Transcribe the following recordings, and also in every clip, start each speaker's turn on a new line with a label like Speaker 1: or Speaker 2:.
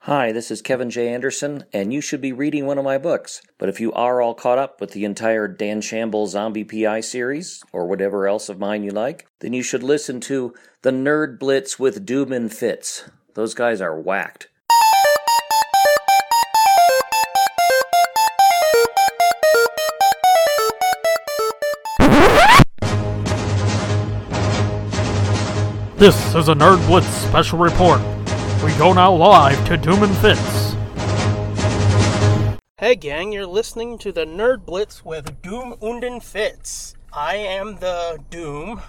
Speaker 1: Hi, this is Kevin J. Anderson, and you should be reading one of my books. But if you are all caught up with the entire Dan Shamble Zombie PI series, or whatever else of mine you like, then you should listen to The Nerd Blitz with Doom and Fitz. Those guys are whacked.
Speaker 2: This is a Nerd Blitz special report. We go now live to Doom and Fitz.
Speaker 3: Hey gang, you're listening to the Nerd Blitz with Doom Unden Fitz. I am the Doom.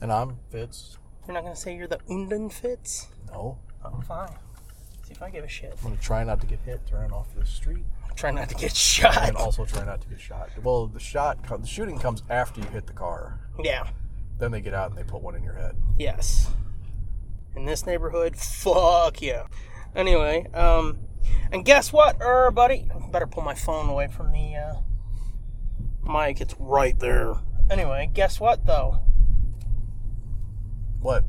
Speaker 4: And I'm Fitz.
Speaker 3: You're not gonna say you're the Unden Fitz?
Speaker 4: No,
Speaker 3: Oh, fine. See if I give a shit.
Speaker 4: I'm gonna try not to get hit running off the street,
Speaker 3: Try not to get
Speaker 4: and
Speaker 3: shot.
Speaker 4: also try not to get shot. Well, the shot, com- the shooting comes after you hit the car.
Speaker 3: Yeah.
Speaker 4: Then they get out and they put one in your head.
Speaker 3: Yes. In this neighborhood, fuck yeah. Anyway, um, and guess what, er, buddy? Better pull my phone away from the uh, mic. It's right there. Anyway, guess what though?
Speaker 4: What?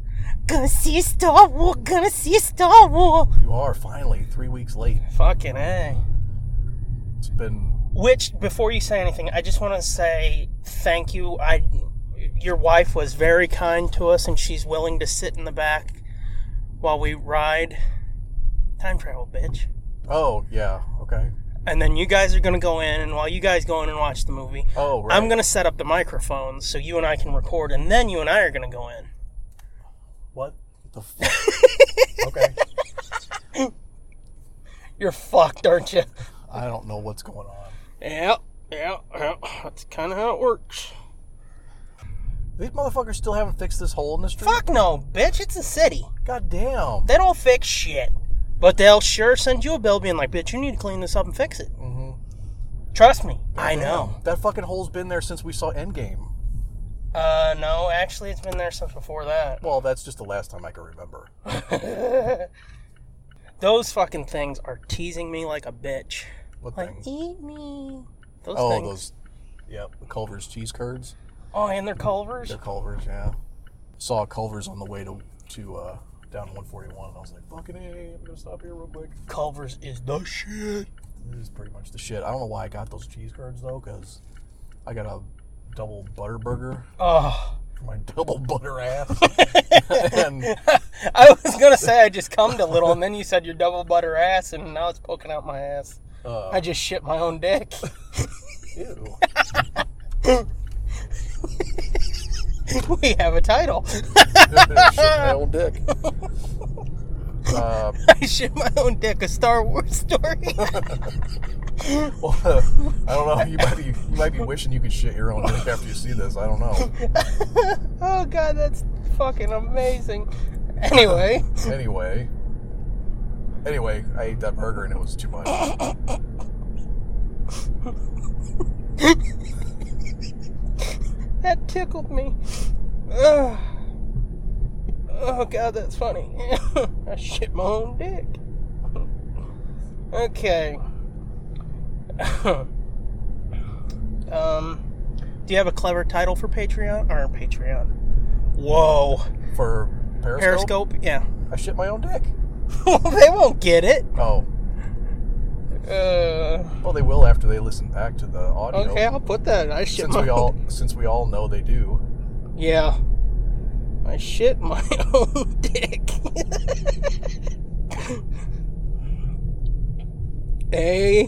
Speaker 3: Gonna see Star Wars. Gonna see Star Wars.
Speaker 4: You are finally three weeks late.
Speaker 3: Fucking a.
Speaker 4: It's been
Speaker 3: Which, before you say anything, I just want to say thank you. I, your wife was very kind to us, and she's willing to sit in the back while we ride. Time travel, bitch.
Speaker 4: oh yeah okay
Speaker 3: And then you guys are gonna go in, and while you guys go in and watch the movie,
Speaker 4: oh right.
Speaker 3: I'm gonna set up the microphones so you and I can record, and then you and I are gonna go in.
Speaker 4: what the fuck? okay,
Speaker 3: You're fucked, aren't you?
Speaker 4: I don't know what's going on.
Speaker 3: Yep, yep, yep. That's kind of how it works.
Speaker 4: These motherfuckers still haven't fixed this hole in the street.
Speaker 3: Fuck no, bitch. It's a city.
Speaker 4: God damn.
Speaker 3: They don't fix shit. But they'll sure send you a bill being like, bitch, you need to clean this up and fix it. Mm-hmm. Trust me. I know.
Speaker 4: That fucking hole's been there since we saw Endgame.
Speaker 3: Uh, no, actually, it's been there since before that.
Speaker 4: Well, that's just the last time I can remember.
Speaker 3: Those fucking things are teasing me like a bitch.
Speaker 4: What
Speaker 3: Like,
Speaker 4: thing?
Speaker 3: eat me. Those
Speaker 4: Oh,
Speaker 3: things.
Speaker 4: those. Yep, the Culver's cheese curds.
Speaker 3: Oh, and they're Culver's?
Speaker 4: They're Culver's, yeah. Saw Culver's on the way to to uh, down 141, and I was like, "Fucking hey, I'm gonna stop here real quick."
Speaker 3: Culver's is the shit.
Speaker 4: This is pretty much the shit. I don't know why I got those cheese curds though, because I got a double butter burger
Speaker 3: Oh.
Speaker 4: for my double butter ass, and
Speaker 3: I was gonna say I just cummed a little, and then you said your double butter ass, and now it's poking out my ass. I just shit my own dick.
Speaker 4: ew.
Speaker 3: we have a title.
Speaker 4: Shit, my old dick. Uh,
Speaker 3: I shit my own dick, a Star Wars story.
Speaker 4: well, I don't know. You might be you might be wishing you could shit your own dick after you see this. I don't know.
Speaker 3: Oh god, that's fucking amazing. Anyway,
Speaker 4: Anyway. Anyway, I ate that burger and it was too much.
Speaker 3: that tickled me. Ugh. Oh god, that's funny. I shit my own dick. Okay. um, do you have a clever title for Patreon or Patreon? Whoa,
Speaker 4: For Periscope,
Speaker 3: Periscope. Yeah,
Speaker 4: I shit my own dick.
Speaker 3: they won't get it.
Speaker 4: Oh,
Speaker 3: Uh,
Speaker 4: well, they will after they listen back to the audio.
Speaker 3: okay, I'll put that. I shit
Speaker 4: Since
Speaker 3: my
Speaker 4: we
Speaker 3: own
Speaker 4: all since we all know they do.
Speaker 3: Yeah. I shit my own dick. A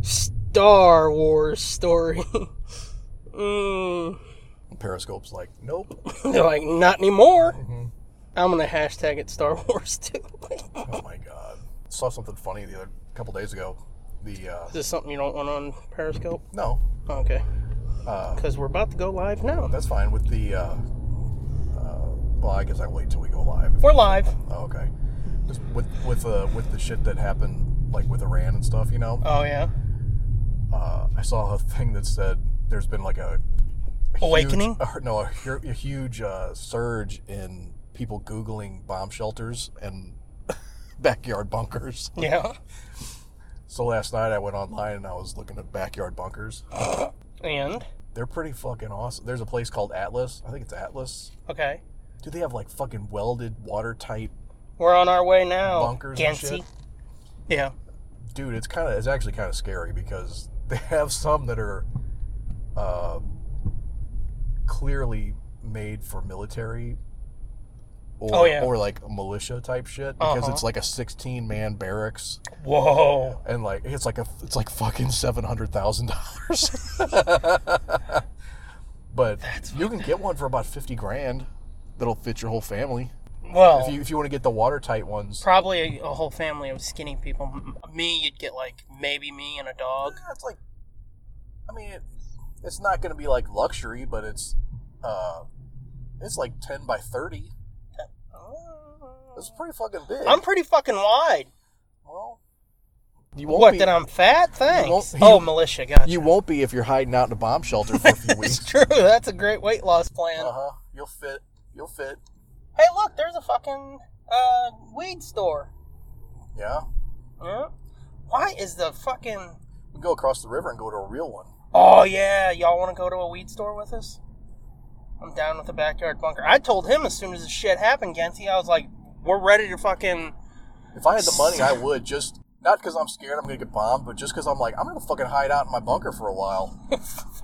Speaker 3: Star Wars story. mm.
Speaker 4: Periscope's like, nope.
Speaker 3: They're like, not anymore.
Speaker 4: Mm-hmm.
Speaker 3: I'm gonna hashtag it Star Wars too.
Speaker 4: Oh my god. Saw something funny the other couple days ago. The uh,
Speaker 3: Is this something you don't want on Periscope?
Speaker 4: no,
Speaker 3: Okay.
Speaker 4: Uh.
Speaker 3: Because we're about to go live now.
Speaker 4: that's fine with the. Uh, uh, well, I guess I wait till we go live.
Speaker 3: We're live.
Speaker 4: Oh, okay. Just with with uh, with the shit that happened like with Iran and stuff, you know.
Speaker 3: Oh yeah.
Speaker 4: uh, I saw a thing that said there's been like a, a huge-
Speaker 3: Awakening?
Speaker 4: uh, no, a, hu- a huge uh, surge in people googling bomb shelters and backyard bunkers.
Speaker 3: Yeah.
Speaker 4: So last night I went online and I was looking at backyard bunkers.
Speaker 3: And
Speaker 4: They're pretty fucking awesome. There's a place called Atlas. I think it's Atlas.
Speaker 3: okay.
Speaker 4: Do they have like fucking welded watertight?
Speaker 3: We're on our way now.
Speaker 4: Bunkers and
Speaker 3: Gansey.
Speaker 4: shit.
Speaker 3: Yeah.
Speaker 4: dude, it's kind of it's actually kind of scary because they have some that are uh, clearly made for military or
Speaker 3: Oh, yeah.
Speaker 4: or like militia type shit because
Speaker 3: Uh-huh.
Speaker 4: it's like a 16 man barracks
Speaker 3: Whoa.
Speaker 4: and like it's like a it's like fucking seven hundred thousand dollars. But you can get one for about fifty grand. That'll fit your whole family.
Speaker 3: Well,
Speaker 4: If you if you want to get the watertight ones,
Speaker 3: probably a, a whole family of skinny people. M- Me, you'd get like maybe me and a dog.
Speaker 4: that's like i mean it, it's not going to be like luxury but it's uh it's like 10 by 30 Uh, it's pretty fucking big
Speaker 3: I'm pretty fucking wide.
Speaker 4: well you won't
Speaker 3: What?
Speaker 4: be,
Speaker 3: That I'm fat? Thanks.
Speaker 4: won't- you-
Speaker 3: oh, militia. Gotcha.
Speaker 4: you won't be if you're hiding out in a bomb shelter for a few
Speaker 3: It's
Speaker 4: weeks
Speaker 3: true. That's a great weight loss plan.
Speaker 4: uh-huh you'll fit you'll fit
Speaker 3: Hey, look, there's a fucking uh, weed store.
Speaker 4: yeah
Speaker 3: Yeah. Why is the fucking.
Speaker 4: we can go across the river and go to a real one
Speaker 3: Oh, yeah. Y'all want to go to a weed store with us? I'm down with the backyard bunker. I told him as soon as this shit happened, Genty, I was like, we're ready to fucking.
Speaker 4: if i had the money i would just not because i'm scared i'm gonna get bombed but just because i'm like i'm gonna fucking hide out in my bunker for a while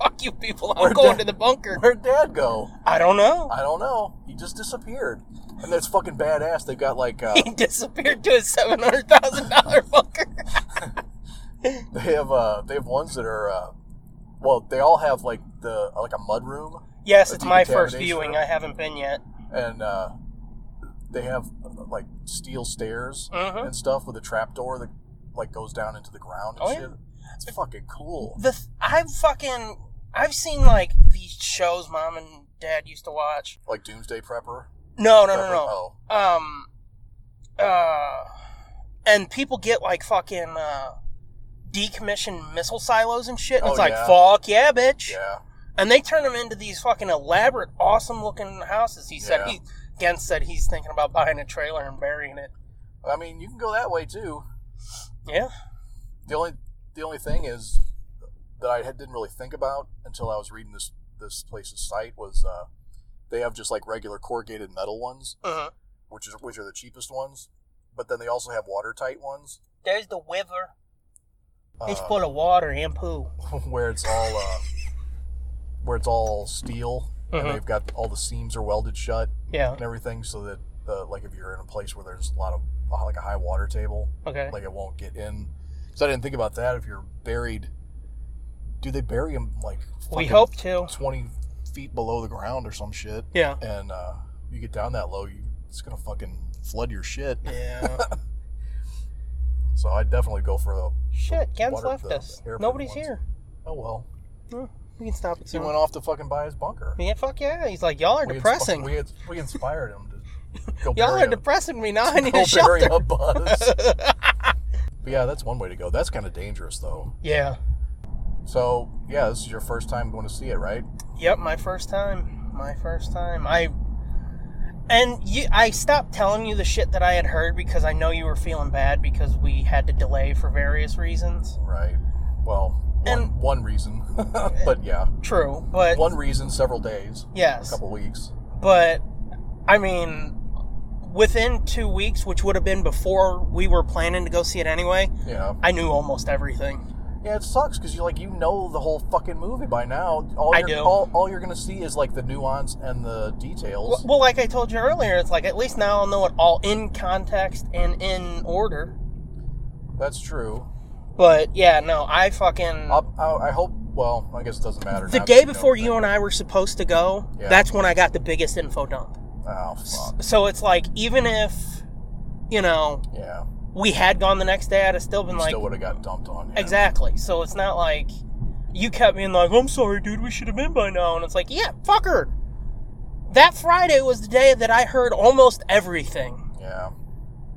Speaker 3: Fuck you people. I'm
Speaker 4: We're
Speaker 3: going
Speaker 4: done.
Speaker 3: to the bunker.
Speaker 4: where'd dad go
Speaker 3: I don't know.
Speaker 4: i don't know he just disappeared and that's fucking badass they've got like uh
Speaker 3: He disappeared to a $700,000 bunker.
Speaker 4: They have uh, they have ones that are uh, well, they all have like the like a mud room,
Speaker 3: yes,
Speaker 4: A
Speaker 3: it's my first
Speaker 4: decontamination
Speaker 3: viewing.
Speaker 4: room.
Speaker 3: I haven't been yet.
Speaker 4: and uh, they have uh, like steel stairs
Speaker 3: Mhm.
Speaker 4: and stuff with a trap door that like goes down into the ground and
Speaker 3: Oh, yeah.
Speaker 4: shit. It's fucking cool.
Speaker 3: the th- I've fucking I've seen like these shows mom and dad used to watch.
Speaker 4: Like Doomsday Prepper.
Speaker 3: No, no,
Speaker 4: Prepper-
Speaker 3: no,
Speaker 4: Oh,
Speaker 3: no. Um, uh, and people get like fucking uh, decommissioned missile silos and shit. And
Speaker 4: Oh,
Speaker 3: it's like
Speaker 4: yeah.
Speaker 3: fuck yeah, bitch.
Speaker 4: yeah.
Speaker 3: And they turn them into these fucking elaborate, awesome looking houses. He said
Speaker 4: Yeah.
Speaker 3: he. Gens said he's thinking about buying a trailer and burying it.
Speaker 4: I mean, you can go that way too.
Speaker 3: Yeah.
Speaker 4: The only the only thing is that I had, didn't really think about until I was reading this this place's site was uh, they have just like regular corrugated metal ones.
Speaker 3: Mhm.
Speaker 4: which is which are the cheapest ones. But then they also have watertight ones.
Speaker 3: There's the river. it's
Speaker 4: uh,
Speaker 3: full of water and poo.
Speaker 4: where it's all uh, where it's all steel,
Speaker 3: Mhm.
Speaker 4: and they've got all the seams are welded shut
Speaker 3: Yeah.
Speaker 4: and everything, so that uh, like if you're in a place where there's a lot of uh, like a high water table,
Speaker 3: Okay.
Speaker 4: like it won't get in. So I didn't think about that. If you're buried, do they bury them like
Speaker 3: we
Speaker 4: fucking
Speaker 3: hope to.
Speaker 4: twenty feet below the ground or some shit?
Speaker 3: Yeah.
Speaker 4: And uh, you get down that low, you, it's gonna fucking flood your shit.
Speaker 3: Yeah.
Speaker 4: So I'd definitely go for the
Speaker 3: Shit, Gens
Speaker 4: water-
Speaker 3: left
Speaker 4: the
Speaker 3: us.
Speaker 4: airplane
Speaker 3: Nobody's
Speaker 4: ones.
Speaker 3: here.
Speaker 4: oh well.
Speaker 3: Huh, We can stop it
Speaker 4: He
Speaker 3: soon.
Speaker 4: went off to fucking buy his bunker.
Speaker 3: yeah, fuck yeah. He's like, y'all are
Speaker 4: We inspi-
Speaker 3: depressing.
Speaker 4: we, ins- we inspired him to go
Speaker 3: y'all
Speaker 4: bury
Speaker 3: are
Speaker 4: a-
Speaker 3: depressing me now. I need
Speaker 4: go
Speaker 3: a
Speaker 4: bury
Speaker 3: shelter.
Speaker 4: a buzz. but yeah, that's one way to go. That's kind of dangerous though.
Speaker 3: Yeah.
Speaker 4: So yeah, this is your first time going to see it, right?
Speaker 3: Yep, my first time. My first time. I and you, I stopped telling you the shit that I had heard because I know you were feeling bad because we had to delay for various reasons.
Speaker 4: Right. Well, one,
Speaker 3: And-
Speaker 4: one reason, but yeah,
Speaker 3: True, but
Speaker 4: one reason, several days, a
Speaker 3: yes,
Speaker 4: couple weeks.
Speaker 3: but I mean, within two weeks, which would have been before we were planning to go see it anyway,
Speaker 4: Yeah,
Speaker 3: I knew almost everything.
Speaker 4: yeah, it sucks because you like you know the whole fucking movie by now. All
Speaker 3: I
Speaker 4: you're,
Speaker 3: do.
Speaker 4: All, all you're gonna see is like the nuance and the details.
Speaker 3: Well, well, like I told you earlier, it's like at least now I'll know it all in context and in order.
Speaker 4: That's true.
Speaker 3: But yeah, no, I fucking
Speaker 4: I, I, I hope. Well, I guess it doesn't matter.
Speaker 3: the
Speaker 4: now
Speaker 3: day
Speaker 4: 'cause
Speaker 3: before
Speaker 4: know
Speaker 3: you and I were supposed to go,
Speaker 4: Yeah.
Speaker 3: that's when I got the biggest info dump.
Speaker 4: Oh fuck.
Speaker 3: So it's like even if you know
Speaker 4: Yeah.
Speaker 3: we had gone the next day, I'd have still been like
Speaker 4: Still would have got dumped on. yeah.
Speaker 3: exactly. So it's not like you kept being like, "I'm sorry, dude, we should have been by now," and it's like, yeah, fucker. That Friday was the day that I heard almost everything.
Speaker 4: Yeah.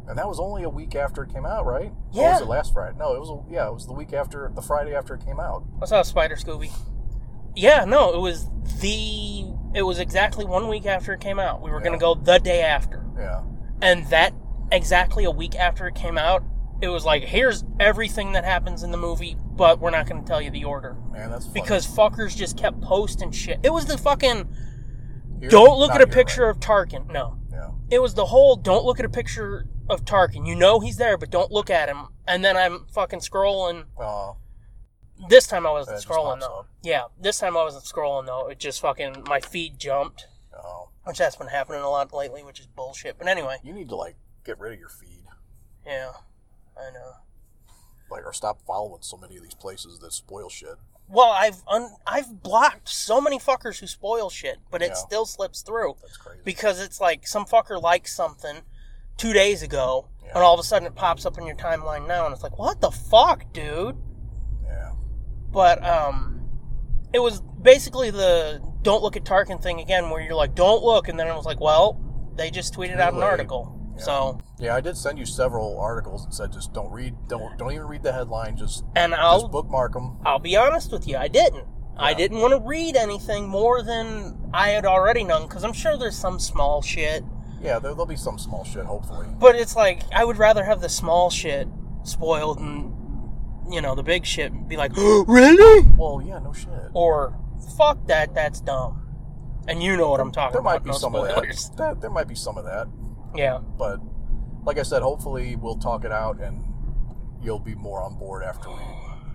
Speaker 4: And that was only a week after it came out, right? Or
Speaker 3: Yeah.
Speaker 4: was it last Friday? No, it was. a- Yeah, it was the week after the Friday after it came out.
Speaker 3: What's up, Spider Scooby? Yeah, no, it was the. It was exactly one week after it came out. We were going to
Speaker 4: Yeah.
Speaker 3: go the day after.
Speaker 4: Yeah.
Speaker 3: And that, exactly a week after it came out, it was like, here's everything that happens in the movie, but we're not going to tell you the order.
Speaker 4: Man, that's funny.
Speaker 3: Because fuckers just kept posting shit. It was the fucking.
Speaker 4: Here-
Speaker 3: Don't look
Speaker 4: not
Speaker 3: at a
Speaker 4: here,
Speaker 3: picture of Tarkin. No.
Speaker 4: right? Yeah.
Speaker 3: It was the whole don't look at a picture of Tarkin. You know he's there, but don't look at him. And then I'm fucking scrolling.
Speaker 4: Uh,
Speaker 3: This time I wasn't
Speaker 4: That just
Speaker 3: scrolling
Speaker 4: pops
Speaker 3: though.
Speaker 4: up.
Speaker 3: Yeah, this time I wasn't scrolling though. It just fucking my feed jumped,
Speaker 4: oh,
Speaker 3: which that's been happening a lot lately, which is bullshit. But anyway,
Speaker 4: you need to like get rid of your feed,
Speaker 3: yeah, I know.
Speaker 4: like, or stop following so many of these places that spoil shit.
Speaker 3: Well, I've un- I've blocked so many fuckers who spoil shit, but it
Speaker 4: Yeah.
Speaker 3: still slips through
Speaker 4: That's crazy.
Speaker 3: because it's like some fucker likes something two days ago,
Speaker 4: Yeah.
Speaker 3: and all of a sudden it pops up in your timeline now, and it's like, what the fuck, dude?
Speaker 4: yeah,
Speaker 3: But um, it was basically the don't look at Tarkin thing again, where you're like, don't look, and then I was like, well, they just tweeted out an
Speaker 4: late.
Speaker 3: article, so
Speaker 4: yeah. I did send you several articles and said just don't read, don't don't even read the headline. Just
Speaker 3: and
Speaker 4: just
Speaker 3: I'll
Speaker 4: bookmark them.
Speaker 3: I'll be honest with you, I didn't. I
Speaker 4: Yeah.
Speaker 3: didn't want to read anything more than I had already known because I'm sure there's some small shit,
Speaker 4: Yeah, there, there'll be some small shit. Hopefully,
Speaker 3: but it's like I would rather have the small shit spoiled and you know the big shit be like really
Speaker 4: Well, yeah, no shit.
Speaker 3: or fuck that that's dumb, and you know what I'm talking
Speaker 4: There
Speaker 3: about.
Speaker 4: might be
Speaker 3: no
Speaker 4: some
Speaker 3: spoilers.
Speaker 4: of that. that. There might be some of that,
Speaker 3: Yeah.
Speaker 4: but like I said, hopefully we'll talk it out and you'll be more on board after we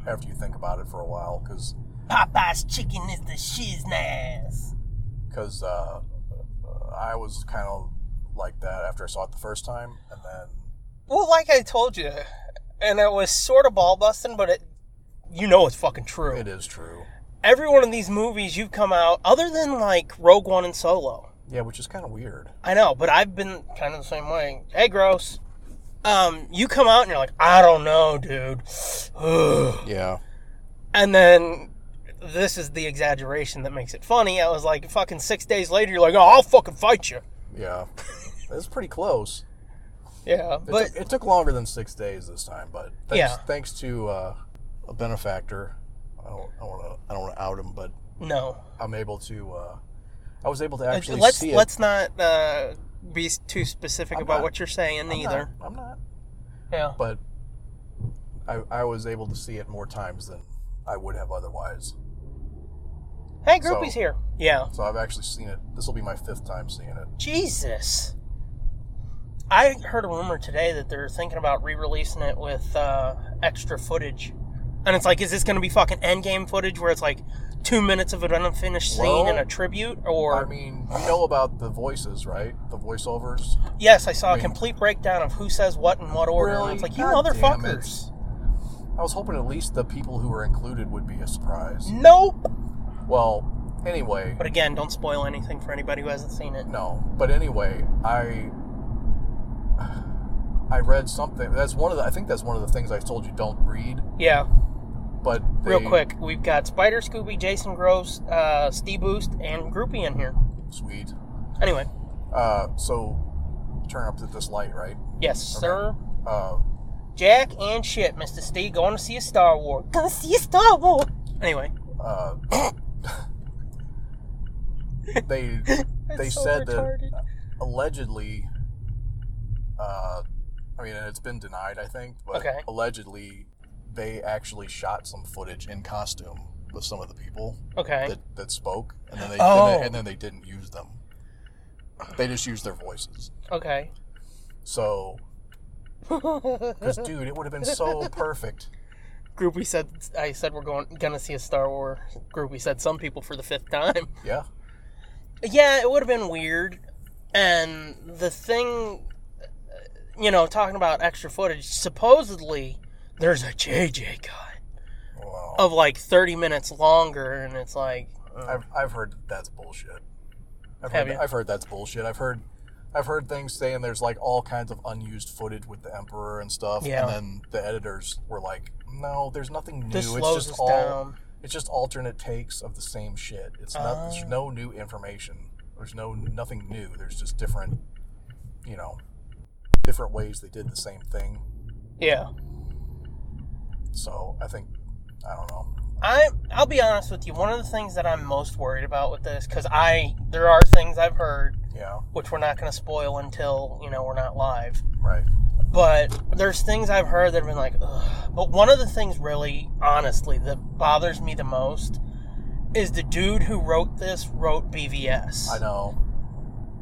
Speaker 4: after you think about it for a while, because
Speaker 3: Popeye's chicken is the shiznaz.
Speaker 4: because uh, I was kind of like that after I saw it the first time, and then
Speaker 3: Well, like I told you, and it was sort of ball busting, but it, you know it's fucking true.
Speaker 4: it is true.
Speaker 3: Every one of these movies you've come out, other than like Rogue One and Solo,
Speaker 4: Yeah, which is kind of weird.
Speaker 3: I know, but I've been kind of the same way. Hey, gross. Um, you come out and you're like, I don't know, dude. Ugh.
Speaker 4: Yeah,
Speaker 3: and then this is the exaggeration that makes it funny. I was like, fucking six days later, you're like, oh, I'll fucking fight you.
Speaker 4: yeah, it's pretty close.
Speaker 3: Yeah,
Speaker 4: It,
Speaker 3: but
Speaker 4: took, it took longer than six days this time, but thanks,
Speaker 3: Yeah.
Speaker 4: thanks to uh, a benefactor. I don't, I want to, I don't want to out him, but
Speaker 3: no.
Speaker 4: I'm able to. Uh, I was able to
Speaker 3: Uh,
Speaker 4: actually
Speaker 3: let's
Speaker 4: see it.
Speaker 3: let's not uh, be s- too specific
Speaker 4: I'm
Speaker 3: about
Speaker 4: not.
Speaker 3: what you're saying
Speaker 4: I'm not-
Speaker 3: either.
Speaker 4: I'm not,
Speaker 3: Yeah.
Speaker 4: but I, I was able to see it more times than I would have otherwise.
Speaker 3: Hey, groupies
Speaker 4: So-
Speaker 3: here. Yeah.
Speaker 4: So I've actually seen it. This will be my fifth time seeing it.
Speaker 3: Jesus. I heard a rumor today that they're thinking about re-releasing it with uh, extra footage, and it's like, is this going to be fucking Endgame footage where it's like two minutes of an unfinished scene
Speaker 4: Well,
Speaker 3: and a tribute? Or
Speaker 4: I mean, you know about the voices, right? The voiceovers.
Speaker 3: yes, I saw
Speaker 4: I mean-
Speaker 3: a complete breakdown of who says what in what order.
Speaker 4: Really?
Speaker 3: And it's like you
Speaker 4: God damn it.
Speaker 3: motherfuckers.
Speaker 4: I was hoping at least the people who were included would be a surprise.
Speaker 3: Nope. Mm.
Speaker 4: Well, anyway,
Speaker 3: But again, don't spoil anything for anybody who hasn't seen it.
Speaker 4: no. But anyway, I I read something. That's one of the. I think that's one of the things I told you don't read.
Speaker 3: Yeah.
Speaker 4: But they,
Speaker 3: Real quick, we've got Spider Scooby, Jason Groves, uh, Steve Boost, and Groupie in here.
Speaker 4: sweet.
Speaker 3: Anyway,
Speaker 4: Uh, so turn up to this light, right?
Speaker 3: yes,
Speaker 4: Okay.
Speaker 3: sir.
Speaker 4: Uh,
Speaker 3: Jack and shit, Mr. Steve, going to see a Star Wars. Gonna see a Star Wars. Anyway,
Speaker 4: uh, they they
Speaker 3: That's so
Speaker 4: said
Speaker 3: retarded.
Speaker 4: that allegedly. Uh, I mean, and it's been denied, I think, but
Speaker 3: Okay.
Speaker 4: allegedly they actually shot some footage in costume with some of the people
Speaker 3: Okay.
Speaker 4: that, that spoke, and then they,
Speaker 3: Oh.
Speaker 4: and, they and then they didn't use them. They just used their voices.
Speaker 3: Okay.
Speaker 4: So, because dude, it would have been so perfect.
Speaker 3: Groupie said, I said we're going, gonna see a Star Wars. Groupie said some people for the fifth time.
Speaker 4: Yeah.
Speaker 3: Yeah, it would have been weird. And the thing, uh, you know, talking about extra footage, supposedly there's a JJ cut.
Speaker 4: Wow.
Speaker 3: of like 30 minutes longer and it's like
Speaker 4: I've, I've heard that that's bullshit. I've
Speaker 3: Have
Speaker 4: heard,
Speaker 3: you?
Speaker 4: I've heard that's bullshit. I've heard I've heard things saying there's like all kinds of unused footage with the emperor and stuff,
Speaker 3: Yeah.
Speaker 4: and then the editors were like, "No, there's nothing new.
Speaker 3: this
Speaker 4: it's
Speaker 3: slows
Speaker 4: just
Speaker 3: us
Speaker 4: all
Speaker 3: down
Speaker 4: it's just alternate takes of the same shit. It's not there's no new information. There's no nothing new. There's just different, you know, different ways they did the same thing.
Speaker 3: yeah
Speaker 4: So I think I don't know.
Speaker 3: i i'll be honest with you one of the things that i'm most worried about with this because i there are things i've heard
Speaker 4: Yeah,
Speaker 3: which we're not going to spoil until you know we're not live
Speaker 4: right.
Speaker 3: but there's things i've heard that have been like Ugh. but one of the things really honestly that bothers me the most is the dude who wrote this wrote bvs
Speaker 4: I know.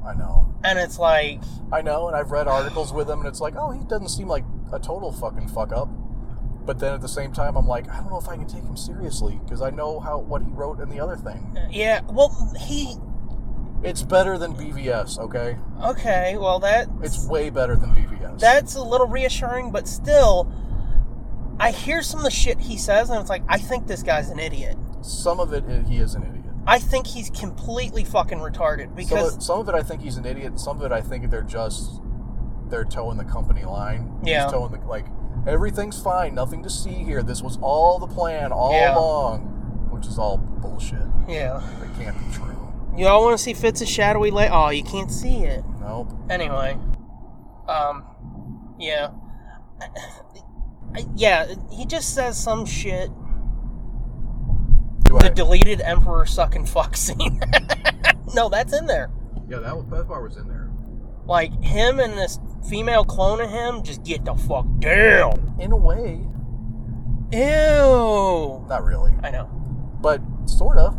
Speaker 4: I know.
Speaker 3: and it's like,
Speaker 4: I know, and I've read articles with him, and it's like, oh, he doesn't seem like a total fucking fuck up. But then at the same time, I'm like, I don't know if I can take him seriously because I know how what he wrote in the other thing.
Speaker 3: yeah, well, he.
Speaker 4: It's better than BVS, okay?
Speaker 3: Okay, well, that
Speaker 4: It's way better than BVS.
Speaker 3: that's a little reassuring, but still, I hear some of the shit he says, and it's like, I think this guy's an idiot.
Speaker 4: some of it, i- he is an idiot.
Speaker 3: I think he's completely fucking retarded
Speaker 4: Some
Speaker 3: because
Speaker 4: of, some of it, I think he's an idiot. and Some of it, I think they're just they're toeing the company line.
Speaker 3: Yeah.
Speaker 4: He's toeing the like everything's fine, nothing to see here. This was all the plan all
Speaker 3: Yeah.
Speaker 4: along, which is all bullshit.
Speaker 3: yeah,
Speaker 4: That can't be true.
Speaker 3: you all want to see Fitz's shadowy light. Oh, you can't see it.
Speaker 4: Nope.
Speaker 3: Anyway, um, yeah, I, yeah, he just says some shit.
Speaker 4: Do
Speaker 3: The
Speaker 4: I,
Speaker 3: deleted emperor sucking fuck scene. no, that's in there.
Speaker 4: yeah, that was, that part was in there.
Speaker 3: Like him and this female clone of him just get the fuck down.
Speaker 4: In a way,
Speaker 3: Ew.
Speaker 4: not really,
Speaker 3: I know.
Speaker 4: but sort of.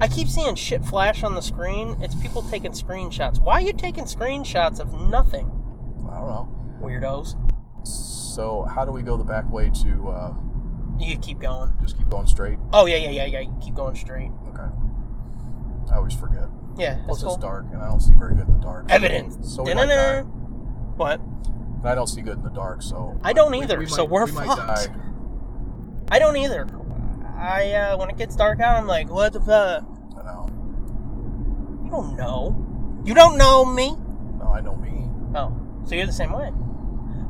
Speaker 3: I keep seeing shit flash on the screen. It's people taking screenshots. Why are you taking screenshots of nothing?
Speaker 4: I don't know.
Speaker 3: Weirdos.
Speaker 4: So how do we go the back way to uh,
Speaker 3: You could keep going.
Speaker 4: just keep going straight?
Speaker 3: Oh yeah, yeah, yeah, yeah. You keep going straight.
Speaker 4: Okay. I always forget.
Speaker 3: Yeah,
Speaker 4: Plus
Speaker 3: that's cool.
Speaker 4: it's dark, and I don't see very good in the dark.
Speaker 3: Evidence.
Speaker 4: So we might
Speaker 3: Da-na-na.
Speaker 4: die.
Speaker 3: What?
Speaker 4: And I don't see good in the dark, so
Speaker 3: I don't
Speaker 4: we-
Speaker 3: either,
Speaker 4: we
Speaker 3: so
Speaker 4: might-
Speaker 3: we're
Speaker 4: we might
Speaker 3: fucked.
Speaker 4: die.
Speaker 3: I don't either. I uh, when it gets dark out, I'm like, what the? Fuck?
Speaker 4: I know.
Speaker 3: You don't know. You don't know me.
Speaker 4: No, I know me.
Speaker 3: Oh, so you're the same way.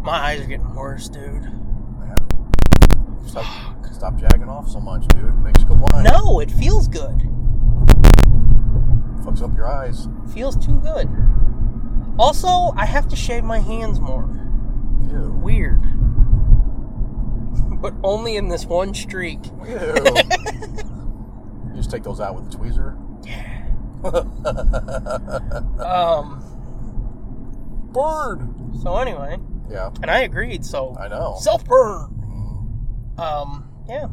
Speaker 3: My eyes are getting worse, dude.
Speaker 4: Stop, stop jacking off so much, dude. Makes you go blind.
Speaker 3: No, it feels good.
Speaker 4: Fucks up your eyes.
Speaker 3: Feels too good. Also, I have to shave my hands more.
Speaker 4: Ew.
Speaker 3: Weird. But only in this one streak.
Speaker 4: Ew. you just take those out with a tweezer.
Speaker 3: Um.
Speaker 4: Burn.
Speaker 3: So anyway,
Speaker 4: Yeah,
Speaker 3: and I agreed. So
Speaker 4: I know. Mm-hmm.
Speaker 3: self burn. Um. Yeah.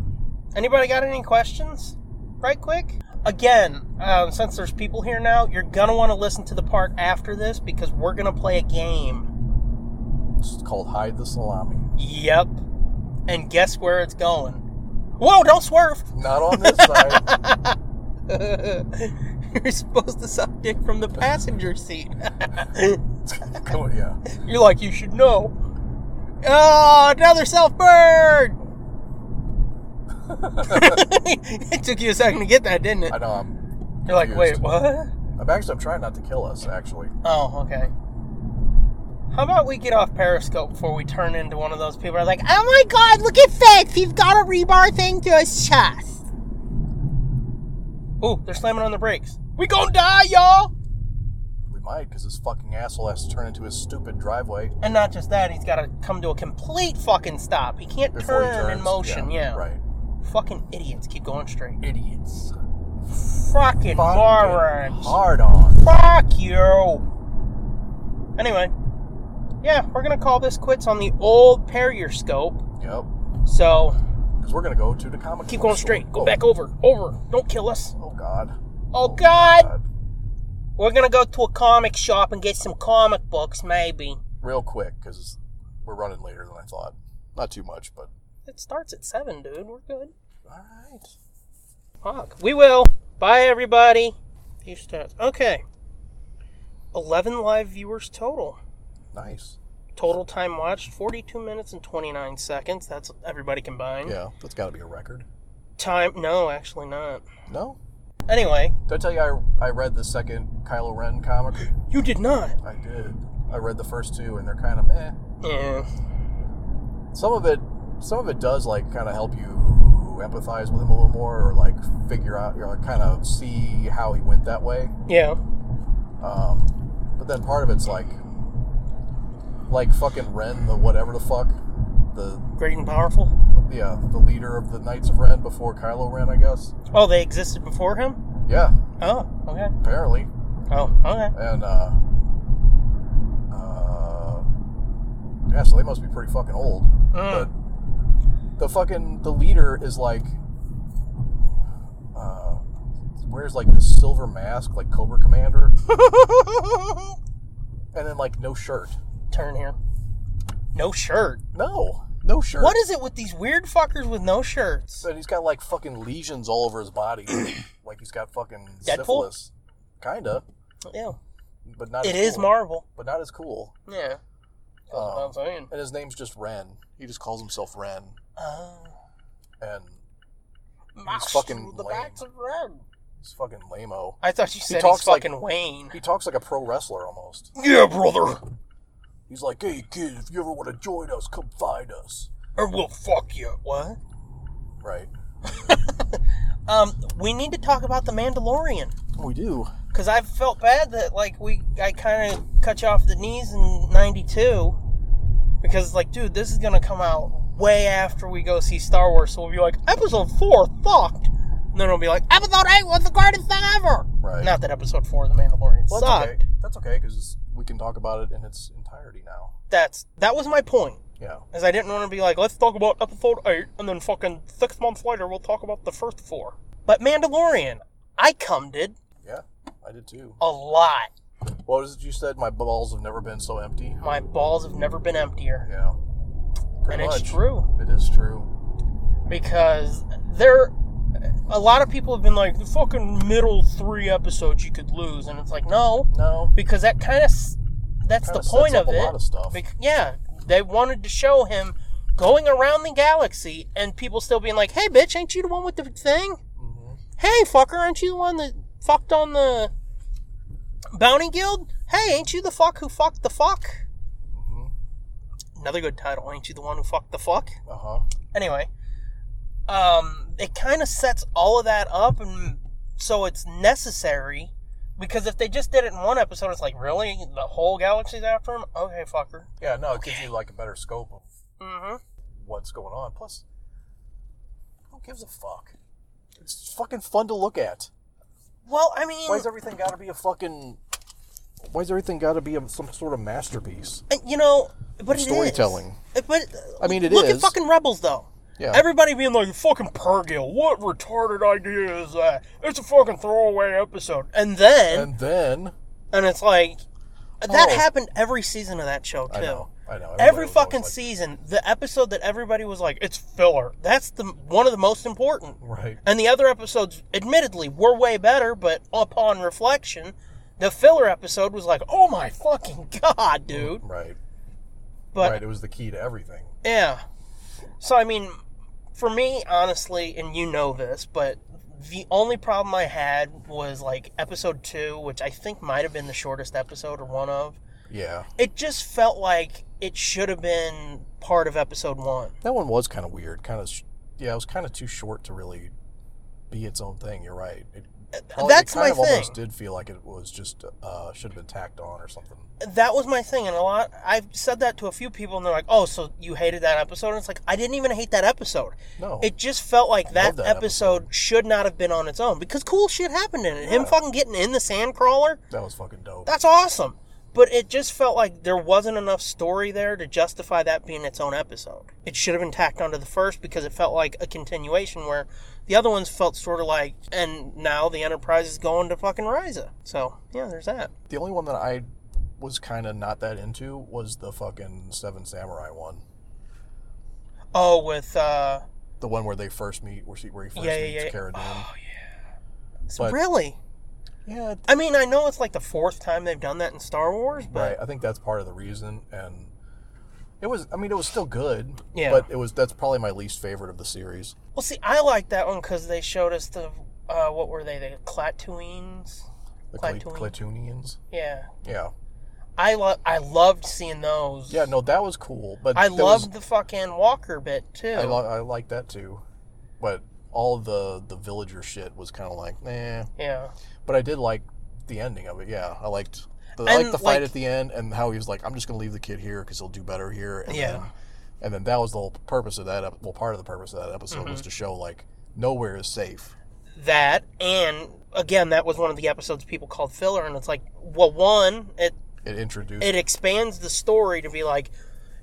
Speaker 3: Anybody got any questions? Right quick. Again, um, since there's people here now, you're gonna want to listen to the part after this because we're gonna play a game.
Speaker 4: It's called hide the salami.
Speaker 3: Yep. And guess where it's going? Whoa! Don't swerve.
Speaker 4: Not on this side.
Speaker 3: You're supposed to suck dick from the passenger seat.
Speaker 4: Go- yeah.
Speaker 3: You're like, you should know. Oh, another self burn! it took you a second to get that, didn't it?
Speaker 4: I know. I'm.
Speaker 3: You're like, wait,
Speaker 4: confused.
Speaker 3: what?
Speaker 4: I'm actually. I'm trying not to kill us. Actually.
Speaker 3: Oh, okay. How about we get off Periscope before we turn into one of those people that are like, oh my god, look at Fitz! He's got a rebar thing to his chest! Ooh, they're slamming on the brakes. We gonna die, y'all!
Speaker 4: We might, because this fucking asshole has to turn into his stupid driveway
Speaker 3: And not just that, he's got to come to a complete fucking stop. He can't
Speaker 4: before
Speaker 3: turn
Speaker 4: he turns.
Speaker 3: in motion. Yeah,
Speaker 4: Right.
Speaker 3: Fucking idiots. Keep going straight.
Speaker 4: Idiots.
Speaker 3: Fucking morons.
Speaker 4: Hard on.
Speaker 3: Fuck you. Anyway, yeah, we're gonna call this quits on the old Perrier scope.
Speaker 4: Yep.
Speaker 3: So
Speaker 4: Because we're gonna go to the comic.
Speaker 3: keep
Speaker 4: book
Speaker 3: going
Speaker 4: store.
Speaker 3: straight. Go
Speaker 4: Oh,
Speaker 3: back over. Over. Don't kill us.
Speaker 4: Oh God.
Speaker 3: Oh God.
Speaker 4: God.
Speaker 3: We're gonna go to a comic shop and get some comic books, maybe.
Speaker 4: Real quick, because we're running later than I thought. Not too much, but
Speaker 3: It starts at seven, dude. We're good.
Speaker 4: all right.
Speaker 3: Fuck. We will. Bye, everybody. Few stats. Okay. 11 live viewers total.
Speaker 4: Nice.
Speaker 3: Total time watched 42 minutes and 29 seconds. That's everybody combined.
Speaker 4: Yeah, that's got to be a record.
Speaker 3: Time. No, actually not.
Speaker 4: No.
Speaker 3: Anyway,
Speaker 4: Did I tell you I I read the second Kylo Ren comic?
Speaker 3: you did not.
Speaker 4: I did. I read the first two, and they're kind of meh.
Speaker 3: Yeah.
Speaker 4: Some of it, some of it does like kind of help you empathize with him a little more, or like figure out, or kind of see how he went that way.
Speaker 3: Yeah.
Speaker 4: Um, but then part of it's like, like fucking Ren, the whatever the fuck, the
Speaker 3: Great and powerful.
Speaker 4: yeah, the leader of the Knights of Ren before Kylo Ren, I guess.
Speaker 3: Oh, they existed before him?
Speaker 4: Yeah,
Speaker 3: Oh, okay.
Speaker 4: apparently,
Speaker 3: Oh, okay.
Speaker 4: and uh, uh, yeah, so they must be pretty fucking old.
Speaker 3: Mm.
Speaker 4: But the fucking the leader is like, uh, wears like this silver mask, like Cobra Commander, and then like no shirt.
Speaker 3: Turn here. No shirt.
Speaker 4: No, no shirt.
Speaker 3: What is it with these weird fuckers with no shirts?
Speaker 4: And he's got like fucking lesions all over his body, like he's got fucking
Speaker 3: Deadpool?
Speaker 4: syphilis, kinda,
Speaker 3: Yeah.
Speaker 4: but not.
Speaker 3: It
Speaker 4: as
Speaker 3: is
Speaker 4: cool.
Speaker 3: Marvel.
Speaker 4: but not as cool.
Speaker 3: Yeah. That's what I'm
Speaker 4: Um,
Speaker 3: saying.
Speaker 4: and his name's just Ren. He just calls himself Ren,
Speaker 3: Oh.
Speaker 4: and
Speaker 3: Mash
Speaker 4: fucking
Speaker 3: through the
Speaker 4: lame.
Speaker 3: backs of red.
Speaker 4: he's fucking lameo.
Speaker 3: I thought you said he's
Speaker 4: talks like-
Speaker 3: fucking Wayne.
Speaker 4: He talks like a pro wrestler almost.
Speaker 3: Yeah, brother.
Speaker 4: He's like, "Hey kid, if you ever want to join us, come find us."
Speaker 3: Or we'll fuck you. What?
Speaker 4: Right.
Speaker 3: Um, we need to talk about the Mandalorian
Speaker 4: We do.
Speaker 3: because I felt bad that like we I kind of cut you off the knees in '92 because it's like, dude, this is gonna come out way after we go see Star Wars, so we'll be like, Episode Four fucked, and then it'll be like, Episode Eight was the greatest thing ever.
Speaker 4: Right.
Speaker 3: Not that Episode Four, of The Mandalorian
Speaker 4: Well,
Speaker 3: sucked.
Speaker 4: that's okay. That's okay because we can talk about it in its entirety now.
Speaker 3: That's that was my point.
Speaker 4: Yeah.
Speaker 3: Is I didn't want to be like, let's talk about episode eight, and then fucking six months later we'll talk about the first four. But Mandalorian, I cummed
Speaker 4: Yeah. I did too.
Speaker 3: a lot.
Speaker 4: What was it you said? My balls have never been so empty.
Speaker 3: My balls have never been emptier,
Speaker 4: Yeah. Pretty
Speaker 3: and
Speaker 4: much.
Speaker 3: it's true
Speaker 4: It is true.
Speaker 3: because there, a lot of people have been like, the fucking middle three episodes you could lose, and it's like, no,
Speaker 4: No.
Speaker 3: because that kind of that's
Speaker 4: Kinda
Speaker 3: the point
Speaker 4: sets up
Speaker 3: of
Speaker 4: a
Speaker 3: it.
Speaker 4: lot of stuff.
Speaker 3: Bec- yeah, they wanted to show him going around the galaxy, and people still being like, "Hey, bitch, ain't you the one with the thing?
Speaker 4: Mm-hmm.
Speaker 3: Hey, fucker, aren't you the one that fucked on the bounty guild? Hey, ain't you the fuck who fucked the fuck?"
Speaker 4: Mm-hmm.
Speaker 3: Another good title. Ain't you the one who fucked the fuck?
Speaker 4: Uh huh.
Speaker 3: anyway, um, it kind of sets all of that up, and so it's necessary because if they just did it in one episode, it's like really the whole galaxy's after him. Okay, fucker.
Speaker 4: Yeah. No. It gives you like a better scope of
Speaker 3: Mm-hmm.
Speaker 4: what's going on. Plus, who gives a fuck? It's fucking fun to look at.
Speaker 3: Well, I mean,
Speaker 4: Why's everything got to be a fucking? Why's everything got to be a, some sort of masterpiece?
Speaker 3: uh, you know, but it is.
Speaker 4: Storytelling.
Speaker 3: Uh, But
Speaker 4: I mean, it
Speaker 3: look at
Speaker 4: is.
Speaker 3: fucking rebels though.
Speaker 4: Yeah.
Speaker 3: Everybody being like, "Fucking Pergil, what retarded idea is that? It's a fucking throwaway episode." And then, and,
Speaker 4: and then
Speaker 3: it's like, that
Speaker 4: Oh.
Speaker 3: happened every season of that show too.
Speaker 4: I know. I know. everybody
Speaker 3: Every
Speaker 4: was always
Speaker 3: fucking
Speaker 4: like-
Speaker 3: season, the episode that everybody was like, "It's filler." That's the one of the most important.
Speaker 4: Right.
Speaker 3: And the other episodes, admittedly, were way better, but upon reflection, the filler episode was like, "Oh my fucking god, dude!"
Speaker 4: Right.
Speaker 3: But
Speaker 4: Mm, right. It was the key to everything.
Speaker 3: yeah. So I mean, for me, honestly, and you know this, but the only problem I had was like episode two, which I think might have been the shortest episode or one of.
Speaker 4: Yeah.
Speaker 3: It just felt like it should have been part of episode one.
Speaker 4: That one was kind of weird. Kind of. Sh- yeah. It was kind of too short to really be its own thing. You're right. It, probably- it
Speaker 3: that's
Speaker 4: kind
Speaker 3: my
Speaker 4: of
Speaker 3: thing.
Speaker 4: Almost did feel like it was just uh, should have been tacked on or something.
Speaker 3: that was my thing, and a lot. I've said that to a few people, and they're like, "Oh, so you hated that episode?" And it's like I didn't even hate that episode.
Speaker 4: No.
Speaker 3: It just felt like that,
Speaker 4: that
Speaker 3: episode, should not have been on its own because cool shit happened in it. Him fucking getting in the sand crawler,
Speaker 4: that was fucking dope.
Speaker 3: that's awesome. But it just felt like there wasn't enough story there to justify that being its own episode. It should have been tacked onto the first because it felt like a continuation where the other ones felt sort of like, and now the Enterprise is going to fucking Ryza. So, yeah, there's that.
Speaker 4: The only one that I was kind of not that into was the fucking Seven Samurai one.
Speaker 3: Oh, with, uh,
Speaker 4: The one where they first meet, where she where he first
Speaker 3: Yeah, yeah,
Speaker 4: meets
Speaker 3: yeah.
Speaker 4: Cara Dune. But-
Speaker 3: really?
Speaker 4: yeah,
Speaker 3: I mean, I know it's like the fourth time they've done that in Star Wars, but
Speaker 4: right. I think that's part of the reason, and it was. I mean, it was still good.
Speaker 3: Yeah.
Speaker 4: But it was. That's probably my least favorite of the series.
Speaker 3: well, see, I like that one because they showed us the uh, what were they, the Clatuines?
Speaker 4: The Cla-
Speaker 3: Clatoon.
Speaker 4: Clatoonians.
Speaker 3: Yeah,
Speaker 4: Yeah.
Speaker 3: I love, I loved seeing those.
Speaker 4: Yeah. No, that was cool. But
Speaker 3: I
Speaker 4: that
Speaker 3: loved
Speaker 4: was-
Speaker 3: the fucking Walker bit too.
Speaker 4: I, lo- I like that too, but all the the villager shit was kind of like nah.
Speaker 3: yeah,
Speaker 4: But I did like the ending of it. Yeah, I liked the, I
Speaker 3: And,
Speaker 4: liked the fight
Speaker 3: like-
Speaker 4: at the end and how he was like, "I'm just gonna leave the kid here because he'll do better here." And
Speaker 3: Yeah.
Speaker 4: Then, and then that was the whole purpose of that. Ep- well, part of the purpose of that episode was
Speaker 3: Mm-hmm.
Speaker 4: to show like nowhere is safe.
Speaker 3: that and again, that was one of the episodes people called filler, and it's like, well, one, it
Speaker 4: It introduced.
Speaker 3: it expands the story to be like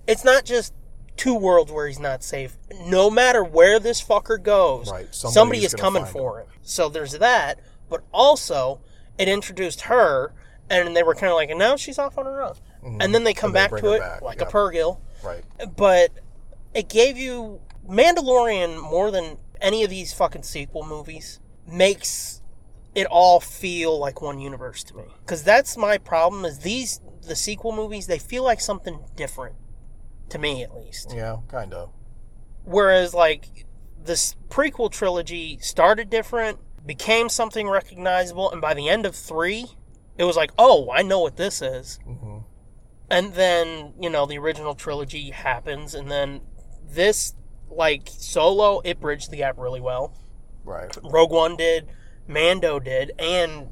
Speaker 3: it's not just two worlds where he's not safe no matter where this fucker goes
Speaker 4: Right, somebody
Speaker 3: somebody
Speaker 4: is
Speaker 3: is
Speaker 4: gonna
Speaker 3: coming
Speaker 4: find
Speaker 3: for him so there's that but also it introduced her, and they were kind of like, no, she's off on her own. And then they come
Speaker 4: Mm-hmm. And they
Speaker 3: back
Speaker 4: bring
Speaker 3: to
Speaker 4: her
Speaker 3: it
Speaker 4: back,
Speaker 3: like a
Speaker 4: yeah.
Speaker 3: Pergil,
Speaker 4: Right.
Speaker 3: but it gave you Mandalorian more than any of these fucking sequel movies makes it all feel like one universe to me. Because that's my problem is these the sequel movies they feel like something different to me at least.
Speaker 4: Yeah, kind of.
Speaker 3: Whereas, like, this prequel trilogy started different, became something recognizable, and by the end of three, it was like, oh, I know what this is.
Speaker 4: Mhm.
Speaker 3: And then, you know, the original trilogy happens, and then this, like, solo, it bridged the gap really well.
Speaker 4: Right.
Speaker 3: Rogue One did, Mando did, and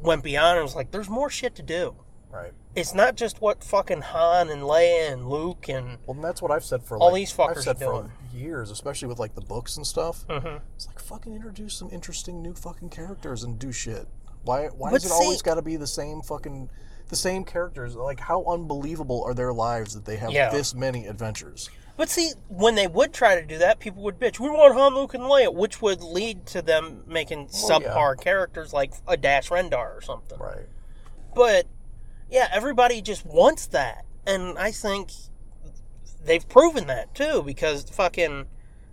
Speaker 3: went beyond and was like, there's more shit to do.
Speaker 4: Right.
Speaker 3: It's not just what fucking Han and Leia and Luke and.
Speaker 4: Well, and that's what I've said for
Speaker 3: All
Speaker 4: like,
Speaker 3: these fuckers
Speaker 4: I've said
Speaker 3: are
Speaker 4: for
Speaker 3: doing.
Speaker 4: years, especially with like the books and stuff.
Speaker 3: Mhm.
Speaker 4: It's like fucking introduce some interesting new fucking characters and do shit. Why? Why
Speaker 3: But
Speaker 4: does it always
Speaker 3: see-
Speaker 4: got to be the same fucking the same characters? Like, how unbelievable are their lives that they have
Speaker 3: Yeah.
Speaker 4: this many adventures?
Speaker 3: But see, when they would try to do that, people would bitch. We want Han, Luke, and Leia, which would lead to them making
Speaker 4: Well, yeah.
Speaker 3: subpar characters like a Dash Rendar or something.
Speaker 4: Right.
Speaker 3: But yeah, everybody just wants that, and I think they've proven that too because fucking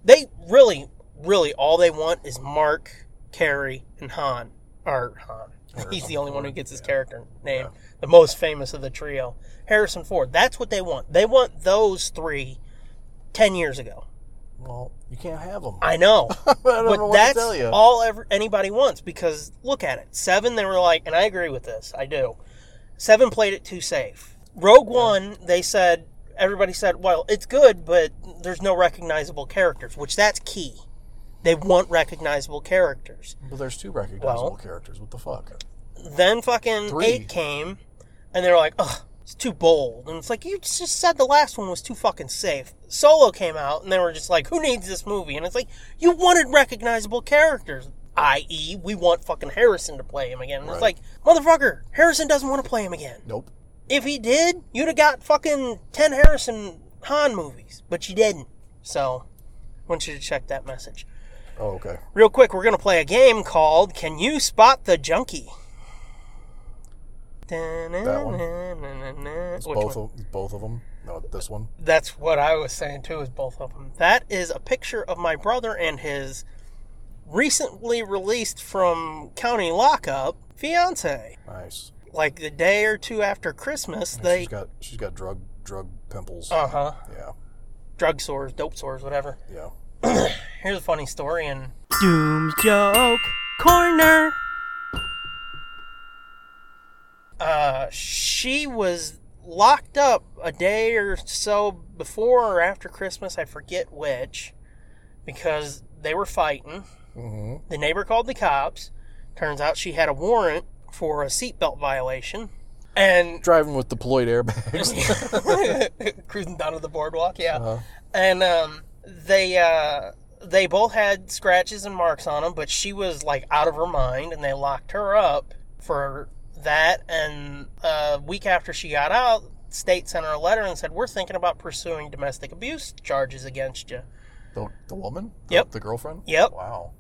Speaker 3: they really, really all they want is Mark, Carrie, and Han. Or Han. He's the only one who gets his character name. The most famous of the trio, Harrison Ford. That's what they want. They want those three ten years ago.
Speaker 4: Well, you can't have them.
Speaker 3: I know.
Speaker 4: don't know
Speaker 3: but
Speaker 4: what to
Speaker 3: that's
Speaker 4: tell you.
Speaker 3: all ever anybody wants because look at it. Seven, they were like, and I agree with this. I do. Seven played it too safe. Rogue One, they said everybody said, well, it's good, but there's no recognizable characters, which that's key. They want recognizable characters.
Speaker 4: But there's two recognizable
Speaker 3: Well-
Speaker 4: characters. What the fuck?
Speaker 3: Then fucking
Speaker 4: Three.
Speaker 3: eight came, and they're like, ugh, it's too bold. And it's like, you just said the last one was too fucking safe. Solo came out, and they were just like, who needs this movie? And it's like, you wanted recognizable characters, i.e., we want fucking Harrison to play him again. And it's like,
Speaker 4: Right.
Speaker 3: motherfucker, Harrison doesn't want to play him again.
Speaker 4: Nope.
Speaker 3: If he did, you'd have got fucking 10 Harrison Han movies, but you didn't. So, I want you to check that message.
Speaker 4: Oh, okay.
Speaker 3: Real quick, we're going to play a game called Can You Spot the Junkie? That
Speaker 4: one?
Speaker 3: Which
Speaker 4: It's both
Speaker 3: one?
Speaker 4: of both of them. No, this one.
Speaker 3: That's what I was saying too, is both of them. That is a picture of my brother and his recently released from county lockup fiance.
Speaker 4: Nice.
Speaker 3: Like the day or two after Christmas, they.
Speaker 4: She's got she's got drug drug pimples.
Speaker 3: Uh huh.
Speaker 4: yeah.
Speaker 3: Drug sores, dope sores, whatever.
Speaker 4: Yeah.
Speaker 3: Here's a funny story and.
Speaker 2: Doom's joke corner.
Speaker 3: uh, she was locked up a day or so before or after Christmas, I forget which, because they were fighting.
Speaker 4: hmm
Speaker 3: The neighbor called the cops. Turns out she had a warrant for a seatbelt violation. And
Speaker 4: Driving with deployed airbags.
Speaker 3: cruising down to the boardwalk, yeah.
Speaker 4: Uh-huh.
Speaker 3: And um, they uh, they both had scratches and marks on them, but she was like out of her mind, and they locked her up for that. And a week after she got out, state sent her a letter and said, "We're thinking about pursuing domestic abuse charges against you."
Speaker 4: the, the woman. The,
Speaker 3: Yep.
Speaker 4: The girlfriend.
Speaker 3: Yep.
Speaker 4: Wow.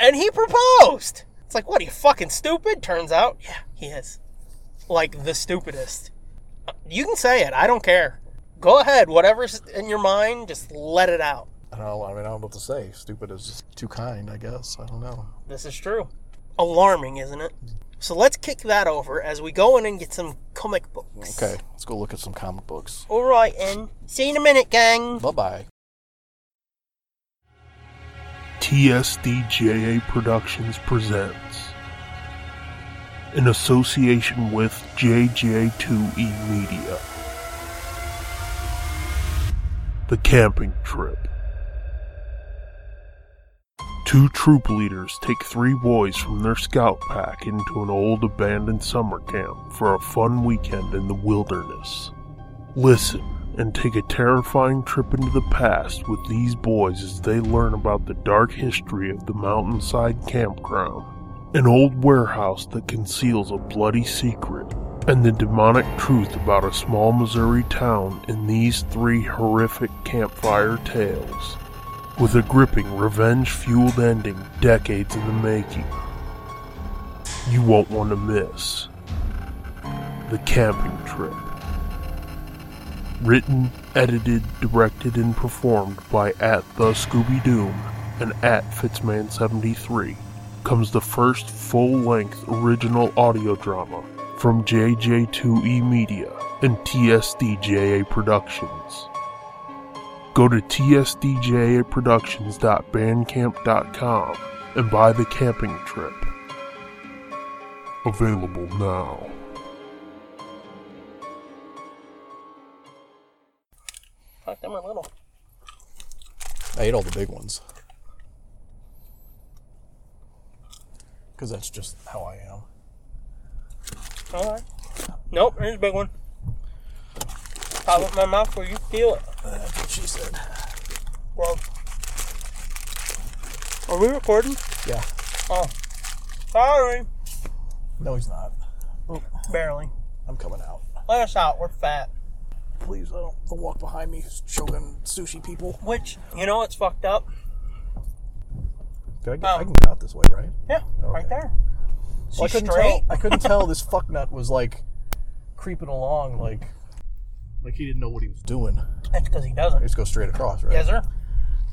Speaker 3: And he proposed. It's like, what are you fucking stupid? Turns out, yeah, he is. Like the stupidest. You can say it. I don't care. Go ahead. Whatever's in your mind, just let it out.
Speaker 4: I don't. know, I mean, I don't know what to say. Stupid is just too kind. I guess. I don't know.
Speaker 3: This is true. Alarming, isn't it? So let's kick that over as we go in and get some comic books.
Speaker 4: Okay. Let's go look at some comic books.
Speaker 3: All right, and see you in a minute, gang.
Speaker 4: Bye bye.
Speaker 5: TSDJA Productions presents in association with JJ2E E Media. The Camping Trip. Two troop leaders take three boys from their scout pack into an old abandoned summer camp for a fun weekend in the wilderness. Listen and take a terrifying trip into the past with these boys as they learn about the dark history of the mountainside campground, an old warehouse that conceals a bloody secret, and the demonic truth about a small Missouri town in these three horrific campfire tales. With a gripping, revenge fueled ending decades in the making. you won't want to miss The Camping Trip. Written, edited, directed, and performed by at the Scooby Doom and at Fitzman73 comes the first full length original audio drama from JJ2E E Media and TSDJA Productions. Go to tsdjaproductions.bandcamp.com and buy the camping trip. Available now.
Speaker 3: Fuck, them are little.
Speaker 4: I ate all the big ones. Because that's just how I am.
Speaker 3: All right. Nope, here's a big one. Pop up my mouth where you feel it.
Speaker 4: That's what she said.
Speaker 3: Well, are we recording?
Speaker 4: Yeah.
Speaker 3: Oh, sorry.
Speaker 4: No, he's not.
Speaker 3: Barely.
Speaker 4: I'm coming out.
Speaker 3: Let us out. We're fat.
Speaker 4: Please, I don't. Don't walk behind me, choking sushi people.
Speaker 3: Which, you know, it's fucked up.
Speaker 4: Can I, get,
Speaker 3: Oh.
Speaker 4: I can get out this way, right?
Speaker 3: Yeah, right
Speaker 4: Okay.
Speaker 3: there. She's
Speaker 4: Well, I couldn't
Speaker 3: straight.
Speaker 4: tell. I couldn't tell this fucknut was like creeping along, like like he didn't know what he was doing.
Speaker 3: That's because he
Speaker 4: I
Speaker 3: doesn't.
Speaker 4: just go straight across, right?
Speaker 3: Yes, sir.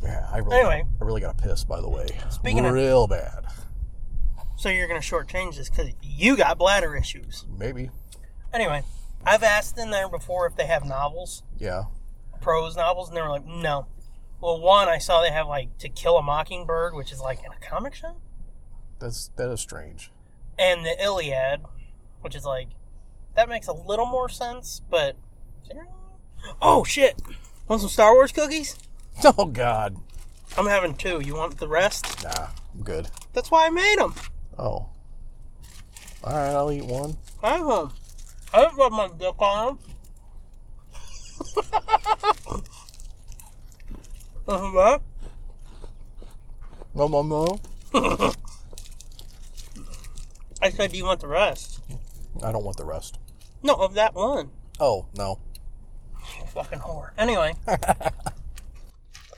Speaker 4: Yeah. I really,
Speaker 3: Anyway.
Speaker 4: I really got a piss, by the way.
Speaker 3: Speaking of-
Speaker 4: real bad,
Speaker 3: So you're gonna shortchange this because you got bladder issues.
Speaker 4: maybe.
Speaker 3: Anyway, I've asked in there before if they have novels,
Speaker 4: Yeah.
Speaker 3: prose novels, and they were like, no. Well, one I saw they have like To Kill a Mockingbird, which is like in a comic shop,
Speaker 4: That's that is strange.
Speaker 3: and the Iliad, which is like that makes a little more sense, but oh shit, want some Star Wars cookies?
Speaker 4: Oh God.
Speaker 3: I'm having two. You want the rest?
Speaker 4: Nah, I'm good.
Speaker 3: That's why I made them.
Speaker 4: Oh. All right, I'll eat one.
Speaker 3: I have 'em. I don't rub my dick on them. Nothing bad.
Speaker 4: No, no, no.
Speaker 3: I said, do you want the rest?
Speaker 4: I don't want the rest.
Speaker 3: No, of that one.
Speaker 4: Oh no.
Speaker 3: Fucking whore. Anyway.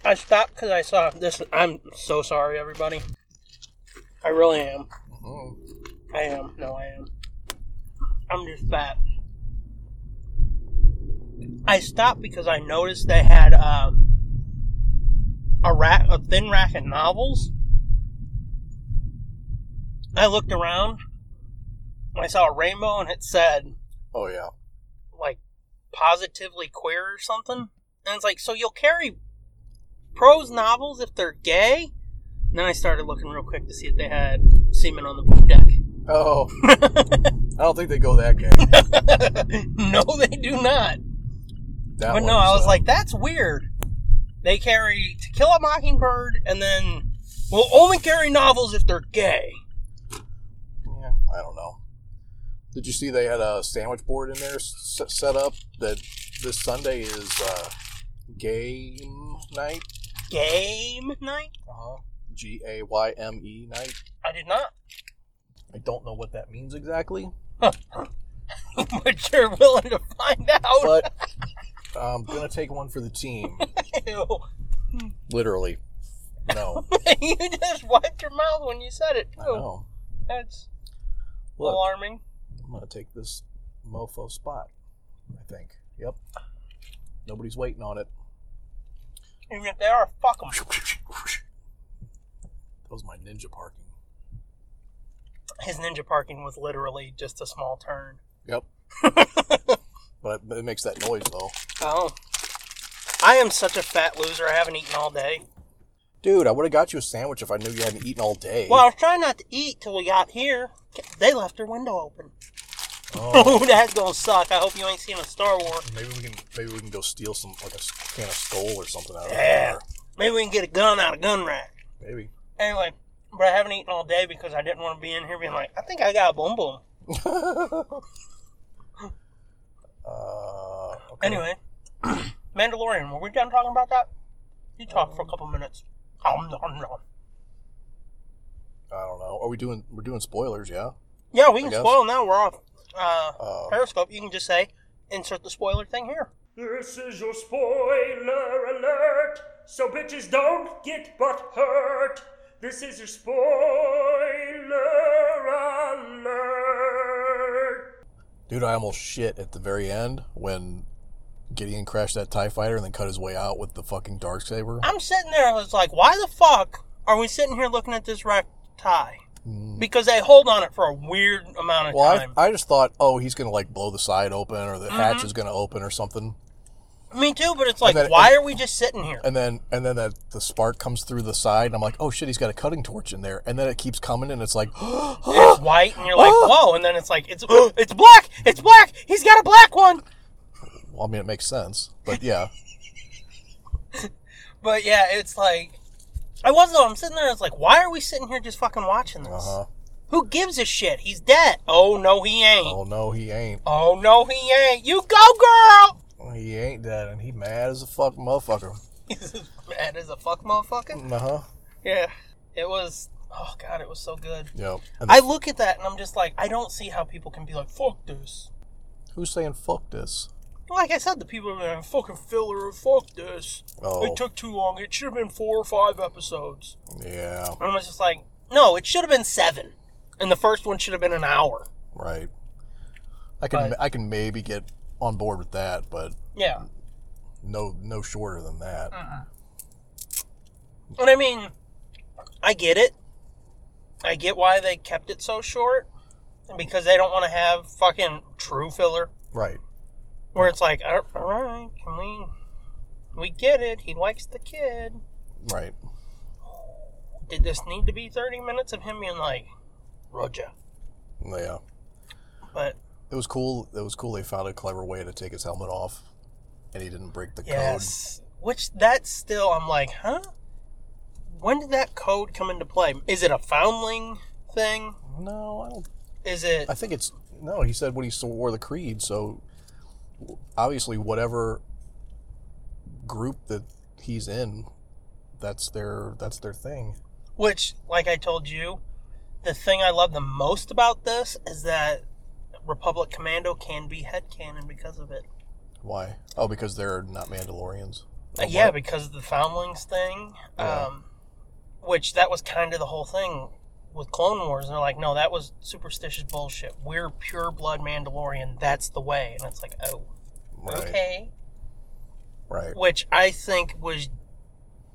Speaker 3: I stopped because I saw this. I'm so sorry, everybody. I really am. I am. No, I am. I'm just fat. I stopped because I noticed they had um, a rack, a thin rack of novels. I looked around. and I saw a rainbow, and it said
Speaker 4: Oh yeah.
Speaker 3: like positively queer or something. And it's like, so you'll carry prose novels if they're gay? And then I started looking real quick to see if they had semen on the poop deck.
Speaker 4: Oh. I don't think they go that gay.
Speaker 3: no, they do not.
Speaker 4: That
Speaker 3: but no,
Speaker 4: one's,
Speaker 3: I was
Speaker 4: uh,
Speaker 3: like, that's weird. They carry To Kill a Mockingbird and then will only carry novels if they're gay.
Speaker 4: Yeah, I don't know. Did you see they had a sandwich board in there s- set up that this Sunday is uh, game night?
Speaker 3: Game night?
Speaker 4: Uh-huh. G A Y M E night.
Speaker 3: I did not.
Speaker 4: I don't know what that means exactly,
Speaker 3: but you're willing to find out.
Speaker 4: but I'm going to take one for the team.
Speaker 3: Ew.
Speaker 4: Literally. No.
Speaker 3: you just wiped your mouth when you said it too.
Speaker 4: No.
Speaker 3: That's
Speaker 4: Look,
Speaker 3: alarming.
Speaker 4: I'm going to take this mofo spot, I think. Yep. Nobody's waiting on it.
Speaker 3: Even if they are, fuck 'em.
Speaker 4: That was my ninja parking.
Speaker 3: His ninja parking was literally just a small turn.
Speaker 4: Yep. but it- it makes that noise though.
Speaker 3: Oh, I am such a fat loser. I haven't eaten all day.
Speaker 4: Dude, I would have got you a sandwich if I knew you hadn't eaten all day.
Speaker 3: Well, I was trying not to eat till we got here. They left their window open.
Speaker 4: Oh,
Speaker 3: Oh, that's gonna suck. I hope you ain't seen a Star Wars.
Speaker 4: maybe we can maybe we can go steal some like a s- can of skull or something out of
Speaker 3: Yeah.
Speaker 4: there.
Speaker 3: Maybe we can get a gun out of gun rack.
Speaker 4: Maybe.
Speaker 3: Anyway, but I haven't eaten all day because I didn't want to be in here being like, I think I got a boom boom.
Speaker 4: Uh, okay.
Speaker 3: Anyway, Mandalorian, were we done talking about that? You talked for a couple minutes. Um, nom, nom.
Speaker 4: I don't know. Are we doing we're doing spoilers? Yeah.
Speaker 3: Yeah, we can
Speaker 4: guess.
Speaker 3: spoil now. We're off uh,
Speaker 4: Uh,
Speaker 3: Periscope. You can just say, insert the spoiler thing here.
Speaker 6: This is your spoiler alert, so bitches don't get butt hurt. This is your spoiler alert.
Speaker 4: Dude, I almost shit at the very end when Gideon crashed that TIE fighter and then cut his way out with the fucking dark saber.
Speaker 3: I'm sitting there, I was like, why the fuck are we sitting here looking at this wrecked tie? Because they hold on it for a weird amount of
Speaker 4: Hmm. Well,
Speaker 3: time. Mm-hmm.
Speaker 4: I, I just thought, oh, he's going to like blow the side open or the hatch is going to open or something.
Speaker 3: Me too, but it's like,
Speaker 4: And then-
Speaker 3: why are we just sitting here?
Speaker 4: And then and then that the spark comes through the side and I'm like, "Oh shit, he's got a cutting torch in there." And then it keeps coming and it's like,
Speaker 3: It's white, and you're like, whoa, and then it's like, it's it's black, it's black. He's got a black one.
Speaker 4: well, I mean, it makes sense. But yeah.
Speaker 3: But yeah, it's like, I was though. I'm sitting there. It's like, why are we sitting here just fucking watching this?
Speaker 4: Uh-huh.
Speaker 3: Who gives a shit? He's dead. Oh no, he ain't.
Speaker 4: Oh no, he ain't.
Speaker 3: Oh no, he ain't. You go, girl.
Speaker 4: He ain't dead and he mad as a fuck motherfucker.
Speaker 3: He's as mad as a fuck, motherfucker.
Speaker 4: Uh-huh.
Speaker 3: Yeah, it was. Oh god, it was so good.
Speaker 4: Yep. And
Speaker 3: I look at that and I'm just like, I don't see how people can be like, fuck this.
Speaker 4: who's saying fuck this?
Speaker 3: Like I said, the people are like, fucking filler, fuck this.
Speaker 4: Oh.
Speaker 3: It took too long. It should have been four or five episodes.
Speaker 4: Yeah.
Speaker 3: And I was just like, no, it should have been seven. And the first one should have been an hour.
Speaker 4: Right. I can I can maybe get on board with that, but
Speaker 3: Yeah.
Speaker 4: no no shorter than that.
Speaker 3: Mm. And I mean, I get it. I get why they kept it so short. Because they don't want to have fucking true filler.
Speaker 4: Right.
Speaker 3: Where it's like, all all right, can we. We get it. He likes the kid.
Speaker 4: Right.
Speaker 3: Did this need to be 30 minutes of him being like, Roger?
Speaker 4: Yeah.
Speaker 3: But
Speaker 4: It was cool. It was cool. They found a clever way to take his helmet off, and he didn't break the
Speaker 3: Yes. Which that's still I'm like, huh? When did that code come into play? Is it a foundling thing?
Speaker 4: code. No, I don't.
Speaker 3: Is it
Speaker 4: I think it's no. He said what he swore the creed. So obviously, whatever group that he's in, that's their that's their thing.
Speaker 3: which like I told you, the thing I love the most about this is that Republic Commando can be headcanon because of it.
Speaker 4: Why? Oh, because they're not Mandalorians.
Speaker 3: Uh, yeah, because of the foundlings thing. Um which that was kind of the whole thing with Clone Wars. And they're like, no, that was superstitious bullshit. We're pure blood Mandalorian. That's the way. And it's like, oh,
Speaker 4: Right.
Speaker 3: okay.
Speaker 4: Right.
Speaker 3: which I think was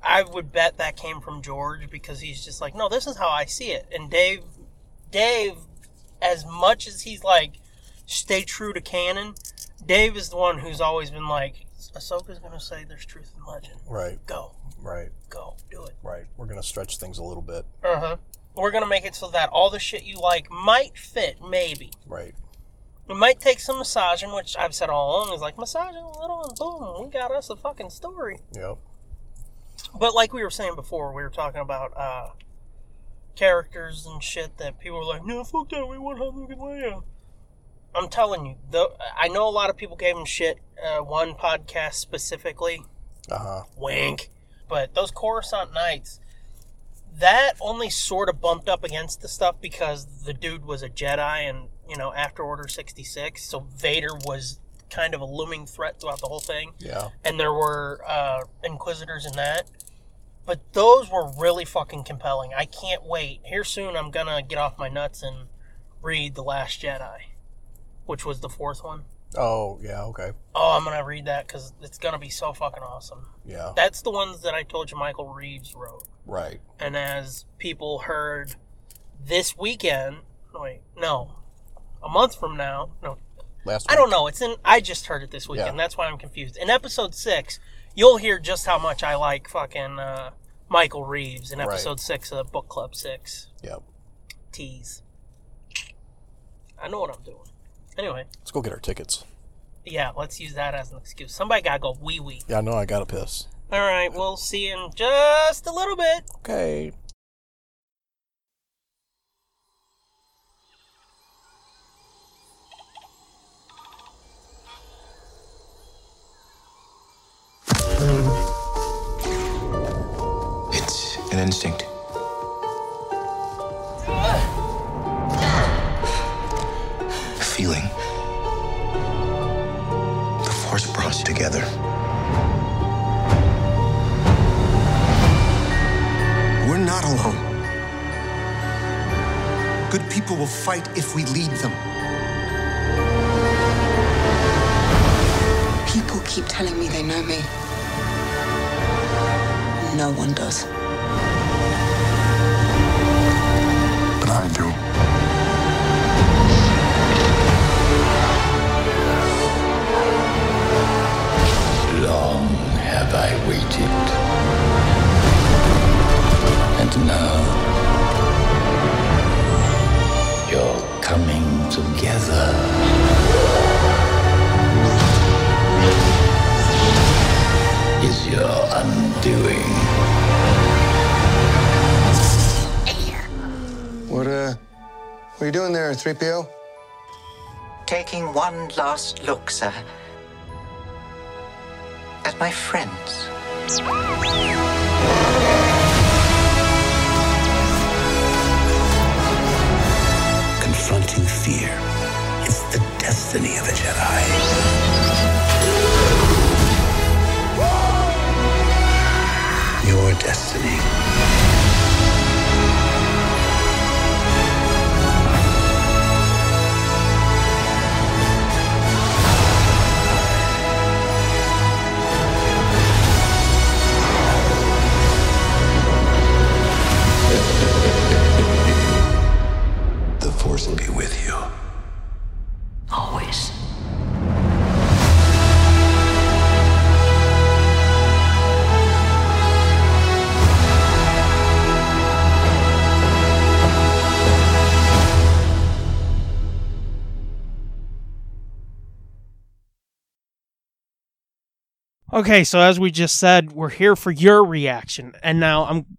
Speaker 3: I would bet that came from George because he's just like, no, this is how I see it. And Dave, Dave, as much as he's like, stay true to canon, Dave is the one who's always been like, Ahsoka's gonna say there's truth in legend.
Speaker 4: Right.
Speaker 3: Go,
Speaker 4: Right.
Speaker 3: go, do it.
Speaker 4: Right. We're gonna stretch things a little bit.
Speaker 3: Uh huh. We're gonna make it so that all the shit you like might fit, maybe.
Speaker 4: Right.
Speaker 3: It might take some massaging, which I've said all along is like massaging a little, and boom, we got us a fucking story.
Speaker 4: Yep.
Speaker 3: But like we were saying before, we were talking about uh, characters and shit that people were like, "No, fuck that. We want Han Luke and Leia." I'm telling you, though, I know a lot of people gave him shit. Uh, one podcast specifically,
Speaker 4: Uh huh.
Speaker 3: wink. But those Coruscant nights, that only sort of bumped up against the stuff because the dude was a Jedi, and you know, after Order 66, so Vader was kind of a looming threat throughout the whole thing
Speaker 4: Yeah.
Speaker 3: and there were uh, inquisitors in that. But those were really fucking compelling. I can't wait. Here soon, I'm gonna get off my nuts and read The Last Jedi, which was the fourth one.
Speaker 4: Oh yeah. Okay.
Speaker 3: Oh, I'm gonna read that because it's gonna be so fucking awesome.
Speaker 4: Yeah.
Speaker 3: That's the ones that I told you Michael Reeves wrote.
Speaker 4: Right.
Speaker 3: And as people heard this weekend, wait, no, a month from now, no,
Speaker 4: Last.
Speaker 3: I
Speaker 4: week.
Speaker 3: don't know. It's in. I just heard it this weekend.
Speaker 4: Yeah.
Speaker 3: That's why I'm confused. In episode six, you'll hear just how much I like fucking uh, Michael Reeves in
Speaker 4: Right.
Speaker 3: episode six of Book Club Six.
Speaker 4: Yep.
Speaker 3: Tease. I know what I'm doing. Anyway,
Speaker 4: Let's go get our tickets.
Speaker 3: yeah, let's use that as an excuse. Somebody gotta go wee wee.
Speaker 4: Yeah, I know I gotta piss.
Speaker 3: All right, we'll see you in just a little bit.
Speaker 4: Okay.
Speaker 7: It's an instinct. A feeling. The force brought us together.
Speaker 8: We're not alone. Good people will fight if we lead them.
Speaker 9: People keep telling me they know me. No one does.
Speaker 10: But I do.
Speaker 7: Long have I waited. And now, you're coming together. Is your undoing.
Speaker 10: What, uh, what are you doing there, 3PO?
Speaker 6: Taking one last look, sir, at my friends.
Speaker 7: Confronting fear. It's the destiny of a Jedi. Your destiny. The Force will be with you.
Speaker 9: Always.
Speaker 11: Okay, so as we just said, we're here for your reaction. And now I'm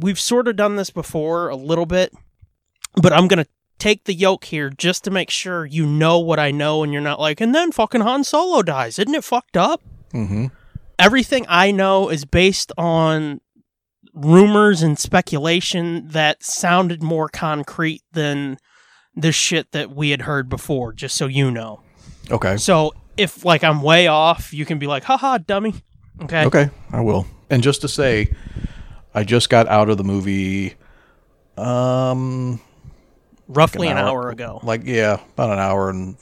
Speaker 11: we've sort of done this before a little bit, but I'm going to take the yoke here just to make sure you know what I know and you're not like, and then fucking Han Solo dies. Isn't it fucked up?
Speaker 4: Mm-hmm.
Speaker 11: Everything I know is based on rumors and speculation that sounded more concrete than the shit that we had heard before, just so you know.
Speaker 4: Okay.
Speaker 11: So if like I'm way off, you can be like, haha, dummy. Okay.
Speaker 4: Okay, I will. And just to say, I just got out of the movie. Um,
Speaker 11: Roughly an hour, ago.
Speaker 4: like yeah, about an hour and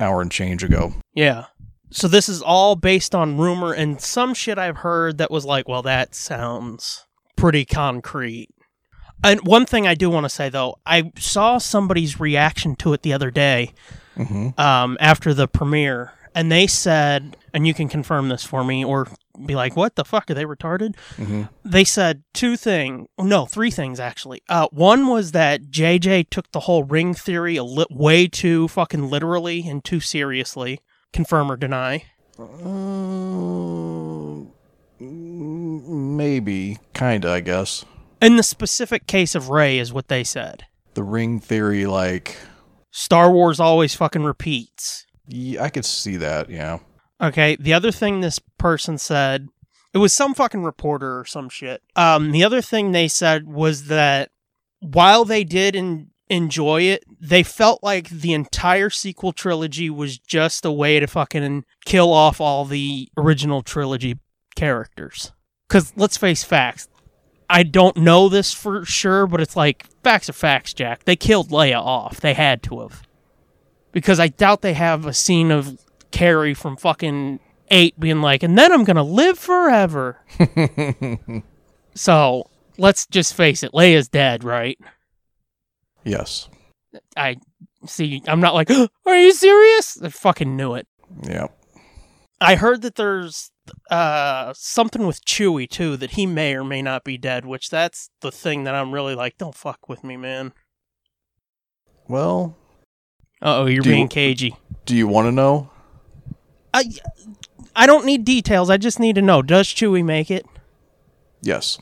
Speaker 4: hour and change ago.
Speaker 11: Yeah. So this is all based on rumor and some shit I've heard that was like, well, that sounds pretty concrete. And one thing I do want to say though, I saw somebody's reaction to it the other day um, after the premiere, and they said, and you can confirm this for me or be like, what the fuck? Are they retarded? They said two things. No, three things actually. Uh, one was that JJ took the whole ring theory a li- way too fucking literally and too seriously. Confirm or deny.
Speaker 4: Um, maybe, kinda, I guess.
Speaker 11: In the specific case of Ray, is what they said.
Speaker 4: The ring theory, like,
Speaker 11: Star Wars always fucking repeats.
Speaker 4: yeah, I could see that. Yeah.
Speaker 11: Okay. The other thing this person said, it was some fucking reporter or some shit. Um, the other thing they said was that while they did en- enjoy it, they felt like the entire sequel trilogy was just a way to fucking kill off all the original trilogy characters. Because let's face facts. I don't know this for sure, but it's like facts are facts, Jack. They killed Leia off. They had to have because I doubt they have a scene of Carrie from fucking eight being like, and then I'm gonna live forever. so let's just face it, Leia's dead, right?
Speaker 4: Yes.
Speaker 11: I see. I'm not like, are you serious? I fucking knew it.
Speaker 4: Yeah.
Speaker 11: I heard that there's uh something with Chewie too that he may or may not be dead, which that's the thing that I'm really like, don't fuck with me, man.
Speaker 4: Well,
Speaker 11: Uh oh, you're
Speaker 4: Do you-
Speaker 11: being cagey.
Speaker 4: do you want to know?
Speaker 11: I I don't need details. I just need to know. Does Chewie make it?
Speaker 4: Yes.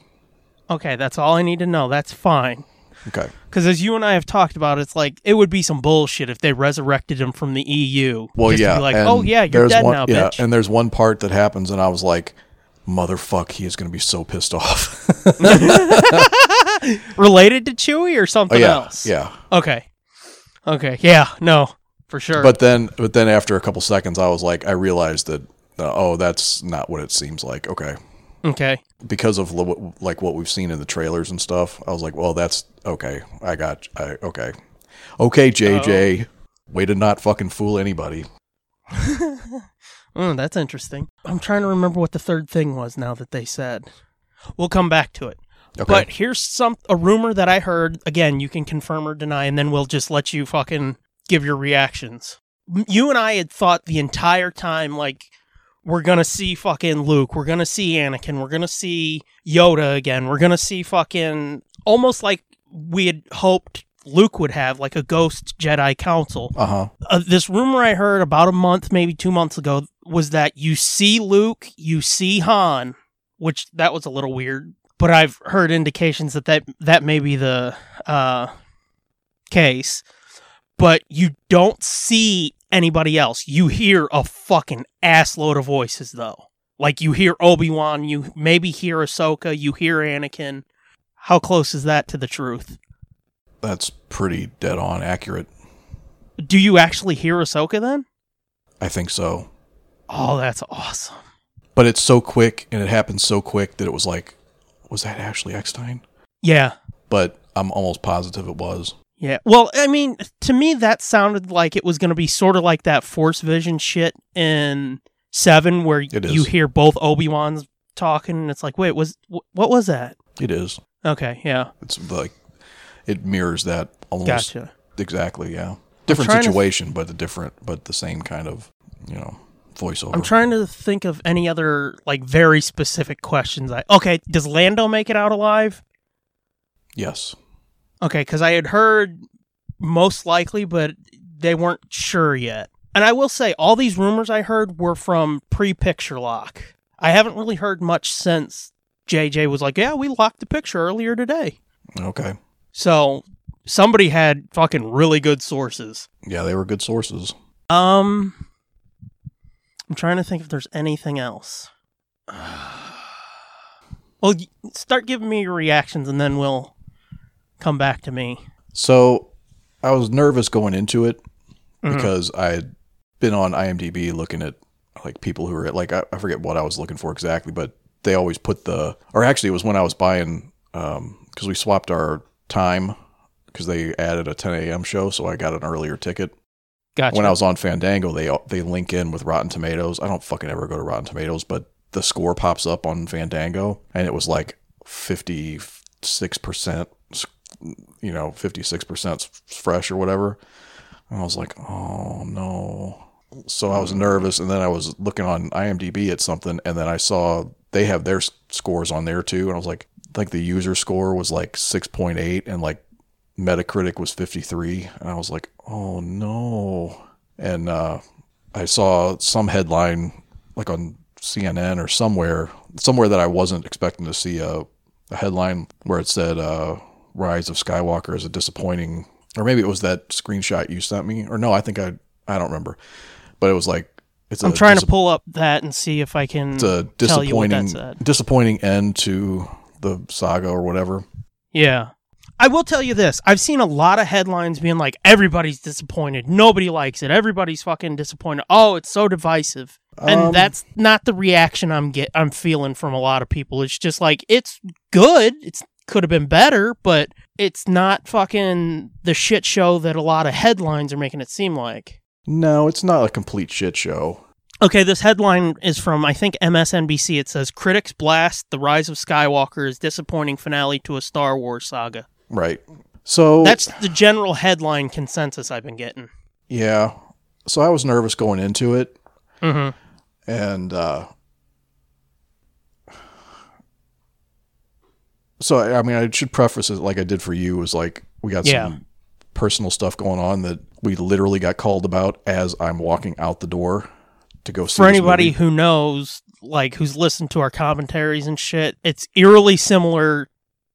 Speaker 11: Okay, that's all I need to know. That's fine.
Speaker 4: Okay.
Speaker 11: Because as you and I have talked about, it's like it would be some bullshit if they resurrected him from the EU.
Speaker 4: Well,
Speaker 11: just to
Speaker 4: yeah.
Speaker 11: be like,
Speaker 4: and
Speaker 11: oh yeah, you're
Speaker 4: there's
Speaker 11: dead
Speaker 4: one,
Speaker 11: now,
Speaker 4: yeah,
Speaker 11: bitch.
Speaker 4: and there's one part that happens, and I was like, "Motherfuck, he is going to be so pissed off."
Speaker 11: Related to Chewie or something
Speaker 4: Oh, yeah,
Speaker 11: else.
Speaker 4: yeah.
Speaker 11: Okay. Okay. Yeah. No. For sure.
Speaker 4: But then, but then after a couple seconds, I was like, I realized that, uh, oh, that's not what it seems like. Okay,
Speaker 11: okay.
Speaker 4: because of lo- like what we've seen in the trailers and stuff, I was like, well, that's okay. I got, I okay, okay, JJ, way to not fucking fool anybody.
Speaker 11: Oh, that's interesting. I'm trying to remember what the third thing was now that they said. We'll come back to it.
Speaker 4: Okay.
Speaker 11: But here's some a rumor that I heard. Again, you can confirm or deny, and then we'll just let you fucking give your reactions. M- You and I had thought the entire time, like, we're gonna see fucking Luke, we're gonna see Anakin, we're gonna see Yoda again, we're gonna see fucking almost like we had hoped Luke would have, like a ghost Jedi Council
Speaker 4: Uh-huh.
Speaker 11: uh, this rumor I heard about a month, maybe two months ago, was that you see Luke, you see Han, which that was a little weird. But I've heard indications that that, that may be the uh, case. But you don't see anybody else. You hear a fucking assload of voices, though. Like you hear Obi Wan, you maybe hear Ahsoka, you hear Anakin. How close is that to the truth?
Speaker 4: That's pretty dead on accurate.
Speaker 11: Do you actually hear Ahsoka then?
Speaker 4: I think so.
Speaker 11: Oh, that's awesome.
Speaker 4: But it's so quick and it happened so quick that it was like, was that Ashley Eckstein?
Speaker 11: Yeah.
Speaker 4: But I'm almost positive it was.
Speaker 11: Yeah. Well, I mean, to me, that sounded like it was going to be sort of like that Force Vision shit in Seven, where
Speaker 4: It
Speaker 11: you
Speaker 4: is.
Speaker 11: hear both Obi Wan's talking, and it's like, wait, was wh- what was that?
Speaker 4: It is.
Speaker 11: Okay. Yeah.
Speaker 4: It's like, it mirrors that almost
Speaker 11: Gotcha.
Speaker 4: exactly. Yeah. Different
Speaker 11: trying to-
Speaker 4: situation, but the different, but the same kind of, you know, voiceover.
Speaker 11: I'm trying to think of any other like very specific questions. I okay. Does Lando make it out alive?
Speaker 4: yes.
Speaker 11: Okay, because I had heard most likely, but they weren't sure yet. And I will say, all these rumors I heard were from pre picture lock. I haven't really heard much since JJ was like, yeah, we locked the picture earlier today.
Speaker 4: Okay.
Speaker 11: So somebody had fucking really good sources.
Speaker 4: Yeah, they were good sources.
Speaker 11: Um, I'm trying to think if there's anything else. Well, y- start giving me your reactions and then we'll come back to me.
Speaker 4: So I was nervous going into it
Speaker 11: Mhm.
Speaker 4: because I had been on IMDb looking at like people who were like I, I forget what I was looking for exactly, but they always put the or actually it was when I was buying because we swapped our time because they added a 10 a.m. show, so I got an earlier ticket.
Speaker 11: Gotcha.
Speaker 4: When I was on Fandango, they they link in with Rotten Tomatoes. I don't fucking ever go to Rotten Tomatoes, but the score pops up on Fandango, and it was like fifty six percent, you know, fifty six percent fresh or whatever. And I was like, oh no. So I was nervous, and then I was looking on IMDb at something, and then I saw they have their s- scores on there too, and I was like, like the user score was like six point eight, and like Metacritic was 53, and I was like, "Oh no!" And uh, I saw some headline, like on CNN or somewhere, somewhere that I wasn't expecting to see a, a headline where it said uh, "Rise of Skywalker" is a disappointing, or maybe it was that screenshot you sent me, or no, I think I I don't remember, but it was like it's.
Speaker 11: I'm
Speaker 4: a
Speaker 11: trying
Speaker 4: dis-
Speaker 11: to pull up that and see if I can
Speaker 4: it's a
Speaker 11: tell you what that
Speaker 4: disappointing
Speaker 11: said.
Speaker 4: disappointing end to the saga or whatever.
Speaker 11: Yeah. I will tell you this. I've seen a lot of headlines being like, everybody's disappointed. Nobody likes it. Everybody's fucking disappointed. Oh, it's so divisive. And
Speaker 4: Um,
Speaker 11: that's not the reaction I'm get I'm feeling from a lot of people. It's just like it's good. It's could have been better, but it's not fucking the shit show that a lot of headlines are making it seem like.
Speaker 4: No, it's not a complete shit show.
Speaker 11: Okay, this headline is from I think MSNBC. It says critics blast the rise of Skywalker is disappointing finale to a Star Wars saga.
Speaker 4: Right. So
Speaker 11: That's the general headline consensus I've been getting.
Speaker 4: yeah. So I was nervous going into it,
Speaker 11: Mm-hmm.
Speaker 4: and uh, so I I mean, I should preface it like I did for you is like we got
Speaker 11: Yeah.
Speaker 4: some personal stuff going on that we literally got called about as I'm walking out the door to go see
Speaker 11: For
Speaker 4: this
Speaker 11: anybody
Speaker 4: movie.
Speaker 11: who knows, like who's listened to our commentaries and shit, it's eerily similar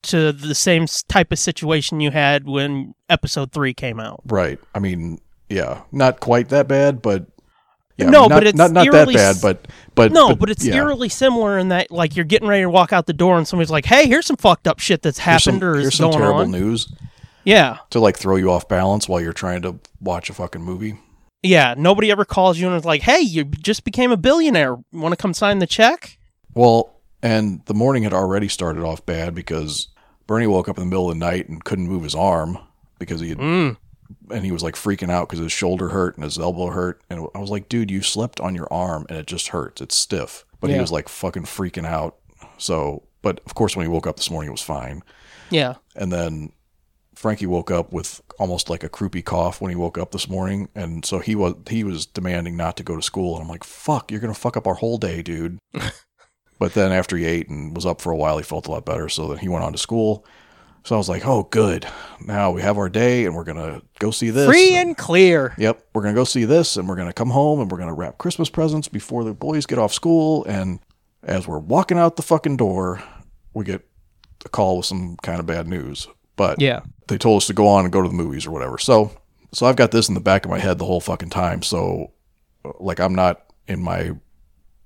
Speaker 11: to the same s- type of situation you had when episode three came out.
Speaker 4: right. I mean, yeah, not quite that bad, but yeah,
Speaker 11: No,
Speaker 4: not,
Speaker 11: but it's
Speaker 4: not not that
Speaker 11: eerily
Speaker 4: bad,
Speaker 11: s-
Speaker 4: but but
Speaker 11: no, but, it's
Speaker 4: yeah.
Speaker 11: eerily similar in that like you're getting ready to walk out the door and somebody's like, "Hey, here's some fucked up shit that's
Speaker 4: Here's some-
Speaker 11: happened or
Speaker 4: here's
Speaker 11: is
Speaker 4: some
Speaker 11: going
Speaker 4: terrible
Speaker 11: on."
Speaker 4: news.
Speaker 11: Yeah.
Speaker 4: to like throw you off balance while you're trying to watch a fucking movie.
Speaker 11: Yeah, nobody ever calls you and is like, "Hey, you just became a billionaire. Want to come sign the check?"
Speaker 4: Well, and the morning had already started off bad because Bernie woke up in the middle of the night and couldn't move his arm because he had and he was like freaking out because his shoulder hurt and his elbow hurt. And I was like, dude, you slept on your arm and it just hurts. It's stiff. But he
Speaker 12: Yeah.
Speaker 4: was like fucking freaking out. So, but of course, when he woke up this morning, it was fine.
Speaker 12: Yeah.
Speaker 4: And then Frankie woke up with almost like a croupy cough when he woke up this morning, and so he was he was demanding not to go to school. And I'm like, "Fuck, you're gonna fuck up our whole day, dude." but then after he ate and was up for a while, he felt a lot better. So then he went on to school. So I was like, "Oh, good. Now we have our day, and we're gonna go see this."
Speaker 11: Free and clear.
Speaker 4: Yep, we're gonna go see this, and we're gonna come home, and we're gonna wrap Christmas presents before the boys get off school. And as we're walking out the fucking door, we get a call with some kind of bad news. But
Speaker 11: Yeah.
Speaker 4: they told us to go on and go to the movies or whatever. So, so I've got this in the back of my head the whole fucking time. So, like, I'm not in my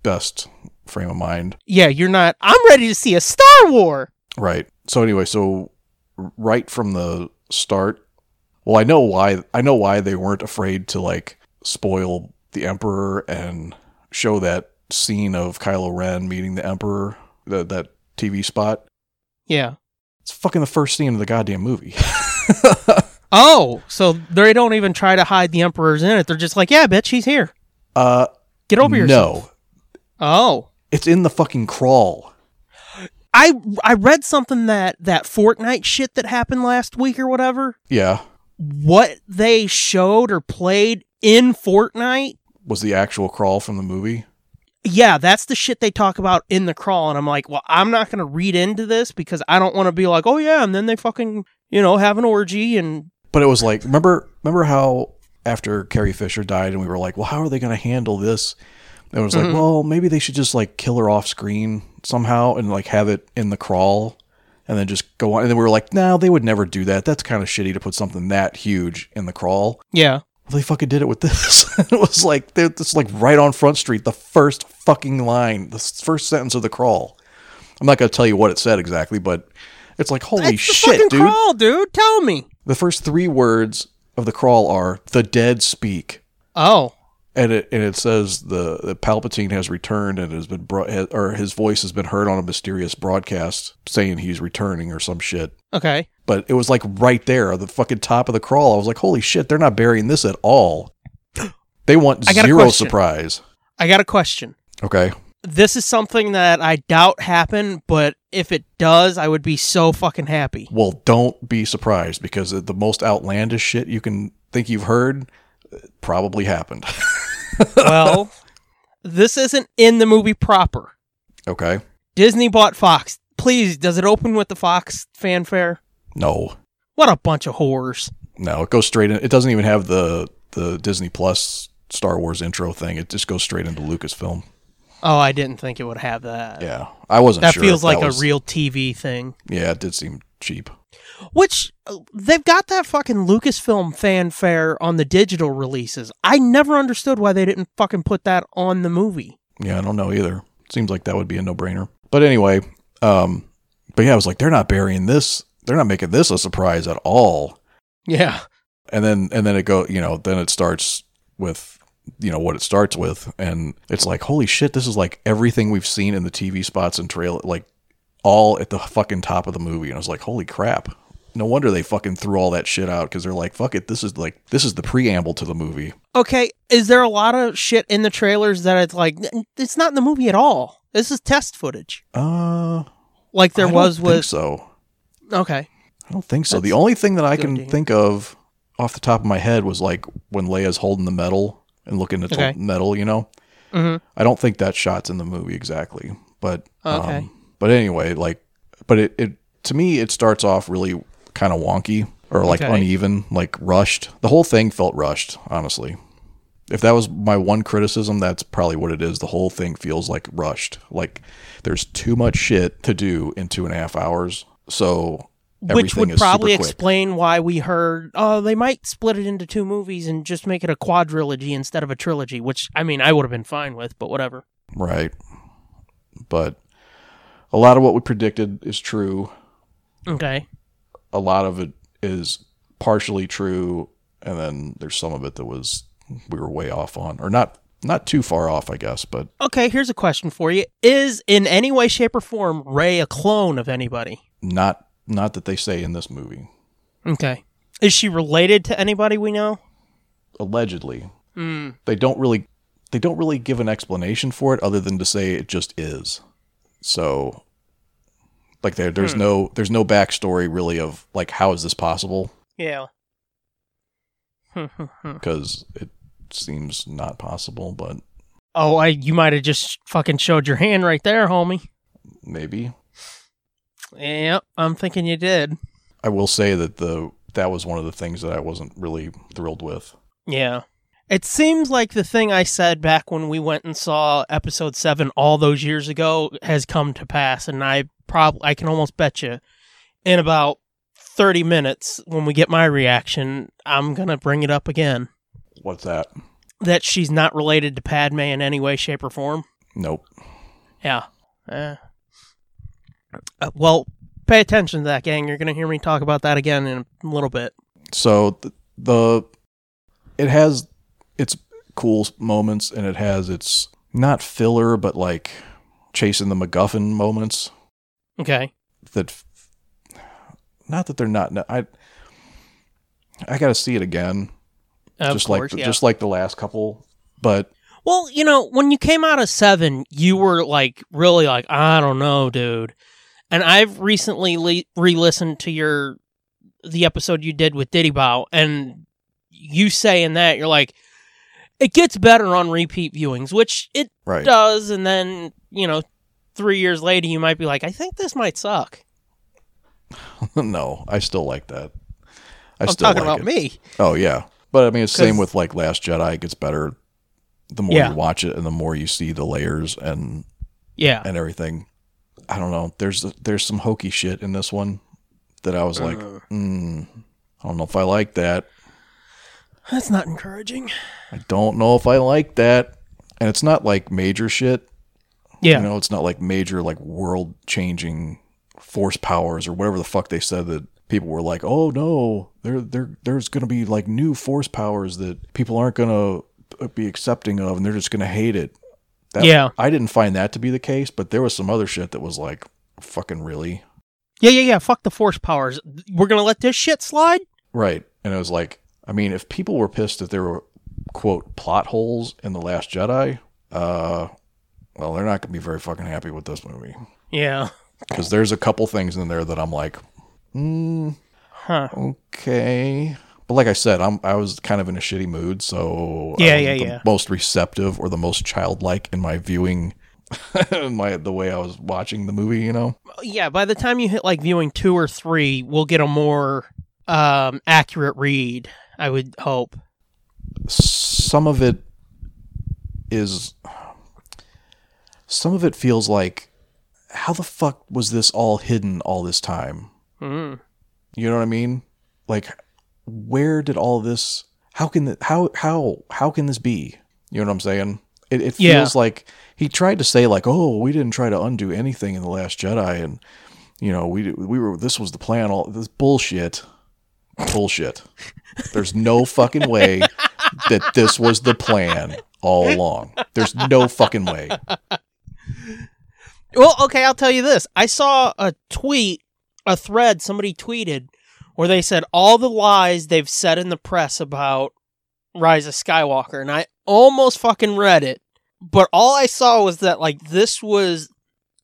Speaker 4: best frame of mind
Speaker 11: Yeah, you're not. I'm ready to see a Star War.
Speaker 4: Right. So anyway, so right from the start, well, I know why I know why they weren't afraid to like spoil the emperor and show that scene of Kylo Ren meeting the emperor, that that TV spot.
Speaker 11: Yeah.
Speaker 4: It's fucking the first scene of the goddamn movie.
Speaker 11: Oh, so they don't even try to hide the emperor's in it. They're just like, yeah, bitch, he's here.
Speaker 4: Uh,
Speaker 11: get over yourself.
Speaker 4: No.
Speaker 11: Oh,
Speaker 4: it's in the fucking crawl.
Speaker 11: I I read something that that Fortnite shit that happened last week or whatever.
Speaker 4: Yeah.
Speaker 11: What they showed or played in Fortnite.
Speaker 4: Was the actual crawl from the movie?
Speaker 11: Yeah, that's the shit they talk about in the crawl, and I'm like, well, I'm not gonna read into this because I don't want to be like, oh yeah, and then they fucking you know have an orgy and
Speaker 4: But it was like, remember, remember how after Carrie Fisher died, and we were like, well, how are they going to handle this? And it was
Speaker 11: Mhm.
Speaker 4: like, well, maybe they should just like kill her off screen somehow and like have it in the crawl, and then just go on. And then we were like, no, they would never do that. That's kind of shitty to put something that huge in the crawl.
Speaker 11: yeah.
Speaker 4: Well, they fucking did it with this. it was like they're- it's like right on Front Street, the first fucking line, the s- first sentence of the crawl. I'm not going to tell you what it said exactly, but it's like holy shit,
Speaker 11: fucking
Speaker 4: dude.
Speaker 11: crawl, dude. Tell me.
Speaker 4: The first three words of the crawl are "the dead speak,"
Speaker 11: Oh,
Speaker 4: and it and it says the, the Palpatine has returned and has been brought, ha- or his voice has been heard on a mysterious broadcast saying he's returning or some shit.
Speaker 11: okay.
Speaker 4: But it was like right there at the fucking top of the crawl. I was like, "Holy shit, they're not burying this at all." They want
Speaker 11: I got a
Speaker 4: zero
Speaker 11: question.
Speaker 4: surprise.
Speaker 11: I got a question.
Speaker 4: Okay,
Speaker 11: This is something that I doubt happened, but if it does, I would be so fucking happy.
Speaker 4: well, don't be surprised because the most outlandish shit you can think you've heard uh, probably happened.
Speaker 11: well, this isn't in the movie proper.
Speaker 4: okay,
Speaker 11: Disney bought Fox. Please, does it open with the Fox fanfare?
Speaker 4: no.
Speaker 11: What a bunch of whores.
Speaker 4: No, it goes straight in. It doesn't even have the the Disney Plus Star Wars intro thing. It just goes straight into Lucasfilm.
Speaker 11: Oh, I didn't think it would have that.
Speaker 4: Yeah, I wasn't.
Speaker 11: That
Speaker 4: sure
Speaker 11: feels
Speaker 4: if
Speaker 11: like
Speaker 4: was-
Speaker 11: a real TV thing.
Speaker 4: Yeah, it did seem cheap.
Speaker 11: Which uh, they've got that fucking Lucasfilm fanfare on the digital releases. I never understood why they didn't fucking put that on the movie.
Speaker 4: Yeah, I don't know either. Seems like that would be a no brainer. But anyway, um, but yeah, I was like, they're not burying this. They're not making this a surprise at all.
Speaker 11: Yeah.
Speaker 4: and then and then it go you know then it starts with you know what it starts with and it's like holy shit this is like everything we've seen in the tv spots and trail like all at the fucking top of the movie and i was like holy crap no wonder they fucking threw all that shit out because they're like fuck it this is like this is the preamble to the movie
Speaker 11: Okay, is there a lot of shit in the trailers that it's like n- it's not in the movie at all? This is test footage.
Speaker 4: uh
Speaker 11: Like there
Speaker 4: I don't
Speaker 11: was
Speaker 4: think
Speaker 11: with
Speaker 4: so
Speaker 11: Okay.
Speaker 4: i don't think so
Speaker 11: That's
Speaker 4: the only thing that i
Speaker 11: good
Speaker 4: can
Speaker 11: to hear.
Speaker 4: think of off the top of my head was like when leia's holding the medal and looking at the
Speaker 11: Okay.
Speaker 4: medal you know
Speaker 11: Mhm.
Speaker 4: I don't think that shot's in the movie exactly, but
Speaker 11: Oh, Okay.
Speaker 4: um, but anyway, like, but it, it to me it starts off really kind of wonky or like
Speaker 11: Okay.
Speaker 4: uneven, like rushed. The whole thing felt rushed, honestly. If that was my one criticism, that's probably what it is. The whole thing feels like rushed. Like there's too much shit to do in two and a half hours, so
Speaker 11: Which
Speaker 4: everything
Speaker 11: would
Speaker 4: is
Speaker 11: probably
Speaker 4: super quick.
Speaker 11: explain why we heard oh they might split it into two movies and just make it a quadrilogy instead of a trilogy, which I mean I would have been fine with, but whatever.
Speaker 4: right? But a lot of what we predicted is true.
Speaker 11: Okay.
Speaker 4: a lot of it is partially true and then there's some of it that was we were way off on or not not too far off i guess but
Speaker 11: Okay, here's a question for you. Is in any way shape or form Ray a clone of anybody?
Speaker 4: not not that they say in this movie
Speaker 11: Okay. Is she related to anybody we know?
Speaker 4: Allegedly,
Speaker 11: Hmm.
Speaker 4: they don't really they don't really give an explanation for it other than to say it just is. So like there there's
Speaker 11: Hmm.
Speaker 4: no there's no backstory really of like how is this possible
Speaker 11: Yeah. Hmm, hmm, hmm.
Speaker 4: because it seems not possible, but
Speaker 11: oh, I you might have just fucking showed your hand right there, homie.
Speaker 4: maybe.
Speaker 11: Yep, I'm thinking you did.
Speaker 4: I will say that the that was one of the things that I wasn't really thrilled with.
Speaker 11: Yeah. It seems like the thing I said back when we went and saw episode 7 all those years ago has come to pass and I prob I can almost bet you in about 30 minutes when we get my reaction I'm going to bring it up again
Speaker 4: What's that?
Speaker 11: that she's not related to Padme in any way shape or form.
Speaker 4: Nope.
Speaker 11: Yeah. Uh, uh, well, pay attention to that gang. You're going to hear me talk about that again in a little bit.
Speaker 4: So th- the it has its cool moments and it has its not filler but like chasing the MacGuffin moments
Speaker 11: Okay.
Speaker 4: that f- not that they're not no, I I got to see it again.
Speaker 11: Of
Speaker 4: just like
Speaker 11: course,
Speaker 4: the,
Speaker 11: yeah.
Speaker 4: just like the last couple, but
Speaker 11: Well, you know, when you came out of seven, you were like really like I don't know, dude. And I've recently le- re-listened to your the episode you did with Diddy Bow, and you say in that you're like it gets better on repeat viewings, which it
Speaker 4: Right.
Speaker 11: does. And then you know, three years later, you might be like, I think this might suck.
Speaker 4: no, I still like that. I
Speaker 11: I'm
Speaker 4: still
Speaker 11: talking
Speaker 4: like
Speaker 11: about
Speaker 4: it.
Speaker 11: me.
Speaker 4: Oh yeah, but I mean it's
Speaker 11: 'Cause-
Speaker 4: same with like Last Jedi. It gets better the more
Speaker 11: Yeah.
Speaker 4: you watch it, and the more you see the layers and
Speaker 11: Yeah.
Speaker 4: and everything. I don't know. There's there's some hokey shit in this one that I was like,
Speaker 11: Uh.
Speaker 4: mm, I don't know if I like that.
Speaker 11: That's not encouraging.
Speaker 4: I don't know if I like that. And it's not like major shit.
Speaker 11: Yeah.
Speaker 4: You know, it's not like major like world changing force powers or whatever the fuck they said that people were like, "Oh no, there there there's going to be like new force powers that people aren't going to be accepting of and they're just going to hate it." That,
Speaker 11: Yeah.
Speaker 4: I didn't find that to be the case, but there was some other shit that was like, "Fucking really?"
Speaker 11: Yeah, yeah, yeah. Fuck the force powers. We're gonna let this shit slide.
Speaker 4: Right. And it was like, I mean, if people were pissed that there were quote plot holes in the Last Jedi, uh, well, they're not gonna be very fucking happy with this movie
Speaker 11: Yeah.
Speaker 4: because there's a couple things in there that I'm like, Hmm.
Speaker 11: Huh.
Speaker 4: okay. But like I said, I'm I was kind of in a shitty mood, so I
Speaker 11: Yeah,
Speaker 4: wasn't
Speaker 11: yeah,
Speaker 4: the
Speaker 11: yeah.
Speaker 4: Most receptive or the most childlike in my viewing, in my the way I was watching the movie, you know.
Speaker 11: yeah, by the time you hit like viewing two or three, we'll get a more um, accurate read. I would hope.
Speaker 4: some of it is some of it feels like how the fuck was this all hidden all this time
Speaker 11: Mm.
Speaker 4: you know what i mean like where did all this how can th- how how how can this be you know what i'm saying it, it
Speaker 11: Yeah.
Speaker 4: feels like he tried to say like oh we didn't try to undo anything in the last jedi and you know we we were this was the plan all this bullshit bullshit there's no fucking way that this was the plan all along. There's no fucking way.
Speaker 11: Well, okay, I'll tell you this. I saw a tweet, a thread somebody tweeted where they said all the lies they've said in the press about Rise of Skywalker, and I almost fucking read it, but all I saw was that like this was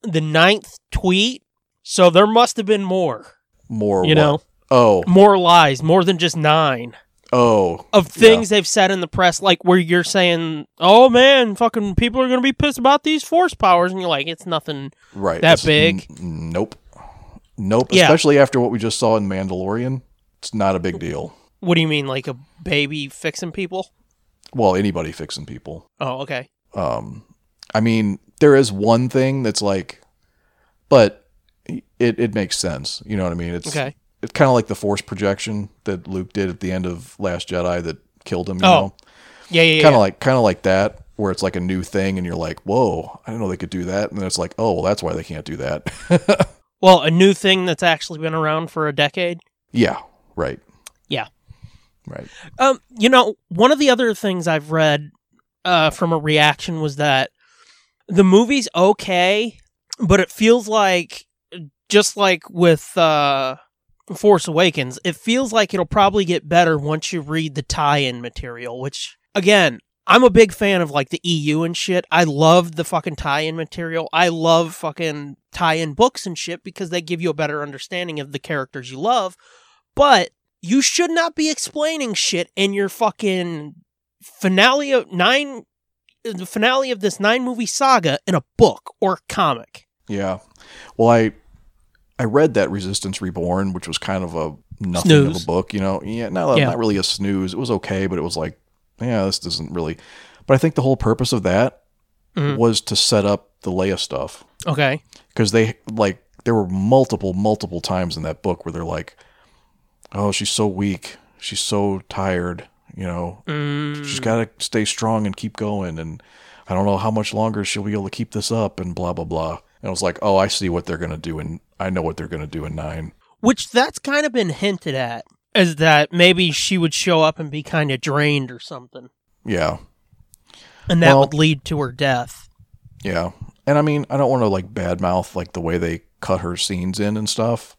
Speaker 11: the ninth tweet, so there must have been more.
Speaker 4: More
Speaker 11: You
Speaker 4: what?
Speaker 11: know.
Speaker 4: Oh,
Speaker 11: More lies, more than just nine.
Speaker 4: oh.
Speaker 11: of things they've said in the press, like where you're saying, "Oh man, fucking people are gonna be pissed about these force powers," and you're like, "It's nothing
Speaker 4: Right.
Speaker 11: that
Speaker 4: This is-
Speaker 11: big."
Speaker 4: n- nope. Nope.
Speaker 11: Yeah.
Speaker 4: Especially after what we just saw in Mandalorian. It's not a big deal.
Speaker 11: What do you mean, like a baby fixing people?
Speaker 4: Well, anybody fixing people.
Speaker 11: Oh, okay.
Speaker 4: Um, I mean, there is one thing that's like, but it, it makes sense. You know what I mean? It's
Speaker 11: Okay.
Speaker 4: It's kind of like the force projection that Luke did at the end of Last Jedi that killed him. You
Speaker 11: Oh.
Speaker 4: know?
Speaker 11: Yeah, yeah, yeah.
Speaker 4: kind of like kind of like that where it's like a new thing and you're like whoa i didn't know they could do that and then it's like oh well that's why they can't do that
Speaker 11: well, a new thing that's actually been around for a decade.
Speaker 4: yeah right
Speaker 11: Yeah.
Speaker 4: right
Speaker 11: Um, you know, one of the other things I've read uh, from a reaction was that the movie's okay, but it feels like just like with uh, Force Awakens, it feels like it'll probably get better once you read the tie-in material, which again, I'm a big fan of like the EU and shit. I love the fucking tie-in material. I love fucking tie-in books and shit because they give you a better understanding of the characters you love. But you should not be explaining shit in your fucking finale of nine the finale of this nine movie saga in a book or comic.
Speaker 4: Yeah. Well, I I read that Resistance Reborn, which was kind of a nothing of
Speaker 11: Snooze.
Speaker 4: a book, you know. Yeah, not,
Speaker 11: Yeah.
Speaker 4: not really a snooze. It was okay, but it was like, yeah, this doesn't really. But I think the whole purpose of that
Speaker 11: Mhm.
Speaker 4: was to set up the Leia stuff
Speaker 11: Okay.
Speaker 4: because they like there were multiple multiple times in that book where they're like, oh, she's so weak, she's so tired, you know, she's got to stay strong and keep going, and I don't know how much longer she'll be able to keep this up, and blah blah blah. And I was like, oh, I see what they're gonna do, and I know what they're gonna do in nine.
Speaker 11: Which that's kind of been hinted at as that maybe she would show up and be kind of drained or something.
Speaker 4: Yeah.
Speaker 11: And that
Speaker 4: Well-
Speaker 11: would lead to her death.
Speaker 4: Yeah. And I mean, I don't want to like badmouth like the way they cut her scenes in and stuff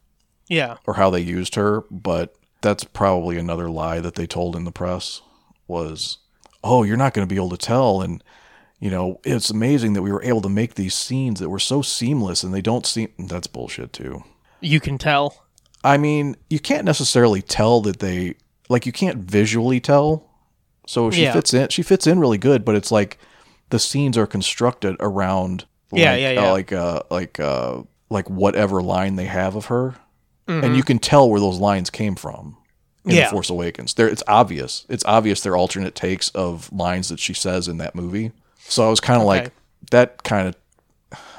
Speaker 11: Yeah.
Speaker 4: or how they used her, but that's probably another lie that they told in the press was, "Oh, you're not going to be able to tell and you know, it's amazing that we were able to make these scenes that were so seamless and they don't seem that's bullshit too.
Speaker 11: You can tell.
Speaker 4: I mean, you can't necessarily tell that they like you can't visually tell. So she
Speaker 11: Yeah.
Speaker 4: fits in. She fits in really good, but it's like the scenes are constructed around like,
Speaker 11: Yeah, yeah,
Speaker 4: uh,
Speaker 11: yeah.
Speaker 4: like uh like uh like whatever line they have of her.
Speaker 11: Mhm.
Speaker 4: And you can tell where those lines came from in
Speaker 11: Yeah.
Speaker 4: The Force Awakens. There it's obvious. It's obvious they're alternate takes of lines that she says in that movie. So I was kind of
Speaker 11: Okay.
Speaker 4: like that kind of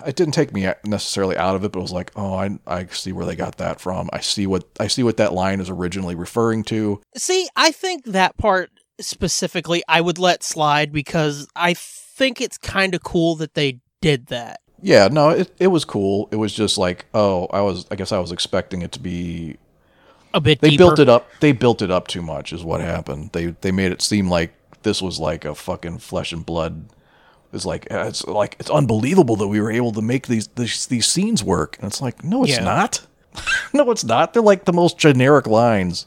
Speaker 4: it didn't take me necessarily out of it, but it was like, oh, I, I see where they got that from. I see what I see what that line is originally referring to.
Speaker 11: See, I think that part specifically I would let slide because I think it's kind of cool that they did that.
Speaker 4: Yeah, no, it, it was cool. It was just like, oh, I was I guess I was expecting it to be
Speaker 11: A bit
Speaker 4: they
Speaker 11: deeper.
Speaker 4: built it up they built it up too much is what happened. They they made it seem like this was like a fucking flesh and blood it's like uh, it's like it's unbelievable that we were able to make these these, these scenes work. And it's like, no, it's
Speaker 11: Yeah.
Speaker 4: not. no, it's not. They're like the most generic lines.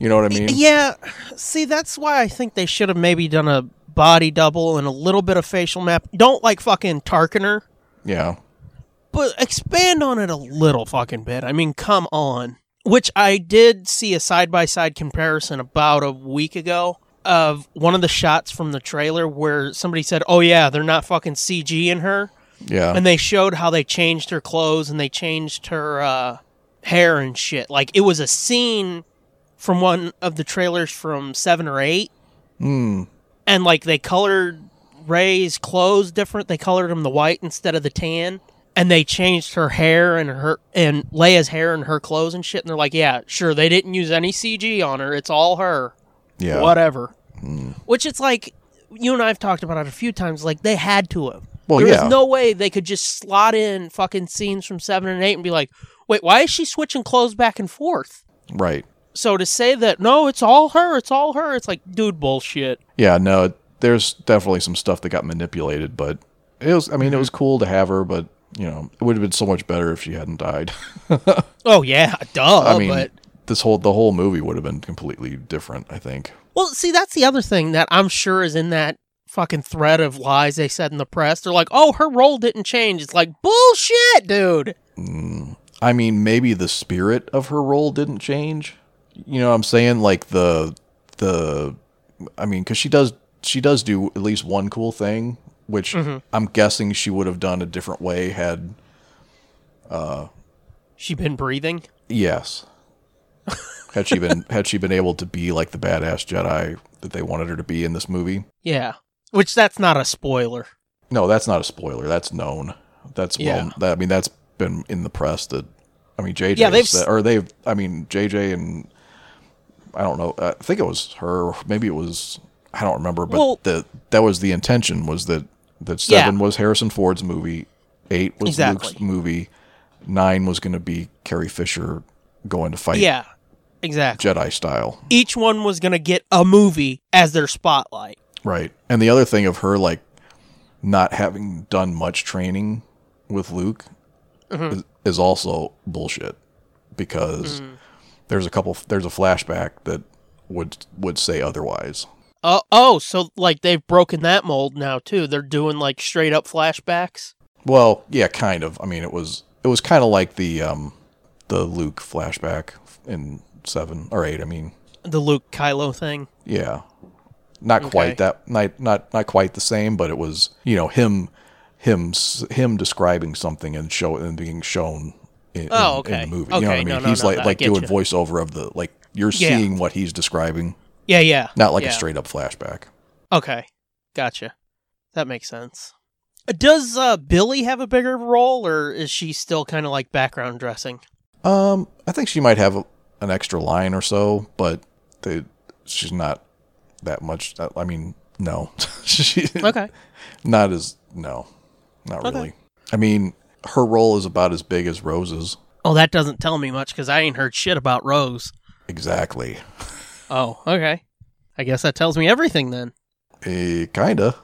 Speaker 4: You know what I mean?
Speaker 11: Yeah, see, that's why I think they should have maybe done a body double and a little bit of facial map. Don't like fucking Tarkiner,
Speaker 4: Yeah.
Speaker 11: but expand on it a little fucking bit. I mean, come on. Which I did see a side by side comparison about a week ago of one of the shots from the trailer where somebody said, "Oh yeah, they're not fucking CG in her."
Speaker 4: Yeah.
Speaker 11: And they showed how they changed her clothes and they changed her uh, hair and shit. Like it was a scene from one of the trailers from seven or eight,
Speaker 4: Hmm.
Speaker 11: and like they colored Ray's clothes different. They colored him the white instead of the tan, and they changed her hair and her and Leia's hair and her clothes and shit. And they're like, yeah, sure, they didn't use any CG on her. It's all her.
Speaker 4: Yeah. Hmm.
Speaker 11: Whatever. Which it's like you and I have talked about it a few times. Like they had to have.
Speaker 4: Well,
Speaker 11: There was
Speaker 4: yeah.
Speaker 11: no way they could just slot in fucking scenes from seven and eight and be like, wait, why is she switching clothes back and forth?
Speaker 4: Right.
Speaker 11: So to say that no, it's all her, it's all her. It's like, dude, bullshit.
Speaker 4: Yeah, no, there's definitely some stuff that got manipulated, but it was I
Speaker 11: Mm-hmm.
Speaker 4: mean, it was cool to have her, but you know, it would have been so much better if she hadn't died.
Speaker 11: Oh yeah, duh.
Speaker 4: I mean,
Speaker 11: but
Speaker 4: this whole the whole movie would have been completely different, I think.
Speaker 11: well, see, that's the other thing that I'm sure is in that fucking thread of lies they said in the press. They're like, oh, her role didn't change. It's like bullshit, dude.
Speaker 4: I mean, maybe the spirit of her role didn't change. You know what I'm saying? Like the the I mean, cuz she does she does do at least one cool thing, which
Speaker 11: Mhm.
Speaker 4: I'm guessing she would have done a different way had uh
Speaker 11: She been breathing.
Speaker 4: Yes. had she been had she been able to be like the badass Jedi that they wanted her to be in this movie?
Speaker 11: Yeah, which that's not a spoiler.
Speaker 4: No, that's not a spoiler. That's known. That's
Speaker 11: Yeah.
Speaker 4: well. That, I mean, that's been in the press. That I mean, JJ
Speaker 11: Yeah, they've
Speaker 4: said-
Speaker 11: s-
Speaker 4: or they've. I mean, JJ and I don't know. I think it was her. Maybe it was. I don't remember. But
Speaker 11: Well-
Speaker 4: the that was the intention was that that
Speaker 11: Yeah.
Speaker 4: seven was Harrison Ford's movie, eight was
Speaker 11: Exactly.
Speaker 4: Luke's movie, nine was going to be Carrie Fisher going to fight
Speaker 11: Yeah, exactly.
Speaker 4: Jedi style.
Speaker 11: Each one was gonna get a movie as their spotlight.
Speaker 4: Right. And the other thing of her like not having done much training with Luke
Speaker 11: Mhm.
Speaker 4: is, is also bullshit because There's a couple. There's a flashback that would would say otherwise.
Speaker 11: Oh, oh, so like they've broken that mold now too. They're doing like straight up flashbacks.
Speaker 4: Well, yeah, kind of. I mean, it was it was kind of like the um the Luke flashback in seven or eight. I mean,
Speaker 11: The Luke Kylo thing.
Speaker 4: yeah, not
Speaker 11: Okay.
Speaker 4: quite that. Not not not quite the same, but it was you know him him s- him describing something and show and being shown. In,
Speaker 11: Oh,
Speaker 4: in- in
Speaker 11: okay.
Speaker 4: the movie. You know what I
Speaker 11: Okay,
Speaker 4: mean?
Speaker 11: no, no,
Speaker 4: he's
Speaker 11: no,
Speaker 4: like
Speaker 11: I
Speaker 4: like
Speaker 11: get
Speaker 4: doing
Speaker 11: you.
Speaker 4: voiceover of the like you're
Speaker 11: Yeah.
Speaker 4: seeing what he's describing.
Speaker 11: Yeah, yeah,
Speaker 4: Not like
Speaker 11: yeah.
Speaker 4: a straight up flashback.
Speaker 11: Okay, gotcha. That makes sense. Does uh, Billy have a bigger role, or is she still kind of like background dressing?
Speaker 4: Um, I think she might have a, an extra line or so, but they, she's not that much. I mean, no, she
Speaker 11: Okay.
Speaker 4: not as no, not
Speaker 11: Okay.
Speaker 4: really. I mean, her role is about as big as Rose's.
Speaker 11: Oh, that doesn't tell me much because I ain't heard shit about Rose.
Speaker 4: Exactly.
Speaker 11: Oh, okay. I guess that tells me everything then.
Speaker 4: Eh, kinda.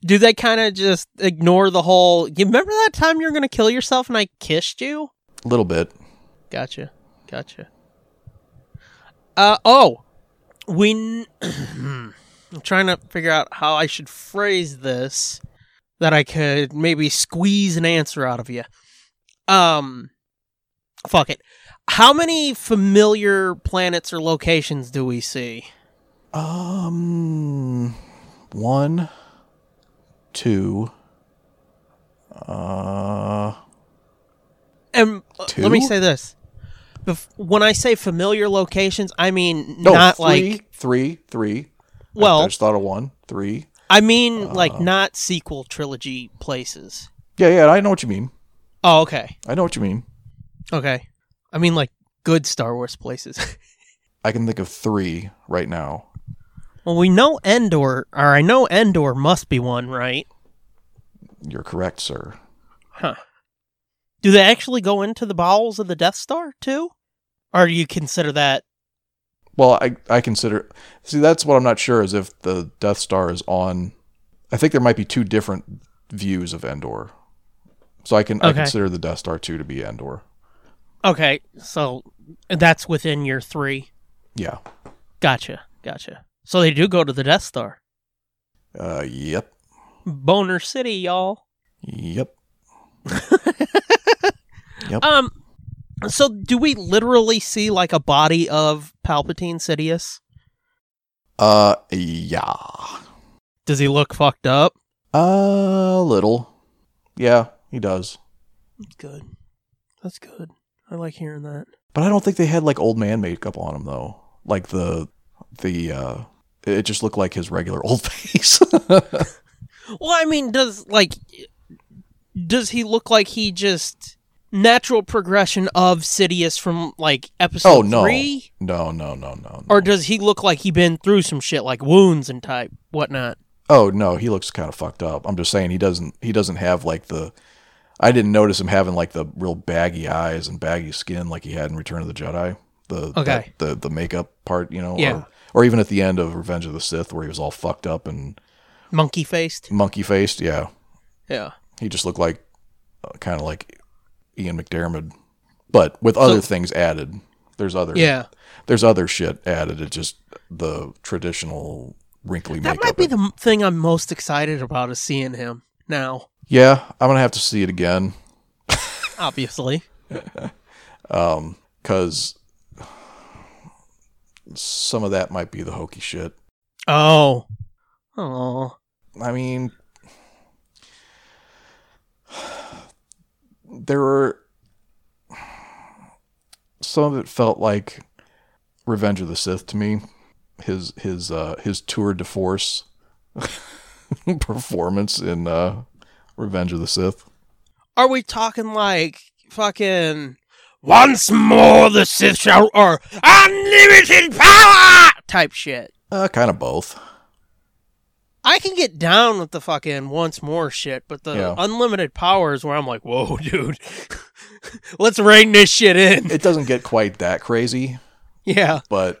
Speaker 11: Do they kind of just ignore the whole? You remember that time you were gonna kill yourself and I kissed you?
Speaker 4: A little bit.
Speaker 11: Gotcha. Gotcha. Uh oh. We kn- I'm trying to figure out how I should phrase this that I could maybe squeeze an answer out of you. Um fuck it. How many familiar planets or locations do we see?
Speaker 4: Um, one, two, uh,
Speaker 11: And uh, let me
Speaker 4: Two?
Speaker 11: say this. Bef- when I say familiar locations, I mean
Speaker 4: no,
Speaker 11: not
Speaker 4: three,
Speaker 11: like
Speaker 4: three, three. I-
Speaker 11: Well-
Speaker 4: I just thought of one, three.
Speaker 11: I mean
Speaker 4: Uh.
Speaker 11: like not sequel trilogy places.
Speaker 4: Yeah, yeah, I know what you mean.
Speaker 11: Oh, okay.
Speaker 4: I know what you mean.
Speaker 11: Okay. I mean, like good Star Wars places.
Speaker 4: I can think of three right now.
Speaker 11: well, we know Endor, or I know Endor must be one, right?
Speaker 4: You're correct, sir.
Speaker 11: Huh. Do they actually go into the bowels of the Death Star too? Or do you consider that?
Speaker 4: Well, I I consider see that's what I'm not sure is if the Death Star is on. I think there might be two different views of Endor, so I can I
Speaker 11: Okay.
Speaker 4: consider the Death Star two to be Endor.
Speaker 11: Okay, so that's within your three.
Speaker 4: Yeah.
Speaker 11: Gotcha. Gotcha. So they do go to the Death Star.
Speaker 4: Uh. Yep.
Speaker 11: Boner City, y'all.
Speaker 4: Yep. yep.
Speaker 11: Um, so do we literally see like a body of Palpatine Sidious?
Speaker 4: Uh. Yeah.
Speaker 11: Does he look fucked up?
Speaker 4: A little. Yeah, he does.
Speaker 11: Good. That's good. I like hearing that.
Speaker 4: But I don't think they had like old man makeup on him though. Like the the uh it just looked like his regular old face.
Speaker 11: Well, I mean, does like does he look like he just natural progression of Sidious from like episode
Speaker 4: oh no.
Speaker 11: three,
Speaker 4: No, no, no, no.
Speaker 11: or does he look like he been through some shit like wounds and type whatnot?
Speaker 4: Oh no, he looks kind of fucked up. I'm just saying he doesn't he doesn't have like the I didn't notice him having like the real baggy eyes and baggy skin like he had in Return of the Jedi. The
Speaker 11: Okay.
Speaker 4: that- the the makeup part, you know,
Speaker 11: Yeah.
Speaker 4: or, or even at the end of Revenge of the Sith where he was all fucked up and
Speaker 11: Monkey faced.
Speaker 4: monkey faced. Yeah,
Speaker 11: Yeah.
Speaker 4: he just looked like uh, kind of like Ian McDermott, but with other
Speaker 11: So-
Speaker 4: things added. There's other
Speaker 11: Yeah.
Speaker 4: There's other shit added. It's just the traditional wrinkly
Speaker 11: That
Speaker 4: makeup.
Speaker 11: might be the m- thing I'm most excited about is seeing him now.
Speaker 4: Yeah, I'm gonna have to see it again.
Speaker 11: Obviously.
Speaker 4: Um, cause some of that might be the hokey shit.
Speaker 11: Oh. Oh.
Speaker 4: I mean, there were some of it felt like Revenge of the Sith to me. His his uh, his tour de force performance in uh, Revenge of the Sith.
Speaker 11: Are we talking like fucking once more the Sith shall or unlimited power type shit?
Speaker 4: Uh, kind of both.
Speaker 11: I can get down with the fucking once more shit, but the
Speaker 4: Yeah.
Speaker 11: unlimited power is where I'm like, whoa, dude, let's rein this shit in.
Speaker 4: It doesn't get quite that crazy,
Speaker 11: Yeah.
Speaker 4: but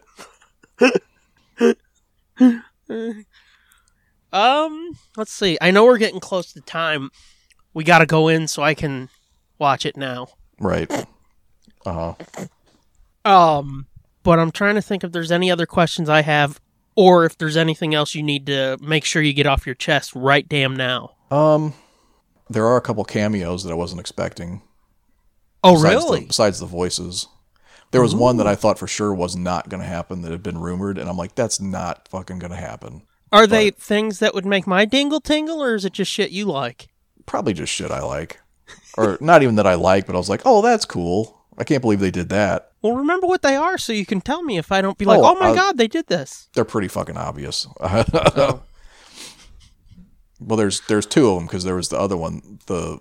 Speaker 11: Um, let's see. I know we're getting close to time. We got to go in so I can watch it now.
Speaker 4: Right. Uh huh.
Speaker 11: Um, but I'm trying to think if there's any other questions I have, or if there's anything else you need to make sure you get off your chest right damn now.
Speaker 4: Um, there are a couple cameos that I wasn't expecting.
Speaker 11: Oh,
Speaker 4: besides
Speaker 11: really?
Speaker 4: The, besides the voices, there was one that I thought for sure was not going to happen that had been rumored, and I'm like, that's not fucking going to happen.
Speaker 11: Are they things that would make my dingle tingle, or is it just shit you like?
Speaker 4: Probably just shit I like, or not even that I like, but I was like, oh, that's cool. I can't believe they did that.
Speaker 11: Well, remember what they are, so you can tell me if I don't be like,
Speaker 4: Oh,
Speaker 11: "Oh, my
Speaker 4: uh,
Speaker 11: god, they did this."
Speaker 4: They're pretty fucking obvious. Well, there's there's two of them because there was the other one, the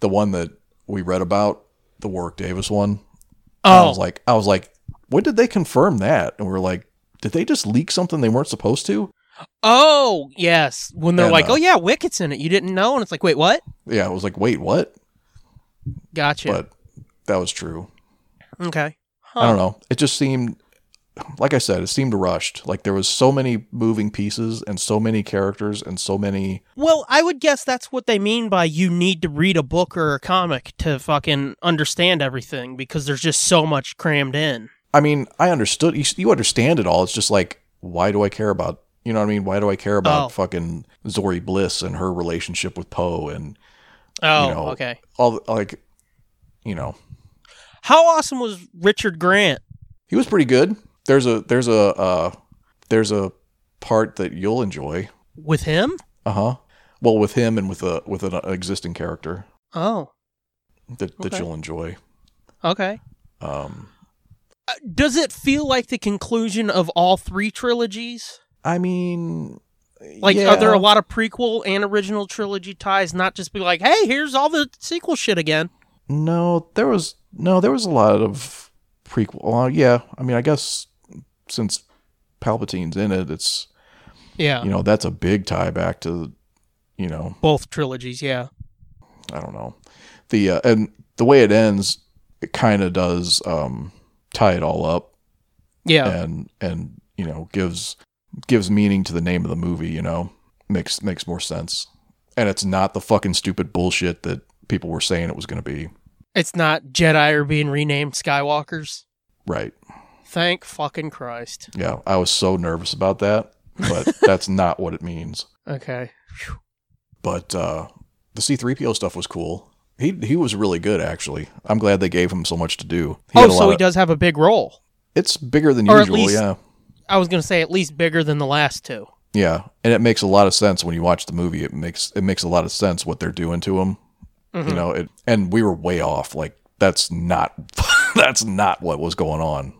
Speaker 4: the one that we read about, the Warwick Davis one. And I
Speaker 11: Oh.
Speaker 4: was like, I was like, when did they confirm that? And we are like, did they just leak something they weren't supposed to?
Speaker 11: Oh, yes. When they're
Speaker 4: And,
Speaker 11: like,
Speaker 4: uh,
Speaker 11: "Oh yeah, Wicket's in it," you didn't know, and it's like, "Wait, what?"
Speaker 4: Yeah, I was like, wait, what?
Speaker 11: Gotcha.
Speaker 4: But that was true.
Speaker 11: okay.
Speaker 4: I don't know. It just seemed, like I said, it seemed rushed. Like there was so many moving pieces and so many characters and so many.
Speaker 11: Well, I would guess that's what they mean by you need to read a book or a comic to fucking understand everything because there's just so much crammed in.
Speaker 4: I mean, I understood. You, you understand it all. It's just like, why do I care about? You know what I mean? Why do I care about
Speaker 11: Oh.
Speaker 4: fucking Zori Bliss and her relationship with Poe and
Speaker 11: Oh,
Speaker 4: you know,
Speaker 11: okay.
Speaker 4: all the- like, you know,
Speaker 11: How awesome was Richard Grant?
Speaker 4: he was pretty good. There's a there's a uh, there's a part that you'll enjoy.
Speaker 11: With him?
Speaker 4: Uh huh. Well, with him and with a with an existing character
Speaker 11: Oh,
Speaker 4: that that
Speaker 11: Okay.
Speaker 4: you'll enjoy.
Speaker 11: okay.
Speaker 4: Um,
Speaker 11: Uh, Does it feel like the conclusion of all three trilogies?
Speaker 4: I mean,
Speaker 11: Like, are there a
Speaker 4: yeah.
Speaker 11: lot of prequel and original trilogy ties? Not just be like, hey, here's all the sequel shit again.
Speaker 4: No, there was no, there was a lot of prequel. Well, yeah, I mean, I guess since Palpatine's in it, it's
Speaker 11: Yeah.
Speaker 4: you know that's a big tie back to you know
Speaker 11: Both trilogies, yeah.
Speaker 4: I don't know the uh, and the way it ends, it kind of does um, tie it all up.
Speaker 11: Yeah.
Speaker 4: and and you know gives gives meaning to the name of the movie. You know, makes makes more sense, and it's not the fucking stupid bullshit that people were saying it was going to be.
Speaker 11: It's not Jedi are being renamed Skywalkers.
Speaker 4: Right.
Speaker 11: Thank fucking Christ.
Speaker 4: Yeah, I was so nervous about that, but that's not what it means.
Speaker 11: Okay.
Speaker 4: But uh, the C3PO stuff was cool. He he was really good actually. I'm glad they gave him so much to do.
Speaker 11: oh,
Speaker 4: had a
Speaker 11: so
Speaker 4: lot
Speaker 11: he
Speaker 4: of-
Speaker 11: does have a big role.
Speaker 4: It's bigger than
Speaker 11: Or at
Speaker 4: usual,
Speaker 11: least-
Speaker 4: yeah.
Speaker 11: I was gonna say at least bigger than the last two.
Speaker 4: Yeah, and it makes a lot of sense when you watch the movie. It makes it makes a lot of sense what they're doing to him.
Speaker 11: Mhm.
Speaker 4: You know, it, and we were way off. Like that's not that's not what was going on.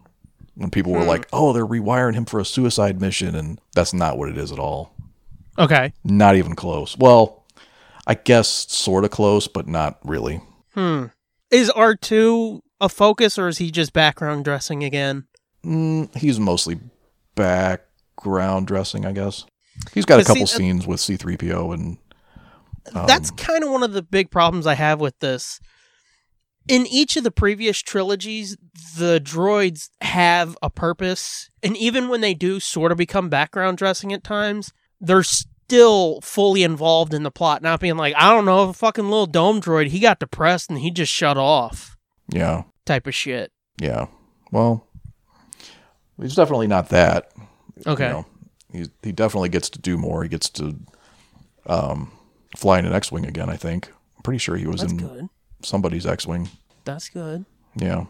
Speaker 4: When people were
Speaker 11: Hmm.
Speaker 4: like, "Oh, they're rewiring him for a suicide mission," and that's not what it is at all.
Speaker 11: Okay.
Speaker 4: Not even close. Well, I guess sort of close, but not really.
Speaker 11: Hmm. Is R two a focus or is he just background dressing again?
Speaker 4: Mm, he's mostly background dressing, I guess. He's got a
Speaker 11: But see,
Speaker 4: couple
Speaker 11: that-
Speaker 4: scenes with C3PO and um,
Speaker 11: That's kind of one of the big problems I have with this. In each of the previous trilogies, the droids have a purpose, and even when they do sort of become background dressing at times, they're still fully involved in the plot, not being like, I don't know, a fucking little dome droid, he got depressed and he just shut off
Speaker 4: yeah,
Speaker 11: type of shit.
Speaker 4: yeah. Well, he's definitely not that.
Speaker 11: Okay.
Speaker 4: he he definitely gets to do more. He gets to um, fly in an X-wing again. I think. I'm pretty sure he was
Speaker 11: That's
Speaker 4: in
Speaker 11: good.
Speaker 4: somebody's X-wing.
Speaker 11: That's good.
Speaker 4: Yeah.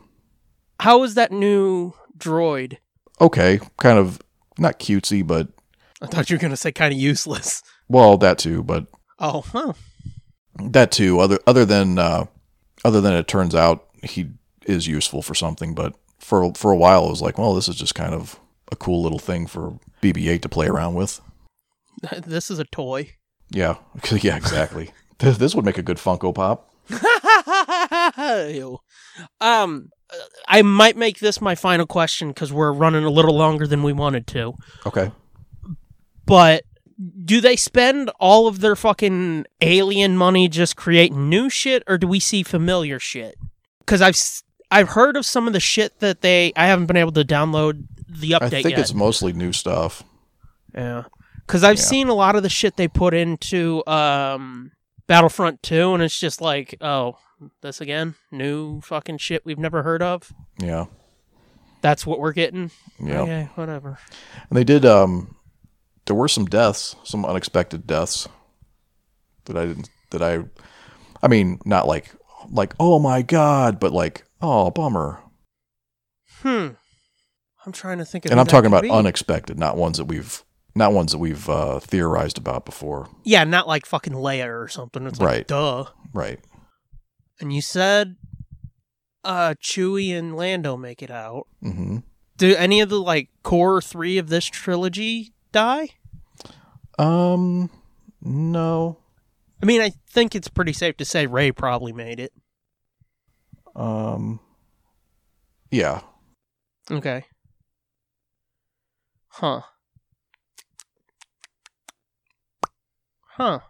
Speaker 11: How is that new droid?
Speaker 4: Okay. Kind of not cutesy, but
Speaker 11: I thought you were going to say kind of useless.
Speaker 4: well, that too. But
Speaker 11: Oh, huh.
Speaker 4: that too other other than uh other than it turns out he is useful for something but for for a while it was like well this is just kind of a cool little thing for bb8 to play around with
Speaker 11: This is a toy.
Speaker 4: yeah yeah exactly this, this would make a good funko pop
Speaker 11: Ew. um, I might make this my final question because we're running a little longer than we wanted to.
Speaker 4: okay
Speaker 11: But do they spend all of their fucking alien money just creating new shit, or do we see familiar shit? Because I've s- I've heard of some of the shit that they I haven't been able to download the update
Speaker 4: i think
Speaker 11: yet.
Speaker 4: it's mostly new stuff
Speaker 11: Yeah. Because I've
Speaker 4: Yeah.
Speaker 11: seen a lot of the shit they put into um, Battlefront 2 and it's just like, oh, this again? New fucking shit we've never heard of?
Speaker 4: Yeah.
Speaker 11: That's what we're getting?
Speaker 4: Yeah.
Speaker 11: Okay, whatever.
Speaker 4: And they did. Um, there were some deaths, some unexpected deaths that I didn't. That I, I mean, not like like oh my god, but like oh bummer.
Speaker 11: Hmm. I'm trying to think of
Speaker 4: And
Speaker 11: who
Speaker 4: I'm
Speaker 11: that
Speaker 4: talking
Speaker 11: could
Speaker 4: about
Speaker 11: be.
Speaker 4: unexpected, not ones that we've not ones that we've uh, theorized about before.
Speaker 11: Yeah, not like fucking Leia or something. It's like,
Speaker 4: Right.
Speaker 11: duh.
Speaker 4: Right.
Speaker 11: And you said uh Chewie and Lando make it out.
Speaker 4: Mm-hmm.
Speaker 11: Do any of the like core three of this trilogy die?
Speaker 4: Um, no.
Speaker 11: I mean, I think it's pretty safe to say Ray probably made it.
Speaker 4: Um. Yeah.
Speaker 11: Okay. Huh. Huh.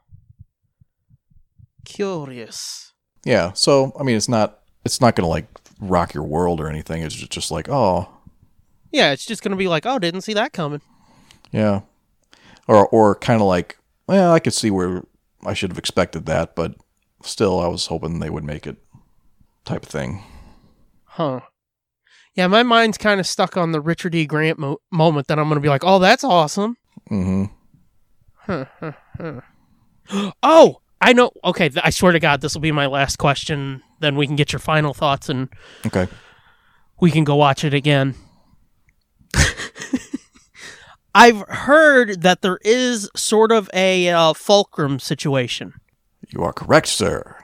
Speaker 11: Curious.
Speaker 4: Yeah. So I mean, it's not it's not gonna like rock your world or anything. It's ju- just like oh
Speaker 11: Yeah, it's just gonna be like, oh, didn't see that coming.
Speaker 4: yeah, or or kind of like well, I could see where I should have expected that, but still, I was hoping they would make it type of thing.
Speaker 11: Huh. Yeah, my mind's kind of stuck on the Richard E. Grant mo- moment that I'm gonna be like, oh, that's awesome.
Speaker 4: Mm-hmm.
Speaker 11: Huh, huh, huh. oh, I know. Okay, th- I swear to God, this will be my last question. Then we can get your final thoughts and
Speaker 4: Okay.
Speaker 11: we can go watch it again. I've heard that there is sort of a uh, fulcrum situation.
Speaker 4: You are correct, sir.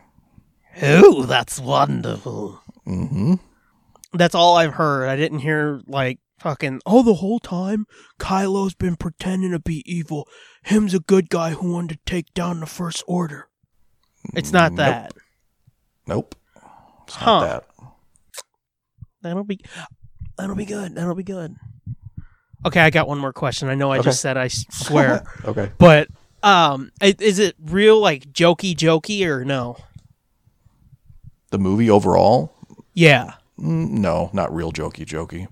Speaker 11: Oh, that's wonderful.
Speaker 4: Mm-hmm.
Speaker 11: That's all I've heard. I didn't hear like fucking. Oh, the whole time Kylo's been pretending to be evil. Him's a good guy who wanted to take down the First Order. It's not
Speaker 4: Nope.
Speaker 11: that.
Speaker 4: Nope. It's not
Speaker 11: Huh.
Speaker 4: that.
Speaker 11: That'll be. That'll be good. That'll be good. Okay, I got one more question. I know I
Speaker 4: Okay.
Speaker 11: just said I s- swear.
Speaker 4: Okay.
Speaker 11: But um, i- is it real like jokey jokey or no?
Speaker 4: The movie overall,
Speaker 11: Yeah.
Speaker 4: mm, no, not real jokey jokey.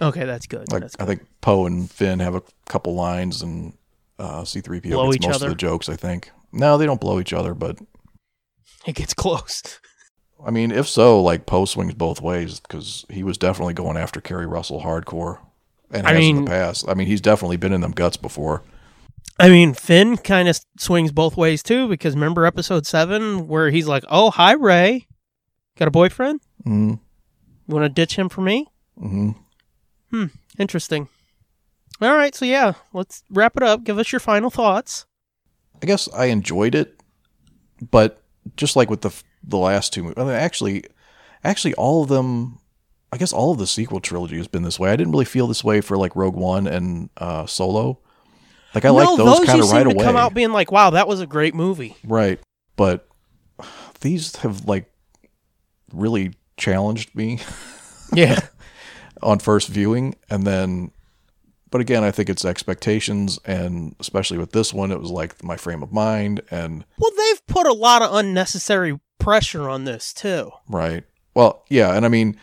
Speaker 11: Okay, that's good.
Speaker 4: Like
Speaker 11: that's
Speaker 4: I think Poe and Finn have a couple lines, and uh, C-3PO
Speaker 11: Blow
Speaker 4: gets
Speaker 11: each
Speaker 4: most
Speaker 11: other?
Speaker 4: of the jokes. I think. No, they don't blow each other, but
Speaker 11: it gets close.
Speaker 4: I mean, if so, like Poe swings both ways because he was definitely going after Kerry Russell hardcore, and
Speaker 11: I
Speaker 4: has in
Speaker 11: mean-
Speaker 4: the past. I mean, he's definitely been in them guts before.
Speaker 11: I mean, Finn kind of swings both ways too because remember episode seven where he's like, "Oh, hi Ray, got a boyfriend?
Speaker 4: Mm,
Speaker 11: You want to ditch him for me?"
Speaker 4: hmm
Speaker 11: Hmm. Interesting. All right, so yeah, let's wrap it up. Give us your final thoughts.
Speaker 4: I guess I enjoyed it, but just like with the f- the last two movies, actually, actually all of them, I guess all of the sequel trilogy has been this way. I didn't really feel this way for like Rogue One and uh, Solo. Like I
Speaker 11: no,
Speaker 4: like those,
Speaker 11: those
Speaker 4: kind
Speaker 11: you
Speaker 4: of
Speaker 11: seem
Speaker 4: right
Speaker 11: to
Speaker 4: away,
Speaker 11: come out being like, "Wow, that was a great movie."
Speaker 4: right? But these have like really challenged me
Speaker 11: Yeah.
Speaker 4: on first viewing, and then. But again, I think it's expectations, and especially with this one, it was like my frame of mind, and
Speaker 11: Well, they've put a lot of unnecessary pressure on this too.
Speaker 4: Right. Well, yeah, and I mean,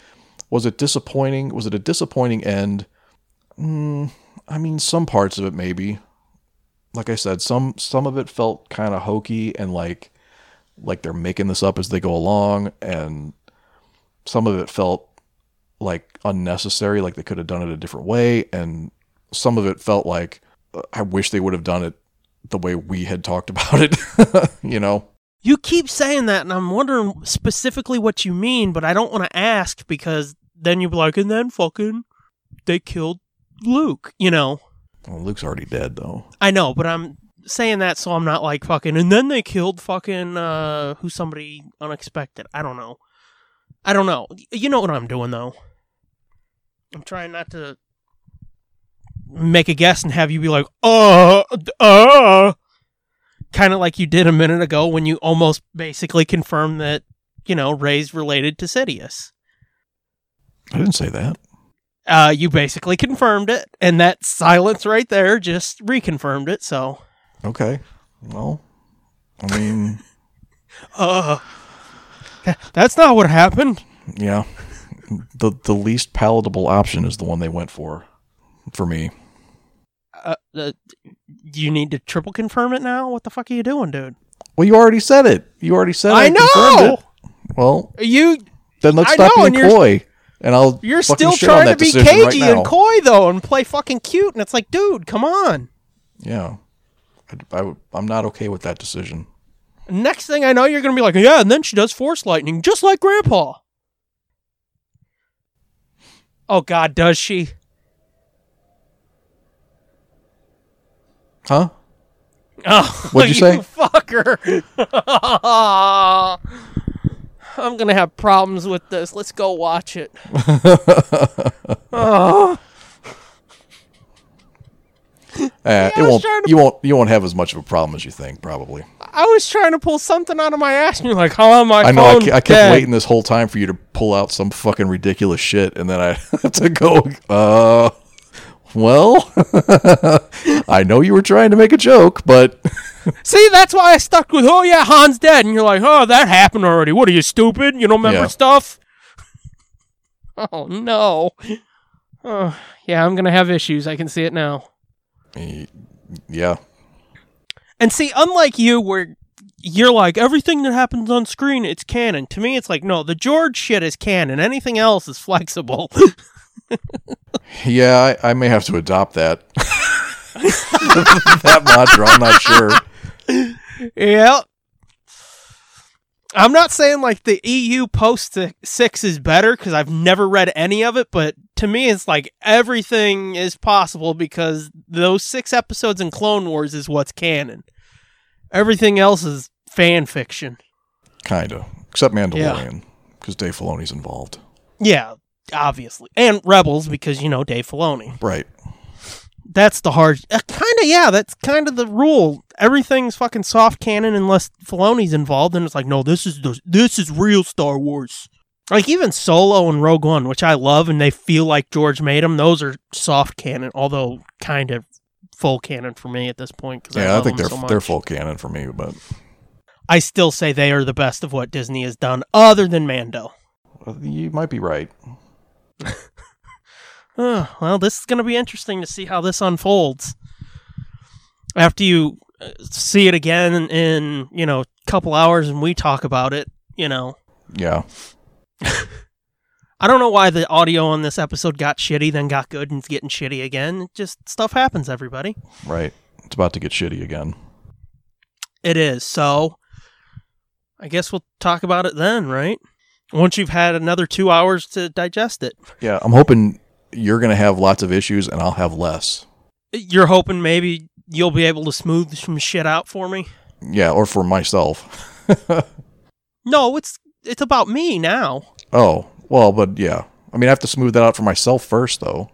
Speaker 4: was it disappointing? Was it a disappointing end? Mm, I mean, some parts of it maybe. Like I said, some some of it felt kind of hokey and like like they're making this up as they go along, and some of it felt like unnecessary, like they could have done it a different way, and some of it felt like uh, I wish they would have done it the way we had talked about it, you know.
Speaker 11: You keep saying that, and I'm wondering specifically what you mean, but I don't want to ask because then you'd be like, and then fucking they killed Luke, you know?
Speaker 4: Well, Luke's already dead though.
Speaker 11: I know, but I'm saying that so I'm not like fucking, and then they killed fucking, uh, who's somebody unexpected. I don't know. I don't know. Y- You know what I'm doing, though. I'm trying not to make a guess and have you be like, uh, d- uh, kind of like you did a minute ago when you almost basically confirmed that, you know, Ray's related to Sidious.
Speaker 4: I didn't say that.
Speaker 11: Uh, you basically confirmed it, and that silence right there just reconfirmed it, so.
Speaker 4: Okay. Well, I mean,
Speaker 11: Uh, that's not what happened.
Speaker 4: yeah. The the least palatable option is the one they went for for me.
Speaker 11: Uh, uh, you need to triple confirm it now? What the fuck are you doing, dude?
Speaker 4: Well, you already said it. You already said
Speaker 11: I
Speaker 4: I confirmed
Speaker 11: know!
Speaker 4: it. Well,
Speaker 11: You
Speaker 4: then let's
Speaker 11: I
Speaker 4: stop
Speaker 11: know, and
Speaker 4: being
Speaker 11: you're-
Speaker 4: coy, and I'll
Speaker 11: you're
Speaker 4: fucking
Speaker 11: still
Speaker 4: shit on
Speaker 11: trying to
Speaker 4: that
Speaker 11: be
Speaker 4: decision right
Speaker 11: cagey
Speaker 4: now.
Speaker 11: and coy though, and play fucking cute, and it's like, dude, come on.
Speaker 4: Yeah, I, I, I'm not okay with that decision.
Speaker 11: Next thing I know, you're gonna be like, yeah, and then she does force lightning, just like Grandpa. Oh God, does she?
Speaker 4: Huh?
Speaker 11: Oh,
Speaker 4: What'd you say?
Speaker 11: fucker! I'm gonna have problems with this. Let's go watch it. Oh.
Speaker 4: Uh,
Speaker 11: I
Speaker 4: it
Speaker 11: was
Speaker 4: won't.
Speaker 11: trying to-
Speaker 4: You won't. You won't have as much of a problem as you think, probably.
Speaker 11: I was trying to pull something out of my ass, and you're like, "How am I?"
Speaker 4: I know. I, ke- I kept
Speaker 11: dead.
Speaker 4: waiting this whole time for you to pull out some fucking ridiculous shit, and then I have to go. Uh, well, I know you were trying to make a joke, but
Speaker 11: See, that's why I stuck with, "Oh yeah, Han's dead," and you're like, "Oh, that happened already. What are you stupid? You don't remember
Speaker 4: Yeah.
Speaker 11: stuff?" oh no. Oh, yeah, I'm gonna have issues. I can see it now.
Speaker 4: y- yeah,
Speaker 11: And see, unlike you, where you're like everything that happens on screen, it's canon. To me, it's like no, the George shit is canon. Anything else is flexible.
Speaker 4: yeah, I, I may have to adopt that. that mantra, I'm not sure.
Speaker 11: yep. I'm not saying like the EU post si- six is better because I've never read any of it, but to me, it's like everything is possible because those six episodes in Clone Wars is what's canon. Everything else is fan fiction.
Speaker 4: Kinda, except Mandalorian, because Dave Filoni's involved,
Speaker 11: Yeah, obviously. And Rebels because, you know, Dave Filoni.
Speaker 4: right?
Speaker 11: That's the hard. Uh, kind of, yeah, that's kind of the rule. Everything's fucking soft canon unless Filoni's involved, and it's like, no, this is the, this is real Star Wars. Like even Solo and Rogue One, which I love, and they feel like George made them. Those are soft canon, although kind of full canon for me at this point. 'cause
Speaker 4: Yeah, I,
Speaker 11: love
Speaker 4: think
Speaker 11: them
Speaker 4: they're
Speaker 11: so
Speaker 4: they're
Speaker 11: much.
Speaker 4: full canon for me, but
Speaker 11: I still say they are the best of what Disney has done, other than Mando.
Speaker 4: uh, you might be right.
Speaker 11: Huh, well, this is going to be interesting to see how this unfolds. After you uh, see it again in, you know, a couple hours and we talk about it, you know.
Speaker 4: Yeah,
Speaker 11: I don't know why the audio on this episode got shitty, then got good, and it's getting shitty again. It just stuff happens, everybody.
Speaker 4: right. It's about to get shitty again.
Speaker 11: It is. So I guess we'll talk about it then, right? Once you've had another two hours to digest it.
Speaker 4: Yeah, I'm hoping you're gonna have lots of issues and I'll have less.
Speaker 11: You're hoping maybe you'll be able to smooth some shit out for me?
Speaker 4: Yeah, or for myself.
Speaker 11: No, it's it's about me now.
Speaker 4: Oh, well, but yeah. I mean, I have to smooth that out for myself first, though.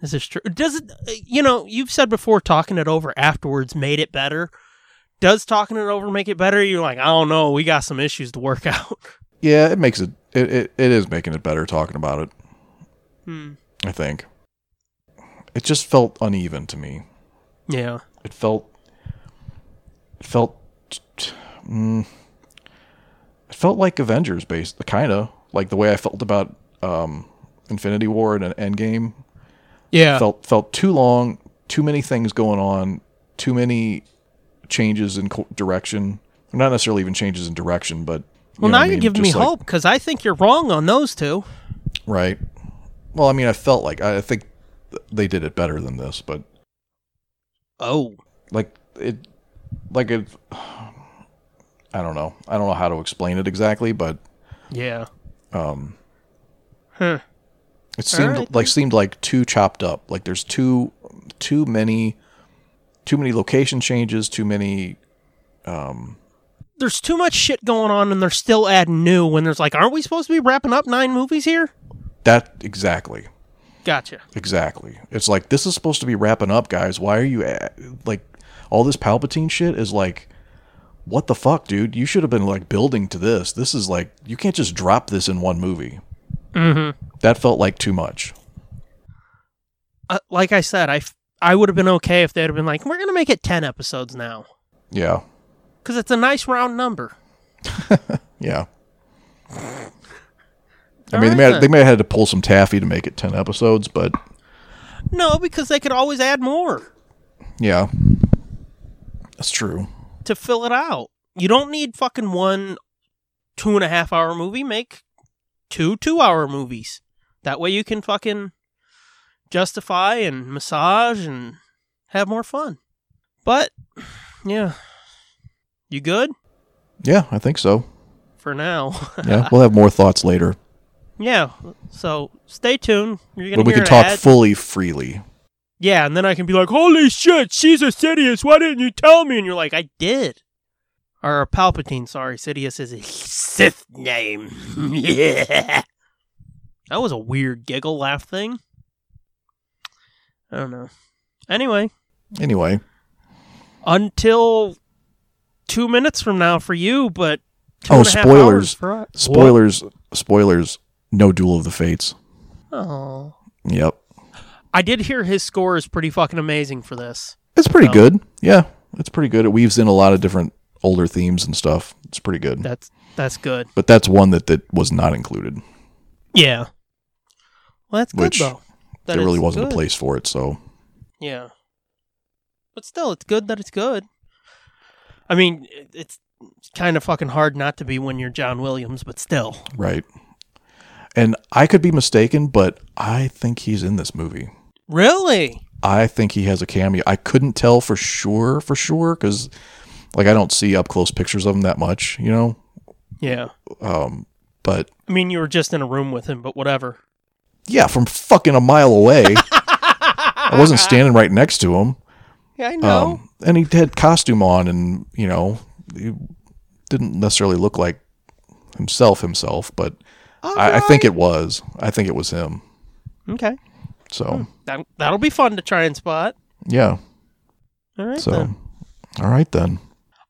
Speaker 11: This is true. Does it? uh, You know, you've said before talking it over afterwards made it better. Does talking it over make it better? You're like, I don't know. We got some issues to work out.
Speaker 4: Yeah, it makes it. It it, it is making it better talking about it.
Speaker 11: Hmm.
Speaker 4: I think. It just felt uneven to me.
Speaker 11: Yeah.
Speaker 4: It felt. It felt. Mm, it felt like Avengers based, kind of like the way I felt about um, Infinity War and Endgame.
Speaker 11: Yeah.
Speaker 4: felt felt too long, too many things going on, too many changes in co- direction. Not necessarily even changes in direction, but you
Speaker 11: well, now
Speaker 4: know what I
Speaker 11: you're
Speaker 4: mean?
Speaker 11: giving me
Speaker 4: Just like-
Speaker 11: hope because I think you're wrong on those two.
Speaker 4: right? Well, I mean, I felt like I I think th- they did it better than this, but
Speaker 11: Oh.
Speaker 4: like it, like it. I don't know. I don't know how to explain it exactly, but
Speaker 11: Yeah.
Speaker 4: um,
Speaker 11: Huh.
Speaker 4: It seemed
Speaker 11: right,
Speaker 4: like seemed like too chopped up. Like there's too too many too many location changes, too many um
Speaker 11: There's too much shit going on, and they're still adding new. When there's like, aren't we supposed to be wrapping up nine movies here?
Speaker 4: that exactly.
Speaker 11: Gotcha.
Speaker 4: Exactly. It's like this is supposed to be wrapping up, guys. Why are you a like all this Palpatine shit is like what the fuck, dude? You should have been like building to this. This is like you can't just drop this in one movie.
Speaker 11: Mm-hmm.
Speaker 4: That felt like too much.
Speaker 11: Uh, like I said, I f- I would have been okay if they'd have been like, we're gonna make it ten episodes now
Speaker 4: Yeah.
Speaker 11: because it's a nice round number.
Speaker 4: Yeah. I
Speaker 11: All right,
Speaker 4: mean, they may
Speaker 11: then.
Speaker 4: have, they may have had to pull some taffy to make it 10 episodes, but
Speaker 11: No, because they could always add more
Speaker 4: Yeah. That's true.
Speaker 11: to fill it out. You don't need fucking one two and a half hour movie. Make two two hour movies. That way you can fucking justify and massage and have more fun. But yeah, you good
Speaker 4: Yeah, I think so.
Speaker 11: for now?
Speaker 4: Yeah, we'll have more thoughts later.
Speaker 11: yeah. So stay tuned. You're gonna
Speaker 4: But we
Speaker 11: hear
Speaker 4: can
Speaker 11: an
Speaker 4: talk
Speaker 11: ad.
Speaker 4: fully freely.
Speaker 11: Yeah, and then I can be like, "Holy shit, she's a Sidious! Why didn't you tell me?" And you're like, "I did." Or a Palpatine. Sorry, Sidious is a Sith name. yeah. That was a weird giggle laugh thing. I don't know. Anyway,
Speaker 4: Anyway,
Speaker 11: until two minutes from now for you, but two
Speaker 4: oh
Speaker 11: and a half hours
Speaker 4: spoilers.
Speaker 11: for us.
Speaker 4: Spoilers spoilers. No duel of the fates.
Speaker 11: Oh,
Speaker 4: Yep.
Speaker 11: I did hear his score is pretty fucking amazing for this.
Speaker 4: It's pretty
Speaker 11: So,
Speaker 4: good. Yeah. It's pretty good. It weaves in a lot of different older themes and stuff. It's pretty good.
Speaker 11: That's that's good.
Speaker 4: But that's one that, that was not included.
Speaker 11: Yeah. Well, that's good
Speaker 4: Which
Speaker 11: though. That
Speaker 4: there really
Speaker 11: it's
Speaker 4: wasn't
Speaker 11: good.
Speaker 4: a place for it, so
Speaker 11: Yeah. But still, it's good that it's good. I mean, it- it's kind of fucking hard not to be when you're John Williams, but still.
Speaker 4: right. And I could be mistaken, but I think he's in this movie.
Speaker 11: Really?
Speaker 4: I think he has a cameo. I couldn't tell for sure, for sure, because like I don't see up close pictures of him that much, you know.
Speaker 11: Yeah.
Speaker 4: Um, but
Speaker 11: I mean, you were just in a room with him, but whatever.
Speaker 4: yeah, from fucking a mile away, I wasn't standing right next to him.
Speaker 11: Yeah, I know.
Speaker 4: Um, and he had costume on, and you know, he didn't necessarily look like himself himself, but I, I think it was. I think it was him.
Speaker 11: okay.
Speaker 4: So
Speaker 11: That, that'll be fun to try and spot.
Speaker 4: yeah.
Speaker 11: Hmm. All right,
Speaker 4: so
Speaker 11: then.
Speaker 4: all right then.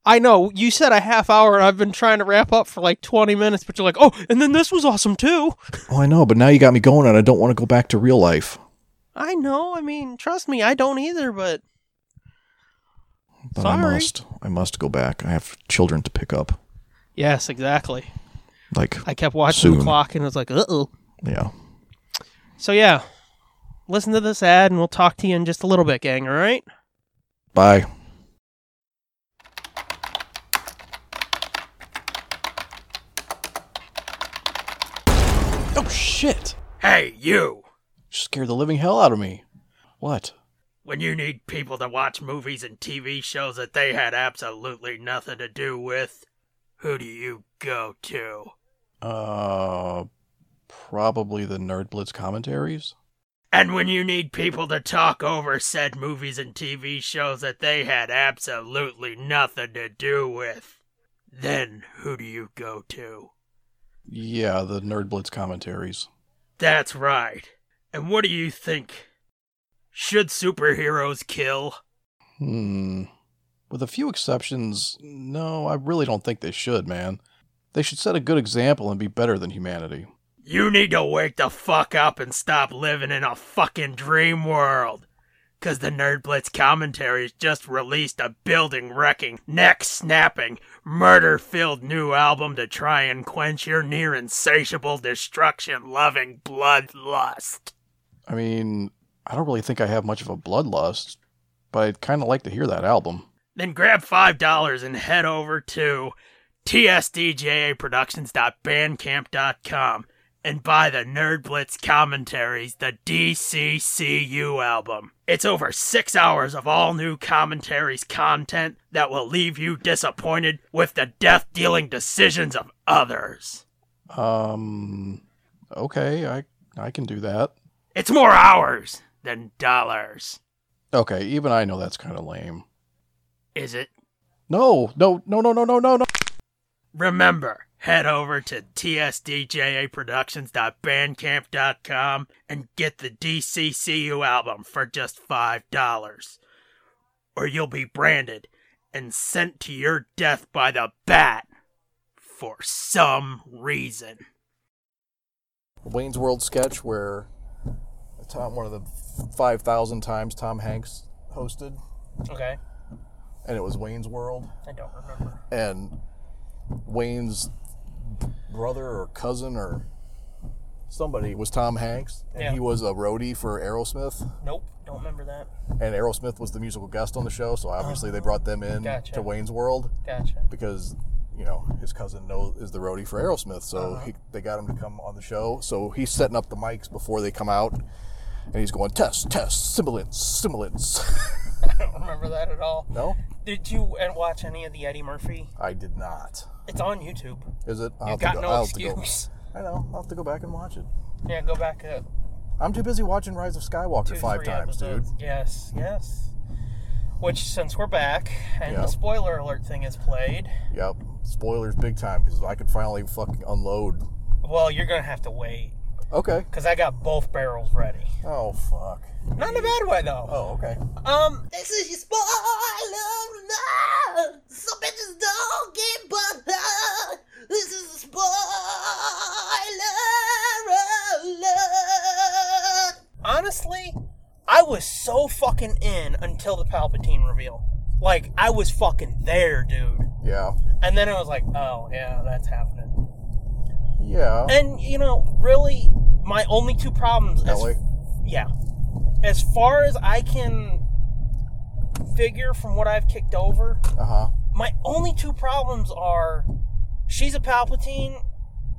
Speaker 11: I know. You said a half hour, and I've been trying to wrap up for like 20 minutes, but you're like, oh, and then this was awesome too.
Speaker 4: Well, I know, but now you got me going, and I don't want to go back to real life.
Speaker 11: I know. I mean, trust me, I don't either, but
Speaker 4: But I
Speaker 11: Sorry.
Speaker 4: must. I must go back. I have children to pick up.
Speaker 11: yes, exactly.
Speaker 4: Like
Speaker 11: I kept watching the
Speaker 4: soon.
Speaker 11: clock and was like, uh oh.
Speaker 4: Yeah.
Speaker 11: So yeah, listen to this ad, and we'll talk to you in just a little bit, gang. All right?
Speaker 4: Bye. Oh shit!
Speaker 6: Hey, you!
Speaker 4: Scared the living hell out of me. What?
Speaker 6: When you need people to watch movies and TV shows that they had absolutely nothing to do with, who do you go to?
Speaker 4: Uh, probably the Nerd Blitz commentaries.
Speaker 6: And when you need people to talk over said movies and TV shows that they had absolutely nothing to do with, then who do you go to?
Speaker 4: Yeah, the Nerd Blitz commentaries.
Speaker 6: That's right. And what do you think? Should superheroes kill?
Speaker 4: Hmm. With a few exceptions, no, I really don't think they should, man. They should set a good example and be better than humanity.
Speaker 6: You need to wake the fuck up and stop living in a fucking dream world. Cause the Nerd Blitz commentaries just released a building wrecking, neck snapping, murder filled new album to try and quench your near insatiable destruction loving bloodlust.
Speaker 4: I mean, I don't really think I have much of a bloodlust, but I'd kind of like to hear that album.
Speaker 6: Then grab $5 and head over to tsdjaproductions.bandcamp.com and buy the Nerd Blitz Commentaries, the DCCU album. It's over six hours of all new commentaries content that will leave you disappointed with the death dealing decisions of others.
Speaker 4: Um, okay, I I can do that.
Speaker 6: It's more hours than dollars.
Speaker 4: Okay, even I know that's kind of lame.
Speaker 6: Is it?
Speaker 4: No, no, no, no, no, no, no, no.
Speaker 6: Remember, head over to tsdjaproductions.bandcamp.com and get the DCCU album for just $5. Or you'll be branded and sent to your death by the bat for some reason.
Speaker 4: Wayne's World sketch where Tom, one of the five thousand times Tom Hanks hosted,
Speaker 3: Okay.
Speaker 4: and it was Wayne's World.
Speaker 3: I don't remember.
Speaker 4: and Wayne's brother or cousin or somebody was Tom Hanks, and
Speaker 3: Yeah.
Speaker 4: he was a roadie for Aerosmith.
Speaker 3: Nope. Don't remember that.
Speaker 4: And Aerosmith was the musical guest on the show, so obviously they brought them in
Speaker 3: Oh, Gotcha.
Speaker 4: to Wayne's World
Speaker 3: Gotcha.
Speaker 4: because you know his cousin knows is the roadie for Aerosmith, so
Speaker 3: Uh-huh.
Speaker 4: he, they got him to come on the show. So he's setting up the mics before they come out, and he's going test, test, simulants, simulants.
Speaker 3: I don't remember that at all.
Speaker 4: no,
Speaker 3: Did you uh, watch any of the Eddie Murphy?
Speaker 4: I did not.
Speaker 3: It's on YouTube.
Speaker 4: Is it?
Speaker 3: You've
Speaker 4: have to
Speaker 3: got
Speaker 4: go-
Speaker 3: no
Speaker 4: I'll have to go-
Speaker 3: excuse.
Speaker 4: I know. I'll have to go back and watch it.
Speaker 3: Yeah, go back up.
Speaker 4: I'm too busy watching Rise of Skywalker
Speaker 3: two,
Speaker 4: five
Speaker 3: three
Speaker 4: times, dude.
Speaker 3: episodes. Yes, yes. Which, since we're back and
Speaker 4: Yeah.
Speaker 3: the spoiler alert thing is played,
Speaker 4: Yep. Spoilers big time because I could finally fucking unload.
Speaker 3: well, you're gonna have to wait
Speaker 4: Okay.
Speaker 3: because I got both barrels ready.
Speaker 4: Oh fuck.
Speaker 3: Not in a bad way though.
Speaker 4: Oh okay.
Speaker 3: Um,
Speaker 13: This is your sport. I love love. Some bitches don't get butter. This is a sport. I love love.
Speaker 3: honestly, I was so fucking in until the Palpatine reveal. Like, I was fucking there, dude.
Speaker 4: Yeah.
Speaker 3: And then I was like, oh, yeah, that's happening.
Speaker 4: Yeah.
Speaker 3: And, you know, really, my only two problems. As,
Speaker 4: Ellie?
Speaker 3: yeah. As far as I can figure from what I've kicked over,
Speaker 4: Uh huh.
Speaker 3: my only two problems are she's a Palpatine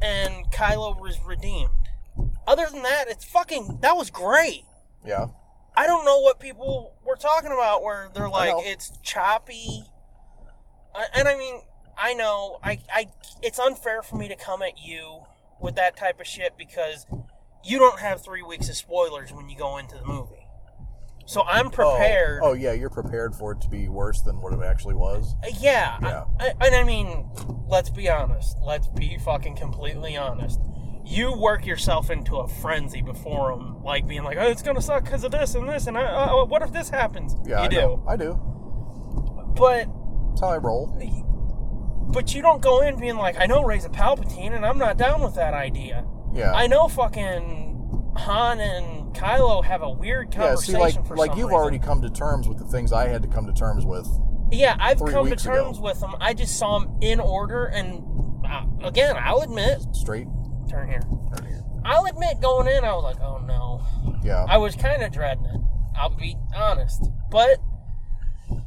Speaker 3: and Kylo was redeemed. Other than that, it's fucking. That was great.
Speaker 4: Yeah.
Speaker 3: I don't know what people were talking about where they're like
Speaker 4: know.
Speaker 3: it's choppy, I- and I mean I know I I it's unfair for me to come at you with that type of shit because you don't have three weeks of spoilers when you go into the movie, so I'm prepared.
Speaker 4: Oh, oh, yeah, you're prepared for it to be worse than what it actually was.
Speaker 3: Uh, Yeah, I-
Speaker 4: Yeah.
Speaker 3: I, and I mean let's be honest. Let's be fucking completely honest. You work yourself into a frenzy before them, like being like, "Oh, it's gonna suck because of this and this, and I, uh, what if this happens?"
Speaker 4: Yeah,
Speaker 3: you
Speaker 4: I
Speaker 3: do.
Speaker 4: know. I do.
Speaker 3: But
Speaker 4: That's how I roll.
Speaker 3: but you don't go in being like, I know Ray's a Palpatine, and I'm not down with that idea.
Speaker 4: Yeah.
Speaker 3: I know fucking Han and Kylo have a weird
Speaker 4: Yeah.
Speaker 3: conversation
Speaker 4: See, like,
Speaker 3: for
Speaker 4: like
Speaker 3: some
Speaker 4: you've
Speaker 3: reason.
Speaker 4: already come to terms with the things I had to come to terms with.
Speaker 3: Yeah, I've
Speaker 4: three
Speaker 3: come to
Speaker 4: weeks
Speaker 3: terms
Speaker 4: ago.
Speaker 3: with them. I just saw them in order, and uh, again, I'll admit,
Speaker 4: Straight.
Speaker 3: turn here. I'll admit, going in, I was like, oh no,
Speaker 4: Yeah.
Speaker 3: I was kind of dreading it. I'll be honest, but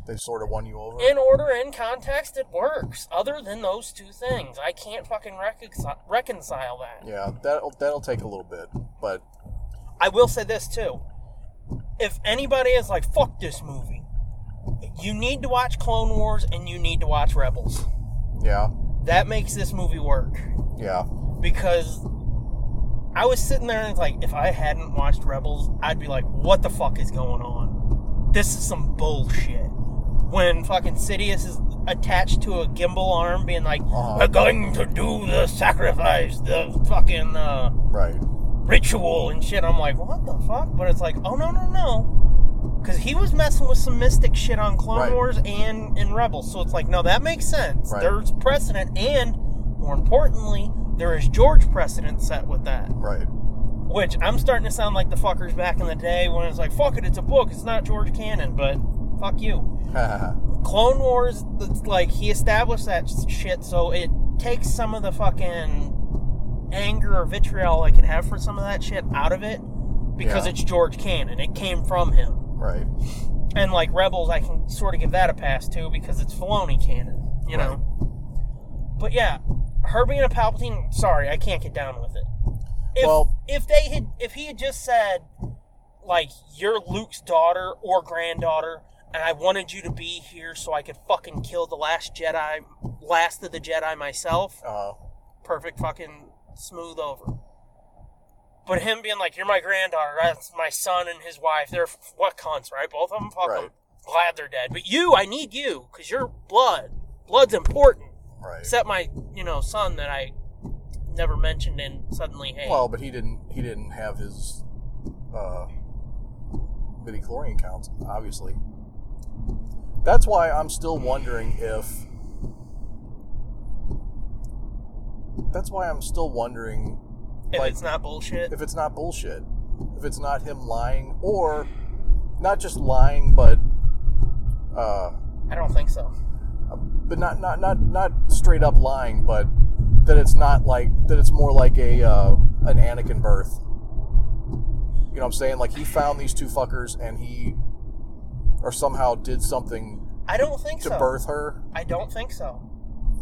Speaker 4: they sort of won you over.
Speaker 3: in order in context, it works. Other than those two things, I can't fucking reconcile, reconcile that.
Speaker 4: yeah. That'll that'll take a little bit, but
Speaker 3: I will say this too. If anybody is like, fuck this movie, you need to watch Clone Wars and you need to watch Rebels.
Speaker 4: yeah,
Speaker 3: That makes this movie work.
Speaker 4: yeah,
Speaker 3: Because I was sitting there and it's like, if I hadn't watched Rebels, I'd be like, what the fuck is going on? This is some bullshit. When fucking Sidious is attached to a gimbal arm, being like,
Speaker 4: uh-huh,
Speaker 3: we're going to do the sacrifice, the fucking, uh,
Speaker 4: right.
Speaker 3: ritual and shit. I'm like, what the fuck? But it's like, oh no, no, no, because he was messing with some mystic shit on Clone
Speaker 4: Right.
Speaker 3: Wars and in Rebels. So it's like, no, that makes sense.
Speaker 4: Right.
Speaker 3: There's precedent, and more importantly, there is George precedent set with that.
Speaker 4: Right.
Speaker 3: Which I'm starting to sound like the fuckers back in the day when it's like, fuck it, it's a book, it's not George Cannon, but fuck you. Clone Wars, it's like he established that shit, so it takes some of the fucking anger or vitriol I can have for some of that shit out of it because
Speaker 4: Yeah.
Speaker 3: it's George Cannon. It came from him.
Speaker 4: right.
Speaker 3: And like Rebels, I can sort of give that a pass to because it's Filoni canon, you know? But yeah, her being a Palpatine, sorry, I can't get down with it. If,
Speaker 4: Well-
Speaker 3: if they had, if he had just said, like, you're Luke's daughter or granddaughter, and I wanted you to be here so I could fucking kill the last Jedi, last of the Jedi myself,
Speaker 4: Uh,
Speaker 3: perfect fucking smooth over. But him being like, "You're my granddaughter. That's my son and his wife. They're f- what cunts, right? Both of them. Fuck 'em.
Speaker 4: Right.
Speaker 3: Glad they're dead. But you, I need you because your blood, blood's important.
Speaker 4: right.
Speaker 3: Except my, you know, son that I never mentioned and suddenly hate.
Speaker 4: Well, but he didn't. He didn't have his uh, midi chlorian counts. Obviously, that's why I'm still wondering if. That's why I'm still wondering
Speaker 3: if
Speaker 4: like-
Speaker 3: it's not bullshit,
Speaker 4: if it's not bullshit, if it's not him lying, or not just lying, but uh,
Speaker 3: I don't think so.
Speaker 4: but not not not not straight up lying, but that it's not like that. It's more like a uh, an Anakin birth. You know what I'm saying? Like he found these two fuckers and he or somehow did something
Speaker 3: I don't think
Speaker 4: to
Speaker 3: so.
Speaker 4: birth her.
Speaker 3: I don't think so.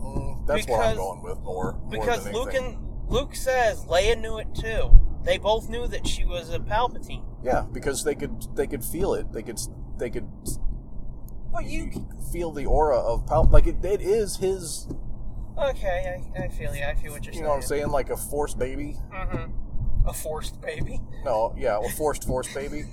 Speaker 4: Mm, that's what I'm
Speaker 3: Because-
Speaker 4: going with more. more
Speaker 3: Because
Speaker 4: than
Speaker 3: Luke
Speaker 4: anything.
Speaker 3: and Luke says Leia knew it too. They both knew that she was a Palpatine.
Speaker 4: Yeah, because they could they could feel it. They could they could
Speaker 3: But you
Speaker 4: feel the aura of Pal. Like it, it is his.
Speaker 3: okay? I, I feel you. I feel what you're
Speaker 4: You
Speaker 3: saying.
Speaker 4: know what I'm saying? Like a forced baby.
Speaker 3: Mm-hmm. A forced baby.
Speaker 4: No, yeah, a forced forced baby.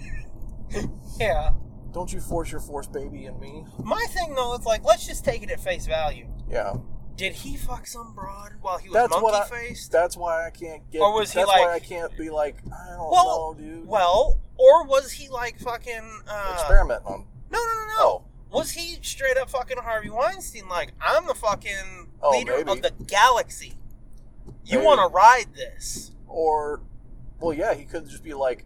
Speaker 3: Yeah.
Speaker 4: Don't you force your forced baby in me?
Speaker 3: My thing though is like, let's just take it at face value.
Speaker 4: Yeah.
Speaker 3: Did he fuck some broad while he was
Speaker 4: That's
Speaker 3: monkey
Speaker 4: what I-
Speaker 3: faced?
Speaker 4: That's why I can't get.
Speaker 3: Or was he
Speaker 4: that's
Speaker 3: like-
Speaker 4: why I can't be like. I don't
Speaker 3: Well,
Speaker 4: know, dude.
Speaker 3: well, or was he like fucking uh,
Speaker 4: Experiment on. Oh.
Speaker 3: No, no, no, no. Was he straight up fucking Harvey Weinstein? Like, I'm the fucking
Speaker 4: Oh,
Speaker 3: leader
Speaker 4: maybe.
Speaker 3: of the galaxy. You
Speaker 4: Maybe.
Speaker 3: want to ride this?
Speaker 4: Or, well, yeah, he could just be like,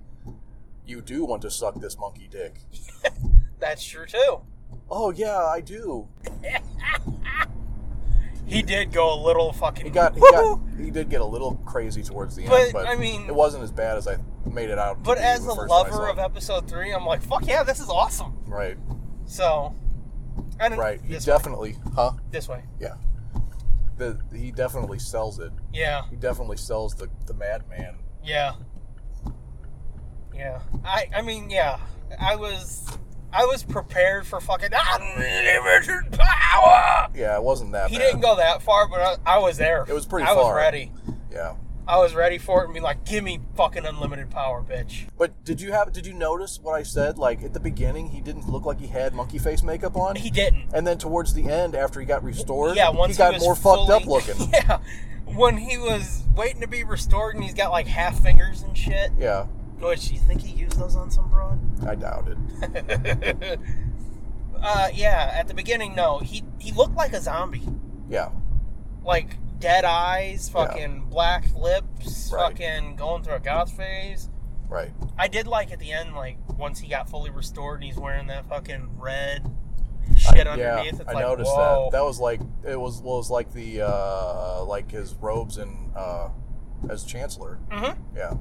Speaker 4: "You do want to suck this monkey dick."
Speaker 3: That's true too.
Speaker 4: Oh yeah, I do.
Speaker 3: He did go a little fucking.
Speaker 4: He got. He, got, he did get a little crazy towards the
Speaker 3: But,
Speaker 4: end, but
Speaker 3: I mean-
Speaker 4: it wasn't as bad as I made it out. to
Speaker 3: But
Speaker 4: be
Speaker 3: as
Speaker 4: the
Speaker 3: a
Speaker 4: first time I
Speaker 3: lover
Speaker 4: saw
Speaker 3: of episode three, I'm like, fuck yeah, this is awesome.
Speaker 4: it. right,
Speaker 3: So, and
Speaker 4: right, he definitely, huh?
Speaker 3: this way.
Speaker 4: Yeah, the, he definitely sells it.
Speaker 3: Yeah.
Speaker 4: He definitely sells the the madman.
Speaker 3: Yeah. Yeah. I I mean, yeah. I was I was prepared for fucking unlimited power.
Speaker 4: Yeah, it wasn't that.
Speaker 3: He
Speaker 4: bad.
Speaker 3: didn't go that far, but I, I was there.
Speaker 4: It was pretty
Speaker 3: I was
Speaker 4: far.
Speaker 3: ready.
Speaker 4: Yeah.
Speaker 3: I was ready for it and be like, give me fucking unlimited power, bitch.
Speaker 4: But did you have? Did you notice what I said? Like at the beginning, he didn't look like he had monkey face makeup on. He
Speaker 3: didn't.
Speaker 4: And then towards the end, after he got restored,
Speaker 3: Yeah, once
Speaker 4: he got
Speaker 3: was
Speaker 4: more fucked
Speaker 3: fully-
Speaker 4: up looking.
Speaker 3: yeah, when he was waiting to be restored and he's got like half fingers and shit.
Speaker 4: yeah,
Speaker 3: Which you think he used those on some broad?
Speaker 4: I doubt it.
Speaker 3: uh, yeah, at the beginning, no, he he looked like a zombie,
Speaker 4: Yeah,
Speaker 3: like dead eyes, fucking black lips,
Speaker 4: Right.
Speaker 3: fucking going through a goth phase.
Speaker 4: right.
Speaker 3: I did like at the end, like once he got fully restored and he's wearing that fucking red
Speaker 4: I-
Speaker 3: shit
Speaker 4: yeah,
Speaker 3: underneath. It's
Speaker 4: I
Speaker 3: like,
Speaker 4: noticed
Speaker 3: whoa.
Speaker 4: that. That was like it was was like the uh like his robes and uh as chancellor.
Speaker 3: Mhm.
Speaker 4: Yeah,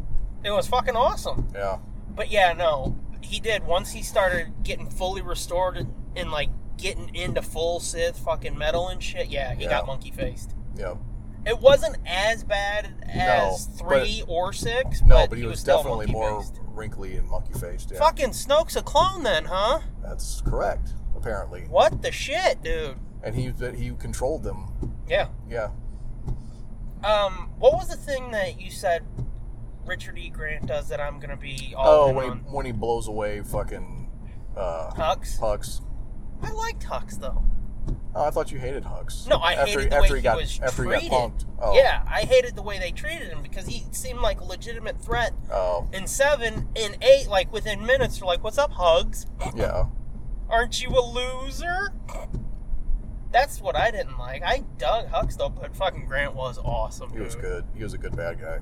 Speaker 3: It was fucking awesome.
Speaker 4: yeah,
Speaker 3: But yeah, no, he did. Once he started getting fully restored and like getting into full Sith fucking metal and shit, yeah, he
Speaker 4: Yeah.
Speaker 3: got monkey faced.
Speaker 4: yeah.
Speaker 3: It wasn't as bad as
Speaker 4: No,
Speaker 3: three or six.
Speaker 4: No,
Speaker 3: but,
Speaker 4: but he, was,
Speaker 3: still
Speaker 4: definitely
Speaker 3: monkey
Speaker 4: more
Speaker 3: faced.
Speaker 4: wrinkly and monkey faced. Yeah,
Speaker 3: Fucking Snoke's a clone, then, huh?
Speaker 4: that's correct. Apparently,
Speaker 3: What the shit, dude?
Speaker 4: and he that he controlled them.
Speaker 3: Yeah.
Speaker 4: Yeah.
Speaker 3: Um, what was the thing that you said Richard E. Grant does that I'm gonna be all
Speaker 4: Oh,
Speaker 3: in
Speaker 4: when he,
Speaker 3: on?
Speaker 4: when he blows away fucking uh,
Speaker 3: Hux?
Speaker 4: Hux.
Speaker 3: I liked Hux though.
Speaker 4: Oh, I thought you hated Hux.
Speaker 3: No, I
Speaker 4: after,
Speaker 3: hated the
Speaker 4: after
Speaker 3: way he,
Speaker 4: he got
Speaker 3: was
Speaker 4: after
Speaker 3: treated.
Speaker 4: he got punked. Oh,
Speaker 3: Yeah, I hated the way they treated him because he seemed like a legitimate threat.
Speaker 4: Oh,
Speaker 3: In seven, in eight, like within minutes, they're like, "What's up, Hugs?
Speaker 4: yeah.
Speaker 3: Aren't you a loser?" That's what I didn't like. I dug Hux though, but fucking Grant was awesome.
Speaker 4: He was
Speaker 3: dude.
Speaker 4: good. He was a good bad guy.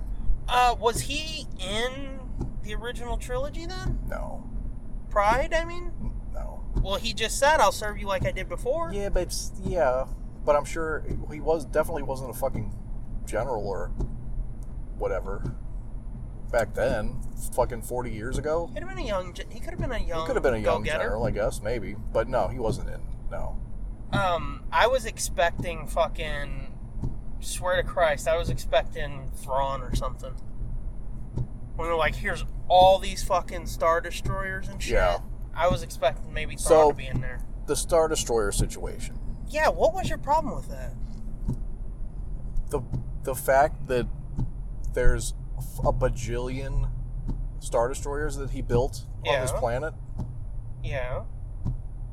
Speaker 3: Uh, was he in the original trilogy then?
Speaker 4: No,
Speaker 3: Pride, I mean.
Speaker 4: no.
Speaker 3: Well, he just said, "I'll serve you like I did before."
Speaker 4: Yeah, but it's- yeah, but I'm sure he was definitely wasn't a fucking general or whatever back then. Fucking forty years ago,
Speaker 3: Could have been a young. ge- He could have been a young.
Speaker 4: he could have been a young
Speaker 3: go-getter.
Speaker 4: general, I guess, maybe. But no, he wasn't in. No.
Speaker 3: Um, I was expecting fucking. Swear to Christ, I was expecting Thrawn or something. When they're like, here's all these fucking Star Destroyers and shit.
Speaker 4: Yeah.
Speaker 3: I was expecting maybe Thrawn
Speaker 4: So-
Speaker 3: to be in there.
Speaker 4: The Star Destroyer situation.
Speaker 3: Yeah, what was your problem with that?
Speaker 4: the the fact that there's a bajillion star destroyers that he built on this
Speaker 3: Yeah.
Speaker 4: planet
Speaker 3: Yeah.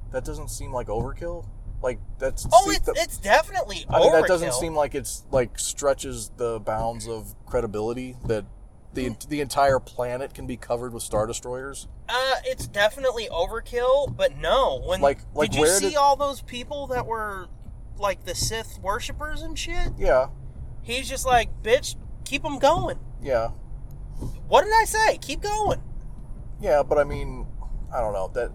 Speaker 4: that doesn't seem like overkill like that's
Speaker 3: Oh,
Speaker 4: see-
Speaker 3: it's,
Speaker 4: the-
Speaker 3: it's definitely
Speaker 4: i mean that doesn't
Speaker 3: overkill.
Speaker 4: seem like it's like stretches the bounds of credibility that the the entire planet can be covered with star destroyers
Speaker 3: Uh, it's definitely overkill, but no. When
Speaker 4: Like- like
Speaker 3: did you
Speaker 4: where
Speaker 3: see
Speaker 4: did-
Speaker 3: all those people that were like the Sith worshippers and shit?
Speaker 4: yeah
Speaker 3: He's just like, bitch, keep them going.
Speaker 4: yeah
Speaker 3: What did I say? Keep going.
Speaker 4: yeah but i mean i don't know that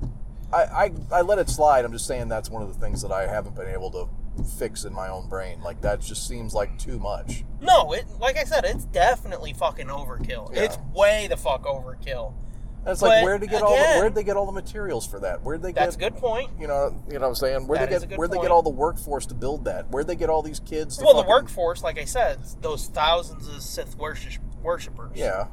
Speaker 4: I, I, I let it slide. I'm just saying that's one of the things that I haven't been able to fix in my own brain. Like that just seems like too much.
Speaker 3: No, it like I said, it's definitely fucking overkill.
Speaker 4: Yeah.
Speaker 3: It's way the fuck overkill.
Speaker 4: That's like
Speaker 3: But
Speaker 4: where to get all
Speaker 3: again-
Speaker 4: the, where'd they get all the materials for that? Where'd they
Speaker 3: That's a
Speaker 4: get
Speaker 3: good point.
Speaker 4: you know you know what I'm saying? Where'd
Speaker 3: That
Speaker 4: they
Speaker 3: is a
Speaker 4: get
Speaker 3: good
Speaker 4: where'd they
Speaker 3: point.
Speaker 4: get all the workforce to build that? Where'd they get all these kids to
Speaker 3: Well, the
Speaker 4: fucking-
Speaker 3: workforce, like I said, it's those thousands of Sith worship- worshippers.
Speaker 4: Yeah.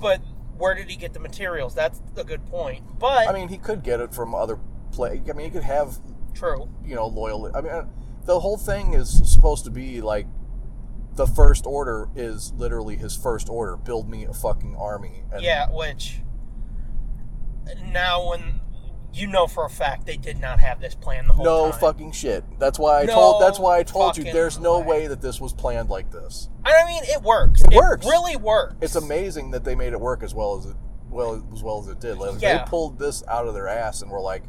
Speaker 3: But where did he get the materials? That's a good point. But
Speaker 4: I mean he could get it from other play I mean he could have
Speaker 3: True.
Speaker 4: you know, loyal I mean uh, the whole thing is supposed to be like the first order is literally his first order. Build me a fucking army. And
Speaker 3: yeah, which now when you know for a fact they did not have this plan the whole
Speaker 4: no
Speaker 3: time.
Speaker 4: fucking shit. That's why I
Speaker 3: No
Speaker 4: told. That's why I told you.
Speaker 3: fucking
Speaker 4: There's no way that this was planned like this.
Speaker 3: I mean, it works.
Speaker 4: It, works.
Speaker 3: Really works.
Speaker 4: It's amazing that they made it work as well as it well as well as it did. Like,
Speaker 3: Yeah.
Speaker 4: They pulled this out of their ass and were like,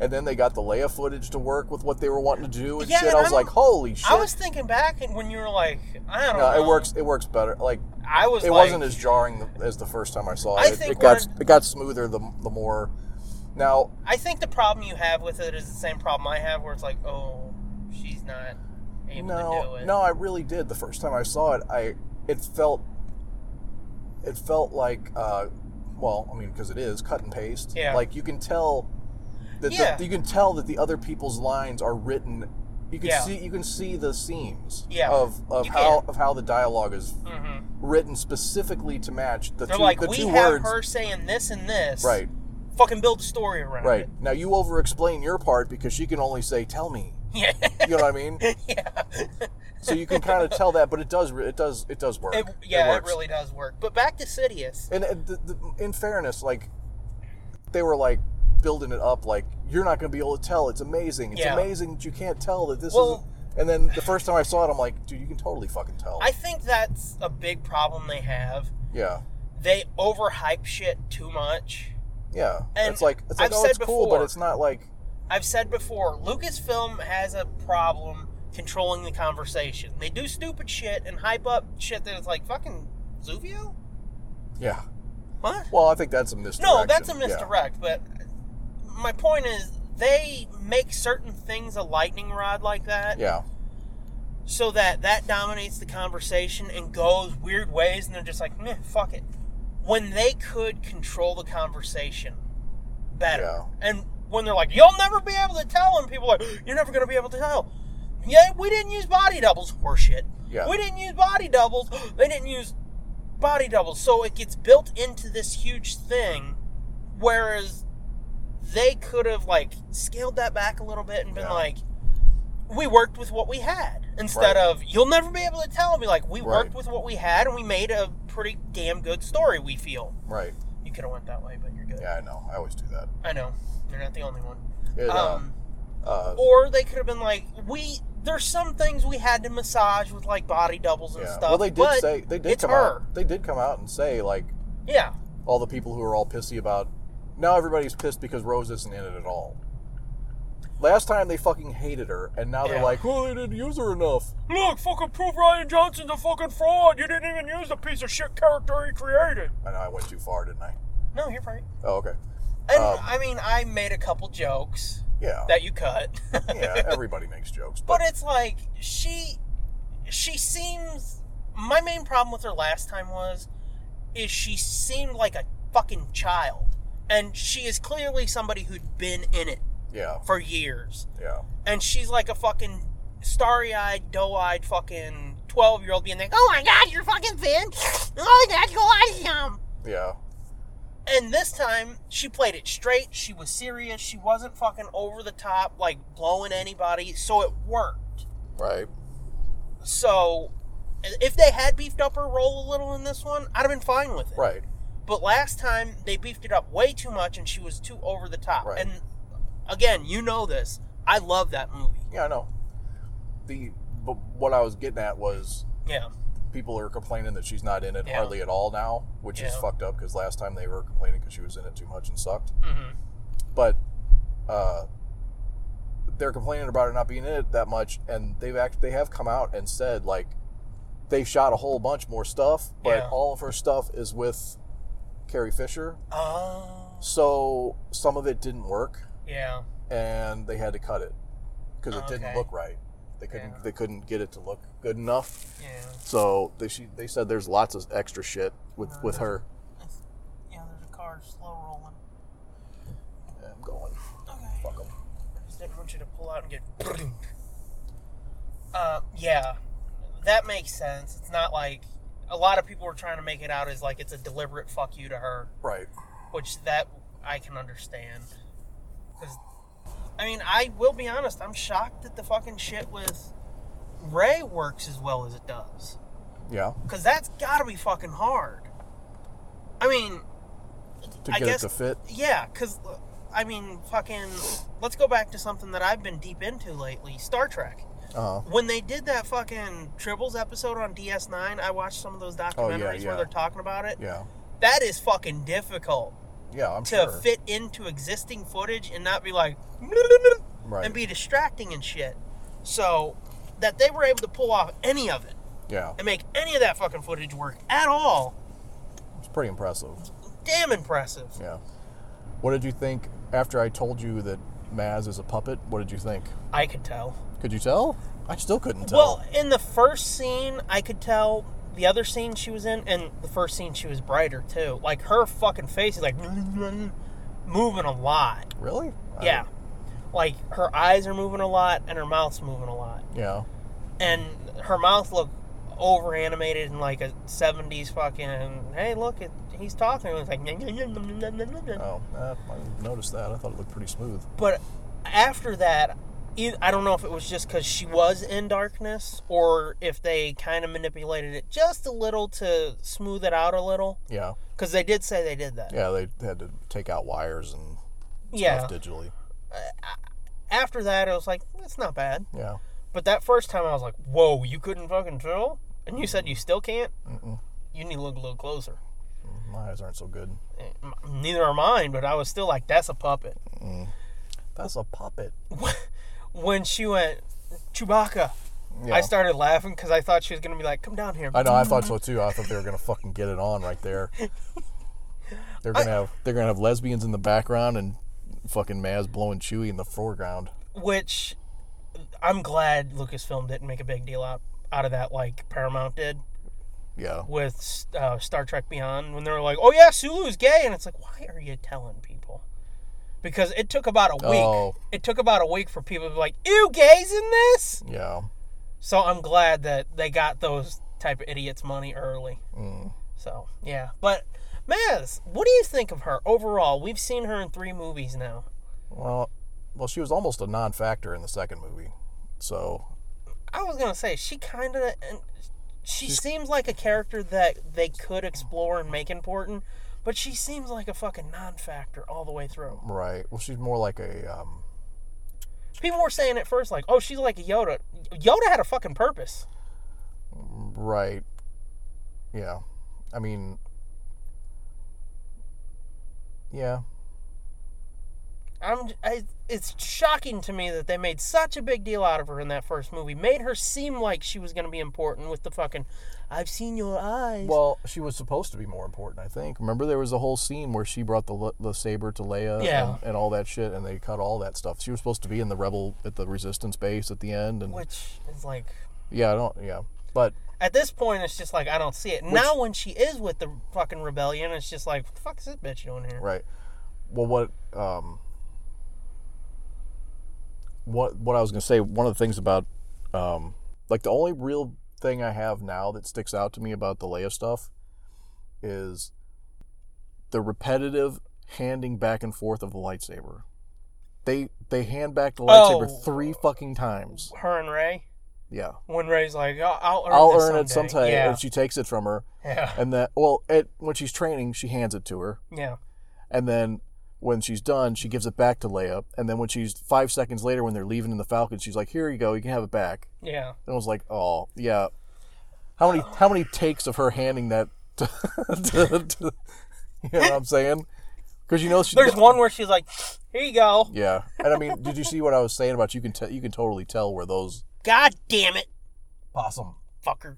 Speaker 4: and then they got the Leia footage to work with what they were wanting to do and
Speaker 3: Yeah,
Speaker 4: shit.
Speaker 3: and
Speaker 4: I was
Speaker 3: I'm-
Speaker 4: like, holy shit!
Speaker 3: I was thinking back and when you were like, I don't
Speaker 4: no,
Speaker 3: know.
Speaker 4: it works. It works better. Like
Speaker 3: I was
Speaker 4: It
Speaker 3: like-
Speaker 4: wasn't as jarring as the first time I saw it.
Speaker 3: I
Speaker 4: it,
Speaker 3: think
Speaker 4: it got
Speaker 3: when-
Speaker 4: it got smoother the the more. Now
Speaker 3: I think the problem you have with it is the same problem I have, where it's like, oh, she's not able to do
Speaker 4: no,
Speaker 3: it.
Speaker 4: no, I really did. The first time I saw it, I it felt it felt like uh, well, I mean, because it is cut and paste.
Speaker 3: Yeah.
Speaker 4: Like you can tell that
Speaker 3: Yeah.
Speaker 4: the, you can tell that the other people's lines are written. You can
Speaker 3: Yeah.
Speaker 4: see you can see the seams
Speaker 3: Yeah.
Speaker 4: of, of
Speaker 3: You
Speaker 4: how
Speaker 3: can.
Speaker 4: of how the dialogue is
Speaker 3: Mhm.
Speaker 4: written specifically to match the
Speaker 3: They're
Speaker 4: two
Speaker 3: like,
Speaker 4: the
Speaker 3: we
Speaker 4: two
Speaker 3: have
Speaker 4: words.
Speaker 3: her saying this and this.
Speaker 4: Right.
Speaker 3: Fucking build a story around
Speaker 4: Right
Speaker 3: it.
Speaker 4: now, you over-explain your part because she can only say "tell me."
Speaker 3: Yeah.
Speaker 4: You know what I mean? yeah. so you can kind of tell that, but it does re- it does it does work.
Speaker 3: It, yeah, it,
Speaker 4: works.
Speaker 3: really does work. But back to Sidious.
Speaker 4: And uh, th- th- in fairness, like they were like building it up, like you're not going to be able to tell. It's amazing. It's
Speaker 3: Yeah.
Speaker 4: amazing that you can't tell that this
Speaker 3: Well-
Speaker 4: is. And then the first time I saw it, I'm like, dude, you can totally fucking tell.
Speaker 3: I think that's a big problem they have.
Speaker 4: yeah,
Speaker 3: They overhype shit too much.
Speaker 4: yeah.
Speaker 3: And
Speaker 4: it's like it's like
Speaker 3: I've
Speaker 4: oh,
Speaker 3: said
Speaker 4: it's cool, but
Speaker 3: before-
Speaker 4: it's not like
Speaker 3: I've said before, Lucasfilm has a problem controlling the conversation. They do stupid shit and hype up shit that is like fucking Zuvio?
Speaker 4: yeah.
Speaker 3: What?
Speaker 4: Well, I think that's a misdirect.
Speaker 3: No, that's a misdirect, but my point is they make certain things a lightning rod like that.
Speaker 4: yeah.
Speaker 3: So that that dominates the conversation and goes weird ways and they're just like, meh, fuck it. When they could control the conversation better.
Speaker 4: Yeah.
Speaker 3: And when they're like, you'll never be able to tell, and people are like, you're never going to be able to tell. Yeah, we didn't use body doubles. Horseshit.
Speaker 4: Yeah.
Speaker 3: We didn't use body doubles. They didn't use body doubles. So it gets built into this huge thing, whereas they could have, like, scaled that back a little bit and been
Speaker 4: Yeah.
Speaker 3: like, we worked with what we had. Instead
Speaker 4: Right.
Speaker 3: of, you'll never be able to tell. Be like, we
Speaker 4: Right.
Speaker 3: worked with what we had and we made a pretty damn good story, we feel.
Speaker 4: Right.
Speaker 3: You could have went that way, but you're good.
Speaker 4: Yeah, I know. I always do that.
Speaker 3: I know. You're not the only one.
Speaker 4: It,
Speaker 3: um,
Speaker 4: uh,
Speaker 3: or they could have been like, we. There's some things we had to massage with like body doubles and
Speaker 4: yeah.
Speaker 3: stuff.
Speaker 4: Well, they did
Speaker 3: but
Speaker 4: say they did
Speaker 3: it's
Speaker 4: come
Speaker 3: her.
Speaker 4: out. They did come out and say like
Speaker 3: Yeah,
Speaker 4: all the people who are all pissy about. Now everybody's pissed because Rose isn't in it at all. Last time they fucking hated her, and now they're
Speaker 3: Yeah.
Speaker 4: like, "Oh, they didn't use her enough."
Speaker 2: Look, fucking prove Ryan Johnson's a fucking fraud. You didn't even use the piece of shit character he created.
Speaker 4: I know I went too far, didn't I?
Speaker 3: no, you're right.
Speaker 4: Oh, okay.
Speaker 3: And
Speaker 4: Um,
Speaker 3: I mean, I made a couple jokes.
Speaker 4: Yeah.
Speaker 3: That you cut.
Speaker 4: yeah, everybody makes jokes, but
Speaker 3: But it's like she she seems my main problem with her last time was is she seemed like a fucking child. And she is clearly somebody who'd been in it
Speaker 4: yeah,
Speaker 3: for years.
Speaker 4: yeah,
Speaker 3: And she's like a fucking starry-eyed, doe-eyed fucking 12-year-old being like, "Oh my god, you're fucking thin. Oh my god, go out of him."
Speaker 4: yeah,
Speaker 3: And this time, she played it straight. She was serious. She wasn't fucking over the top, like blowing anybody. So it worked.
Speaker 4: right.
Speaker 3: So if they had beefed up her role a little in this one, I'd have been fine with it.
Speaker 4: Right.
Speaker 3: But last time, they beefed it up way too much and she was too over the top.
Speaker 4: Right.
Speaker 3: And again, you know this. I love that movie.
Speaker 4: Yeah, I know. The but what I was getting at was
Speaker 3: Yeah.
Speaker 4: people are complaining that she's not in it
Speaker 3: Yeah.
Speaker 4: hardly at all now, which is
Speaker 3: Yeah.
Speaker 4: fucked up because last time they were complaining because she was in it too much and sucked.
Speaker 3: Mm-hmm.
Speaker 4: But uh, they're complaining about her not being in it that much, and they've act they have come out and said like they shot a whole bunch more stuff, but
Speaker 3: Yeah.
Speaker 4: all of her stuff is with Carrie Fisher,
Speaker 3: Oh,
Speaker 4: so some of it didn't work,
Speaker 3: yeah.
Speaker 4: and they had to cut it because it didn't
Speaker 3: Okay.
Speaker 4: look right. They couldn't
Speaker 3: Yeah.
Speaker 4: they couldn't get it to look good enough.
Speaker 3: Yeah.
Speaker 4: So they she, they said there's lots of extra shit with with her.
Speaker 3: Yeah, there's a card or slow rolling?
Speaker 4: I'm going.
Speaker 3: Okay. Fuck them. I just didn't want you to pull out and get. Uh, yeah, that makes sense. It's not like a lot of people were trying to make it out as like it's a deliberate fuck you to her,
Speaker 4: Right.
Speaker 3: which that I can understand. 'Cause- I mean, I will be honest. I'm shocked that the fucking shit with Ray works as well as it does.
Speaker 4: Yeah.
Speaker 3: Cause that's gotta be fucking hard. I mean,
Speaker 4: To
Speaker 3: I
Speaker 4: get
Speaker 3: guess-
Speaker 4: it to fit.
Speaker 3: yeah, because, I mean, fucking, let's go back to something that I've been deep into lately Star Trek.
Speaker 4: Uh huh.
Speaker 3: When they did that fucking Tribbles episode on DS9, I watched some of those documentaries
Speaker 4: Oh, yeah, yeah.
Speaker 3: where they're talking about it.
Speaker 4: Yeah.
Speaker 3: That is fucking difficult
Speaker 4: Yeah, I'm
Speaker 3: to
Speaker 4: sure.
Speaker 3: fit into existing footage and not be like,
Speaker 4: Right.
Speaker 3: and be distracting and shit. So, that they were able to pull off any of it
Speaker 4: Yeah.
Speaker 3: and make any of that fucking footage work at all,
Speaker 4: It's pretty impressive.
Speaker 3: damn impressive.
Speaker 4: Yeah. What did you think after I told you that Maz is a puppet? What did you think?
Speaker 3: I could tell.
Speaker 4: Could you tell? I still couldn't tell.
Speaker 3: Well, in the first scene, I could tell the other scene she was in, and the first scene she was brighter too. Like her fucking face is like moving a lot.
Speaker 4: really?
Speaker 3: Yeah, like her eyes are moving a lot, and her mouth's moving a lot,
Speaker 4: Yeah.
Speaker 3: and her mouth looked over animated in like a '70s fucking. Hey, look, it, he's talking. It's like.
Speaker 4: Oh, uh, I didn't notice that. I thought it looked pretty smooth.
Speaker 3: But after that, e- I don't know if it was just because she was in darkness or if they kind of manipulated it just a little to smooth it out a little.
Speaker 4: Yeah.
Speaker 3: Because they did say they did that.
Speaker 4: Yeah, they had to take out wires and
Speaker 3: Yeah.
Speaker 4: stuff digitally.
Speaker 3: After that, it was like, it's not bad.
Speaker 4: Yeah.
Speaker 3: But that first time, I was like, whoa, you couldn't fucking tell? And you said you still can't? Mm-mm. You need to look a little closer.
Speaker 4: My eyes aren't so good.
Speaker 3: Neither are mine, but I was still like, that's a puppet.
Speaker 4: That's a puppet.
Speaker 3: When she went, Chewbacca,
Speaker 4: Yeah.
Speaker 3: I started laughing because I thought she was going to be like, come down here.
Speaker 4: I know. I thought so too. I thought they were gonna fucking get it on right there. They're gonna have they're gonna have lesbians in the background and fucking Maz blowing Chewy in the foreground.
Speaker 3: which I'm glad Lucasfilm didn't make a big deal out, out of that like Paramount did
Speaker 4: Yeah.
Speaker 3: with uh, Star Trek Beyond when they were like, "Oh yeah, Sulu's gay," and it's like, why are you telling people? Because it took about a week.
Speaker 4: Oh.
Speaker 3: It took about a week for people to be like, "Ew, gays in this."
Speaker 4: Yeah.
Speaker 3: So I'm glad that they got those type of idiots money early. So yeah, but Maz, what do you think of her overall? We've seen her in three movies now.
Speaker 4: Well, well, she was almost a non-factor in the second movie, so
Speaker 3: I was gonna say she kind of she seems like a character that they could explore and make important, but she seems like a fucking non-factor all the way through.
Speaker 4: right. Well, she's more like a um,
Speaker 3: People were saying at first like, "Oh, she's like a Yoda." Yoda had a fucking purpose.
Speaker 4: right. Yeah. I mean, yeah.
Speaker 3: I'm I, it's shocking to me that they made such a big deal out of her in that first movie. Made her seem like she was gonna be important with the fucking "I've seen your eyes."
Speaker 4: Well, she was supposed to be more important, I think. Remember, there was a whole scene where she brought the le- the saber to Leia,
Speaker 3: Yeah.
Speaker 4: and, and all that shit, and they cut all that stuff. She was supposed to be in the rebel at the resistance base at the end, and
Speaker 3: which is like
Speaker 4: yeah, I don't, yeah, but
Speaker 3: at this point it's just like I don't see it. now when she is with the fucking rebellion, it's just like what the fuck is this bitch doing here?
Speaker 4: right. Well, what um, what what I was gonna say. One of the things about um, like the only real thing I have now that sticks out to me about the Leia stuff is the repetitive handing back and forth of the lightsaber. They they hand back the lightsaber
Speaker 3: Oh.
Speaker 4: three fucking times.
Speaker 3: Her and Ray.
Speaker 4: Yeah.
Speaker 3: When Ray's like, I'll, I'll earn,
Speaker 4: I'll
Speaker 3: this
Speaker 4: earn it
Speaker 3: someday."
Speaker 4: sometime.
Speaker 3: Yeah.
Speaker 4: And she takes it from her.
Speaker 3: Yeah.
Speaker 4: And then, well, it, when she's training, she hands it to her.
Speaker 3: yeah.
Speaker 4: And then when she's done, she gives it back to Leia. And then when she's five seconds later, when they're leaving in the Falcon, she's like, here you go. You can have it back.
Speaker 3: Yeah.
Speaker 4: And I was like, oh, yeah. How many how many takes of her handing that to, to- to- you know what I'm saying? Because you know she
Speaker 3: There's one where she's like, here you go.
Speaker 4: Yeah, and I mean, did you see what I was saying about you can tell you can totally tell where those
Speaker 3: God damn it,
Speaker 4: possum.
Speaker 3: fucker.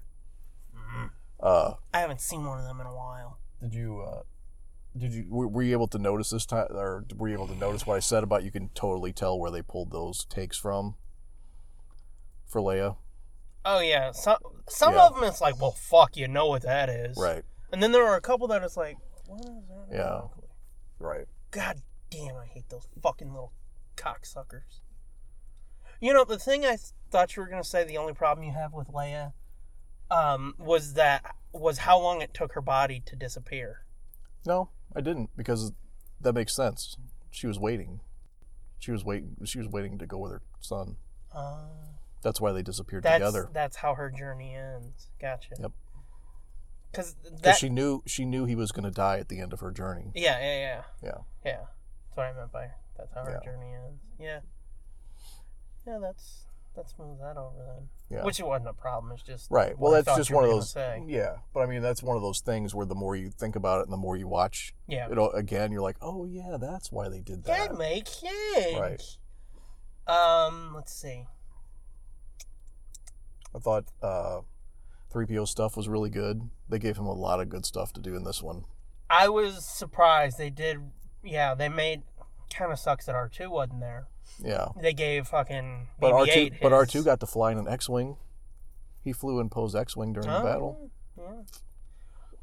Speaker 4: Uh,
Speaker 3: I haven't seen one of them in a while.
Speaker 4: did you uh, did you were, were you able to notice this time, or were you able to notice what I said about you can totally tell where they pulled those takes from for Leia?
Speaker 3: Oh, yeah. Some, some
Speaker 4: Yeah.
Speaker 3: of them it's like, well, fuck, you know what that is.
Speaker 4: Right.
Speaker 3: And then there are a couple that it's like, what is that?
Speaker 4: Yeah. Right.
Speaker 3: God damn, I hate those fucking little cocksuckers. You know, the thing I th- thought you were gonna say the only problem you have with Leia um, was that was how long it took her body to disappear.
Speaker 4: No, I didn't because that makes sense. She was waiting. She was waiting. She was waiting to go with her son.
Speaker 3: Uh,
Speaker 4: That's why they disappeared
Speaker 3: that's
Speaker 4: together.
Speaker 3: that's how her journey ends. Gotcha.
Speaker 4: Yep.
Speaker 3: Because that
Speaker 4: Because she knew she knew he was going to die at the end of her journey.
Speaker 3: Yeah, yeah, yeah.
Speaker 4: Yeah.
Speaker 3: Yeah. That's what I meant by that's how her
Speaker 4: Yeah.
Speaker 3: journey ends. Yeah. Yeah, that's that's moves that over then.
Speaker 4: Yeah.
Speaker 3: Which it wasn't a problem, it's just
Speaker 4: Right. Well,
Speaker 3: what I
Speaker 4: that's
Speaker 3: thought
Speaker 4: just
Speaker 3: you were
Speaker 4: one of
Speaker 3: gonna
Speaker 4: those.
Speaker 3: say.
Speaker 4: Yeah, but I mean, that's one of those things where the more you think about it and the more you watch,
Speaker 3: Yeah.
Speaker 4: it all, again, you're like, oh yeah, that's why they did that.
Speaker 3: That makes sense.
Speaker 4: Right.
Speaker 3: Um, let's see.
Speaker 4: I thought uh, 3PO stuff was really good. They gave him a lot of good stuff to do in this one.
Speaker 3: I was surprised they did yeah, they made kinda sucks that R two wasn't there.
Speaker 4: Yeah.
Speaker 3: They gave fucking BB
Speaker 4: But R2,
Speaker 3: eight
Speaker 4: but R2 got to fly in an X-wing. He flew in Poe's X-wing during the battle.
Speaker 3: Yeah.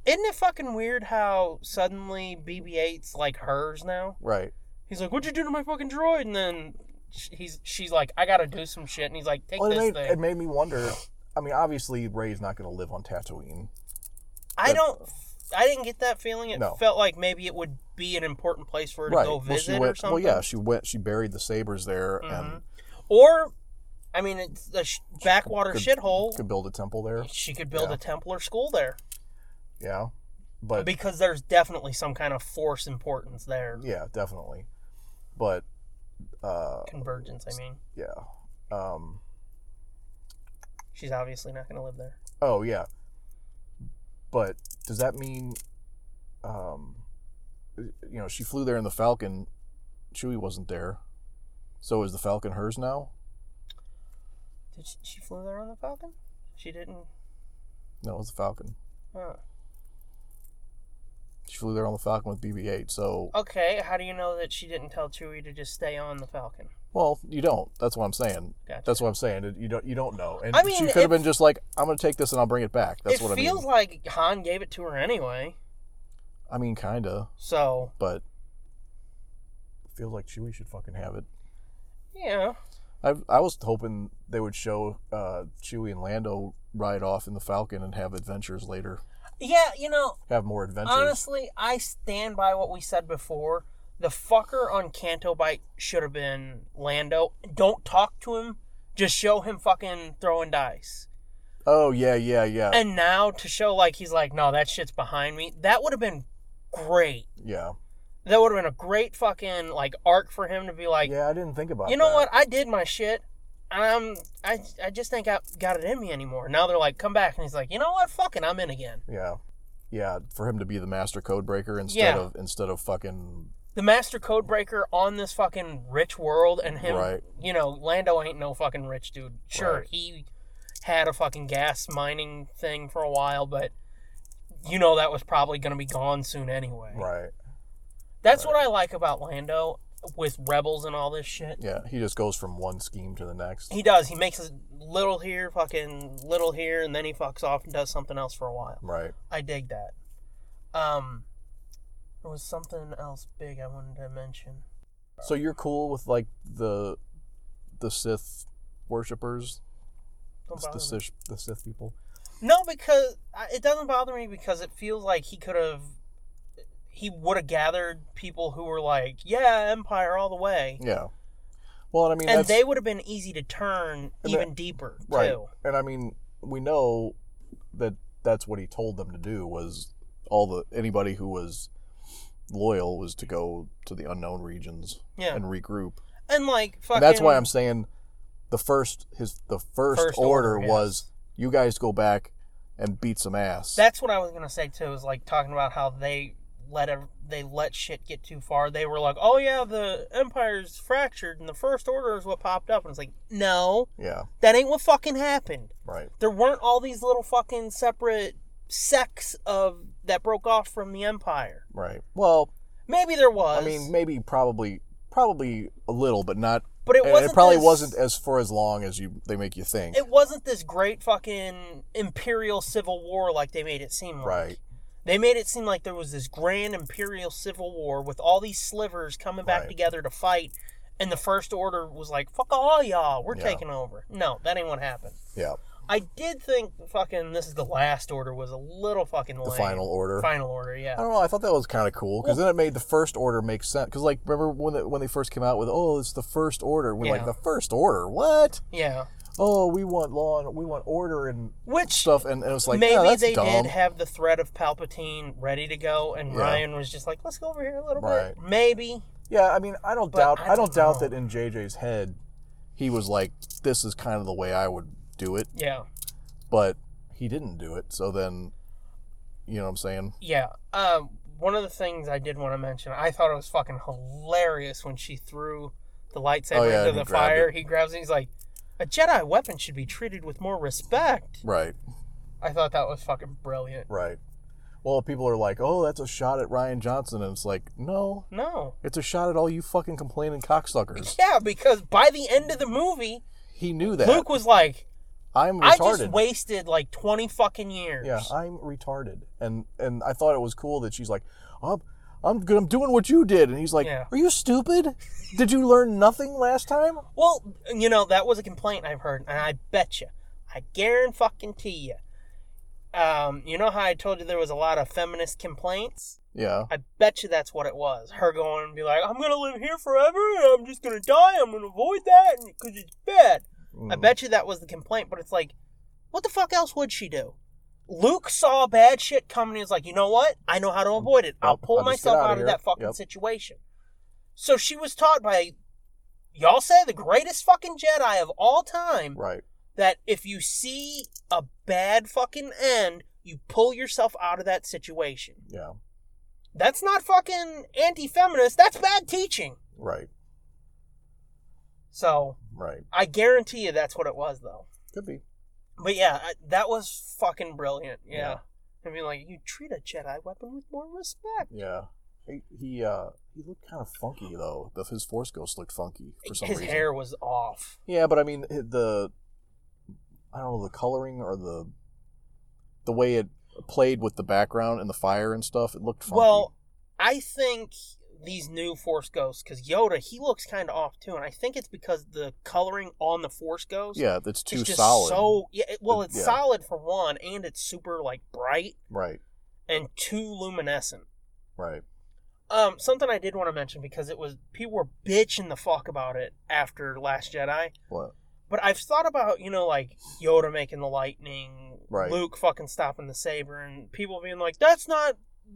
Speaker 3: Isn't it fucking weird how suddenly BB 8's like hers now?
Speaker 4: Right.
Speaker 3: He's like, "What'd you do to my fucking droid?" And then sh- he's she's like, "I gotta do some shit," and he's like, "Take
Speaker 4: Well, it
Speaker 3: this
Speaker 4: made,
Speaker 3: thing."
Speaker 4: it made me wonder. I mean, obviously, Ray's not going to live on Tatooine.
Speaker 3: I don't. I didn't get that feeling. It
Speaker 4: No.
Speaker 3: felt like maybe it would be an important place for her to
Speaker 4: right.
Speaker 3: go
Speaker 4: well,
Speaker 3: visit
Speaker 4: she
Speaker 3: or
Speaker 4: went.
Speaker 3: something. Mm-hmm.
Speaker 4: Well, yeah, she went. She buried the sabers there and
Speaker 3: Or, I mean, it's a sh- backwater
Speaker 4: could-
Speaker 3: shithole.
Speaker 4: could build a temple there.
Speaker 3: she could build
Speaker 4: yeah.
Speaker 3: a temple or school there
Speaker 4: Yeah, but
Speaker 3: because there's definitely some kind of force importance there.
Speaker 4: yeah, definitely. But uh,
Speaker 3: Convergence, I mean.
Speaker 4: yeah. Um,
Speaker 3: She's obviously not going to live there.
Speaker 4: Oh yeah. But does that mean, um, you know, she flew there in the Falcon. Chewie wasn't there, so is the Falcon hers now?
Speaker 3: Did she, she flew there on the Falcon? She didn't.
Speaker 4: No, it was the Falcon.
Speaker 3: Huh.
Speaker 4: She flew there on the Falcon with BB-8. So,
Speaker 3: Okay, how do you know that she didn't tell Chewie to just stay on the Falcon?
Speaker 4: well, you don't. That's what I'm saying.
Speaker 3: Gotcha.
Speaker 4: That's what I'm saying. It- You don't. You don't know. And
Speaker 3: I mean,
Speaker 4: she could have
Speaker 3: it-
Speaker 4: been just like, "I'm going to take this and I'll bring it back." That's
Speaker 3: it
Speaker 4: what I
Speaker 3: feels
Speaker 4: mean.
Speaker 3: like Han gave it to her anyway.
Speaker 4: I mean, kinda,
Speaker 3: So
Speaker 4: but feels like Chewie should fucking have it.
Speaker 3: yeah,
Speaker 4: I I was hoping they would show uh, Chewie and Lando ride off in the Falcon and have adventures later.
Speaker 3: yeah. You know,
Speaker 4: Have more adventures.
Speaker 3: honestly, I stand by what we said before. The fucker on Canto Bite should have been Lando. Don't talk to him. Just show him fucking throwing dice.
Speaker 4: Oh yeah, yeah, yeah,
Speaker 3: And now to show like he's like, no, that shit's behind me. That would have been great.
Speaker 4: yeah,
Speaker 3: That would have been a great fucking like arc for him to be like,
Speaker 4: yeah. I didn't think about.
Speaker 3: you know
Speaker 4: that.
Speaker 3: what? I did my shit. Um, I I just think I got it in me anymore. Now they're like, come back, and he's like, you know what? Fucking, I'm in again.
Speaker 4: Yeah, yeah. For him to be the master code breaker instead
Speaker 3: Yeah.
Speaker 4: of instead of fucking
Speaker 3: The master code breaker on this fucking rich world, and him,
Speaker 4: Right.
Speaker 3: you know, Lando ain't no fucking rich dude. Sure,
Speaker 4: Right.
Speaker 3: he had a fucking gas mining thing for a while, but you know that was probably gonna be gone soon anyway.
Speaker 4: right.
Speaker 3: That's what I like about Lando with Rebels and all this shit.
Speaker 4: Yeah, he just goes from one scheme to the next.
Speaker 3: He does. He makes a little here, fucking little here, and then he fucks off and does something else for a while.
Speaker 4: Right.
Speaker 3: I dig that. Um, there was something else big I wanted to mention.
Speaker 4: So you're cool with like the the Sith worshippers,
Speaker 3: Don't
Speaker 4: the,
Speaker 3: bother me.
Speaker 4: Sith, the Sith people.
Speaker 3: No, because I- it doesn't bother me because it feels like he could have, he would have gathered people who were like, yeah, Empire all the way,
Speaker 4: Yeah. Well, and I mean,
Speaker 3: and
Speaker 4: that's,
Speaker 3: they would have been easy to turn
Speaker 4: And
Speaker 3: even
Speaker 4: that-
Speaker 3: deeper
Speaker 4: right
Speaker 3: too.
Speaker 4: and i mean we know that that's what he told them to do was all the anybody who was loyal was to go to the unknown regions
Speaker 3: Yeah.
Speaker 4: and regroup
Speaker 3: And like fucking.
Speaker 4: and that's why i'm saying the first his the first,
Speaker 3: First
Speaker 4: order,
Speaker 3: order,
Speaker 4: was you guys go back and beat some ass
Speaker 3: That's what I was gonna say too. Is like talking about how they let ev they let shit get too far. They were like, "Oh yeah, the empire's fractured, and the first order is what popped up." And it's like, no,
Speaker 4: yeah
Speaker 3: that ain't what fucking happened.
Speaker 4: right
Speaker 3: There weren't all these little fucking separate sects of that broke off from the empire.
Speaker 4: right well
Speaker 3: Maybe there was.
Speaker 4: i mean maybe probably probably a little but not
Speaker 3: But it
Speaker 4: and
Speaker 3: wasn't
Speaker 4: probably
Speaker 3: this-
Speaker 4: wasn't as for as long as you they make you think
Speaker 3: it wasn't this great fucking imperial civil war like they made it seem like.
Speaker 4: right
Speaker 3: They made it seem like there was this grand imperial civil war with all these slivers coming back together to fight, and the First Order was like, fuck all y'all, we're
Speaker 4: Yeah.
Speaker 3: taking over. No, that ain't what happened.
Speaker 4: Yeah.
Speaker 3: I did think fucking this is the last order was a little fucking
Speaker 4: The
Speaker 3: lame.
Speaker 4: final order. Oh.
Speaker 3: Final order, yeah.
Speaker 4: I don't know. I thought that was kind of cool because then it made the first order make sense. Because like, remember when the, when they first came out with, oh, it's the first order. We're like
Speaker 3: Yeah.
Speaker 4: the first order. What?
Speaker 3: Yeah.
Speaker 4: Oh, we want law and we want order and
Speaker 3: Which
Speaker 4: stuff. And, and it was like,
Speaker 3: Maybe
Speaker 4: "Oh, that's
Speaker 3: they
Speaker 4: dumb.
Speaker 3: did have the threat of Palpatine ready to go, and
Speaker 4: Yeah.
Speaker 3: Ryan was just like, "Let's go over here a little
Speaker 4: Right.
Speaker 3: bit." Maybe.
Speaker 4: Yeah, I mean, I don't
Speaker 3: But
Speaker 4: doubt.
Speaker 3: I
Speaker 4: I don't,
Speaker 3: don't
Speaker 4: doubt that in JJ's head, he was like, "This is kind of the way I would do it."
Speaker 3: Yeah.
Speaker 4: But he didn't do it. So then, you know what I'm saying?
Speaker 3: Yeah. Um, one of the things I did want to mention, I thought it was fucking hilarious when she threw the lightsaber
Speaker 4: Oh, yeah,
Speaker 3: into
Speaker 4: and he
Speaker 3: the
Speaker 4: grabbed
Speaker 3: fire.
Speaker 4: it.
Speaker 3: He grabs it. He's like, "A Jedi weapon should be treated with more respect."
Speaker 4: Right.
Speaker 3: I thought that was fucking brilliant.
Speaker 4: Right. Well, people are like, "Oh, that's a shot at Ryan Johnson," and it's like, no,
Speaker 3: No.
Speaker 4: it's a shot at all you fucking complaining cocksuckers.
Speaker 3: Yeah, because by the end of the movie,
Speaker 4: He knew that.
Speaker 3: Luke was like,
Speaker 4: I'm
Speaker 3: "I
Speaker 4: retarded.
Speaker 3: just wasted like twenty fucking years."
Speaker 4: yeah, I'm retarded, and and I thought it was cool that she's like, "I'm, I'm, good. I'm doing what you did," and he's like,
Speaker 3: Yeah.
Speaker 4: "Are you stupid? did you learn nothing last time?"
Speaker 3: Well, you know that was a complaint I've heard, and I bet you, I guarantee fucking you. Um, you know how I told you there was a lot of feminist complaints?
Speaker 4: Yeah.
Speaker 3: I bet you that's what it was. Her going and be like, "I'm gonna live here forever, and I'm just gonna die. I'm gonna avoid that because it's bad." I
Speaker 4: Mm.
Speaker 3: bet you that was the complaint. But it's like, what the fuck else would she do? Luke saw bad shit coming. He was like, "You know what? I know how to avoid it. I'll
Speaker 4: Yep,
Speaker 3: pull
Speaker 4: I'll just get
Speaker 3: myself
Speaker 4: out of
Speaker 3: out of
Speaker 4: here."
Speaker 3: that fucking
Speaker 4: Yep.
Speaker 3: situation." So she was taught by y'all say the greatest fucking Jedi of all time
Speaker 4: Right.
Speaker 3: that if you see a bad fucking end, you pull yourself out of that situation.
Speaker 4: Yeah.
Speaker 3: That's not fucking anti feminist. That's bad teaching.
Speaker 4: Right.
Speaker 3: So
Speaker 4: Right.
Speaker 3: I guarantee you that's what it was, though.
Speaker 4: Could be.
Speaker 3: But yeah, I, that was fucking brilliant. Yeah.
Speaker 4: Yeah.
Speaker 3: I mean, like, you treat a Jedi weapon with more respect.
Speaker 4: Yeah. He he, uh, he looked kind of funky though. The, his Force Ghost looked funky for some
Speaker 3: His
Speaker 4: reason.
Speaker 3: hair was off.
Speaker 4: Yeah, but I mean i- the I don't know the coloring or the the way it played with the background and the fire and stuff. It looked funky.
Speaker 3: Well, I think these new Force Ghosts, because Yoda, he looks kind of off too, and I think it's because the coloring on the Force Ghost.
Speaker 4: yeah, that's too
Speaker 3: is just
Speaker 4: solid.
Speaker 3: So yeah, it- well,
Speaker 4: It-
Speaker 3: it's
Speaker 4: yeah.
Speaker 3: solid for one, and it's super like bright
Speaker 4: Right,
Speaker 3: and too luminescent.
Speaker 4: right.
Speaker 3: Um, something I did want to mention because it was people were bitching the fuck about it after Last Jedi.
Speaker 4: What?
Speaker 3: But I've thought about, you know, like Yoda making the lightning,
Speaker 4: Right.
Speaker 3: Luke fucking stopping the saber, and people being like, that's not.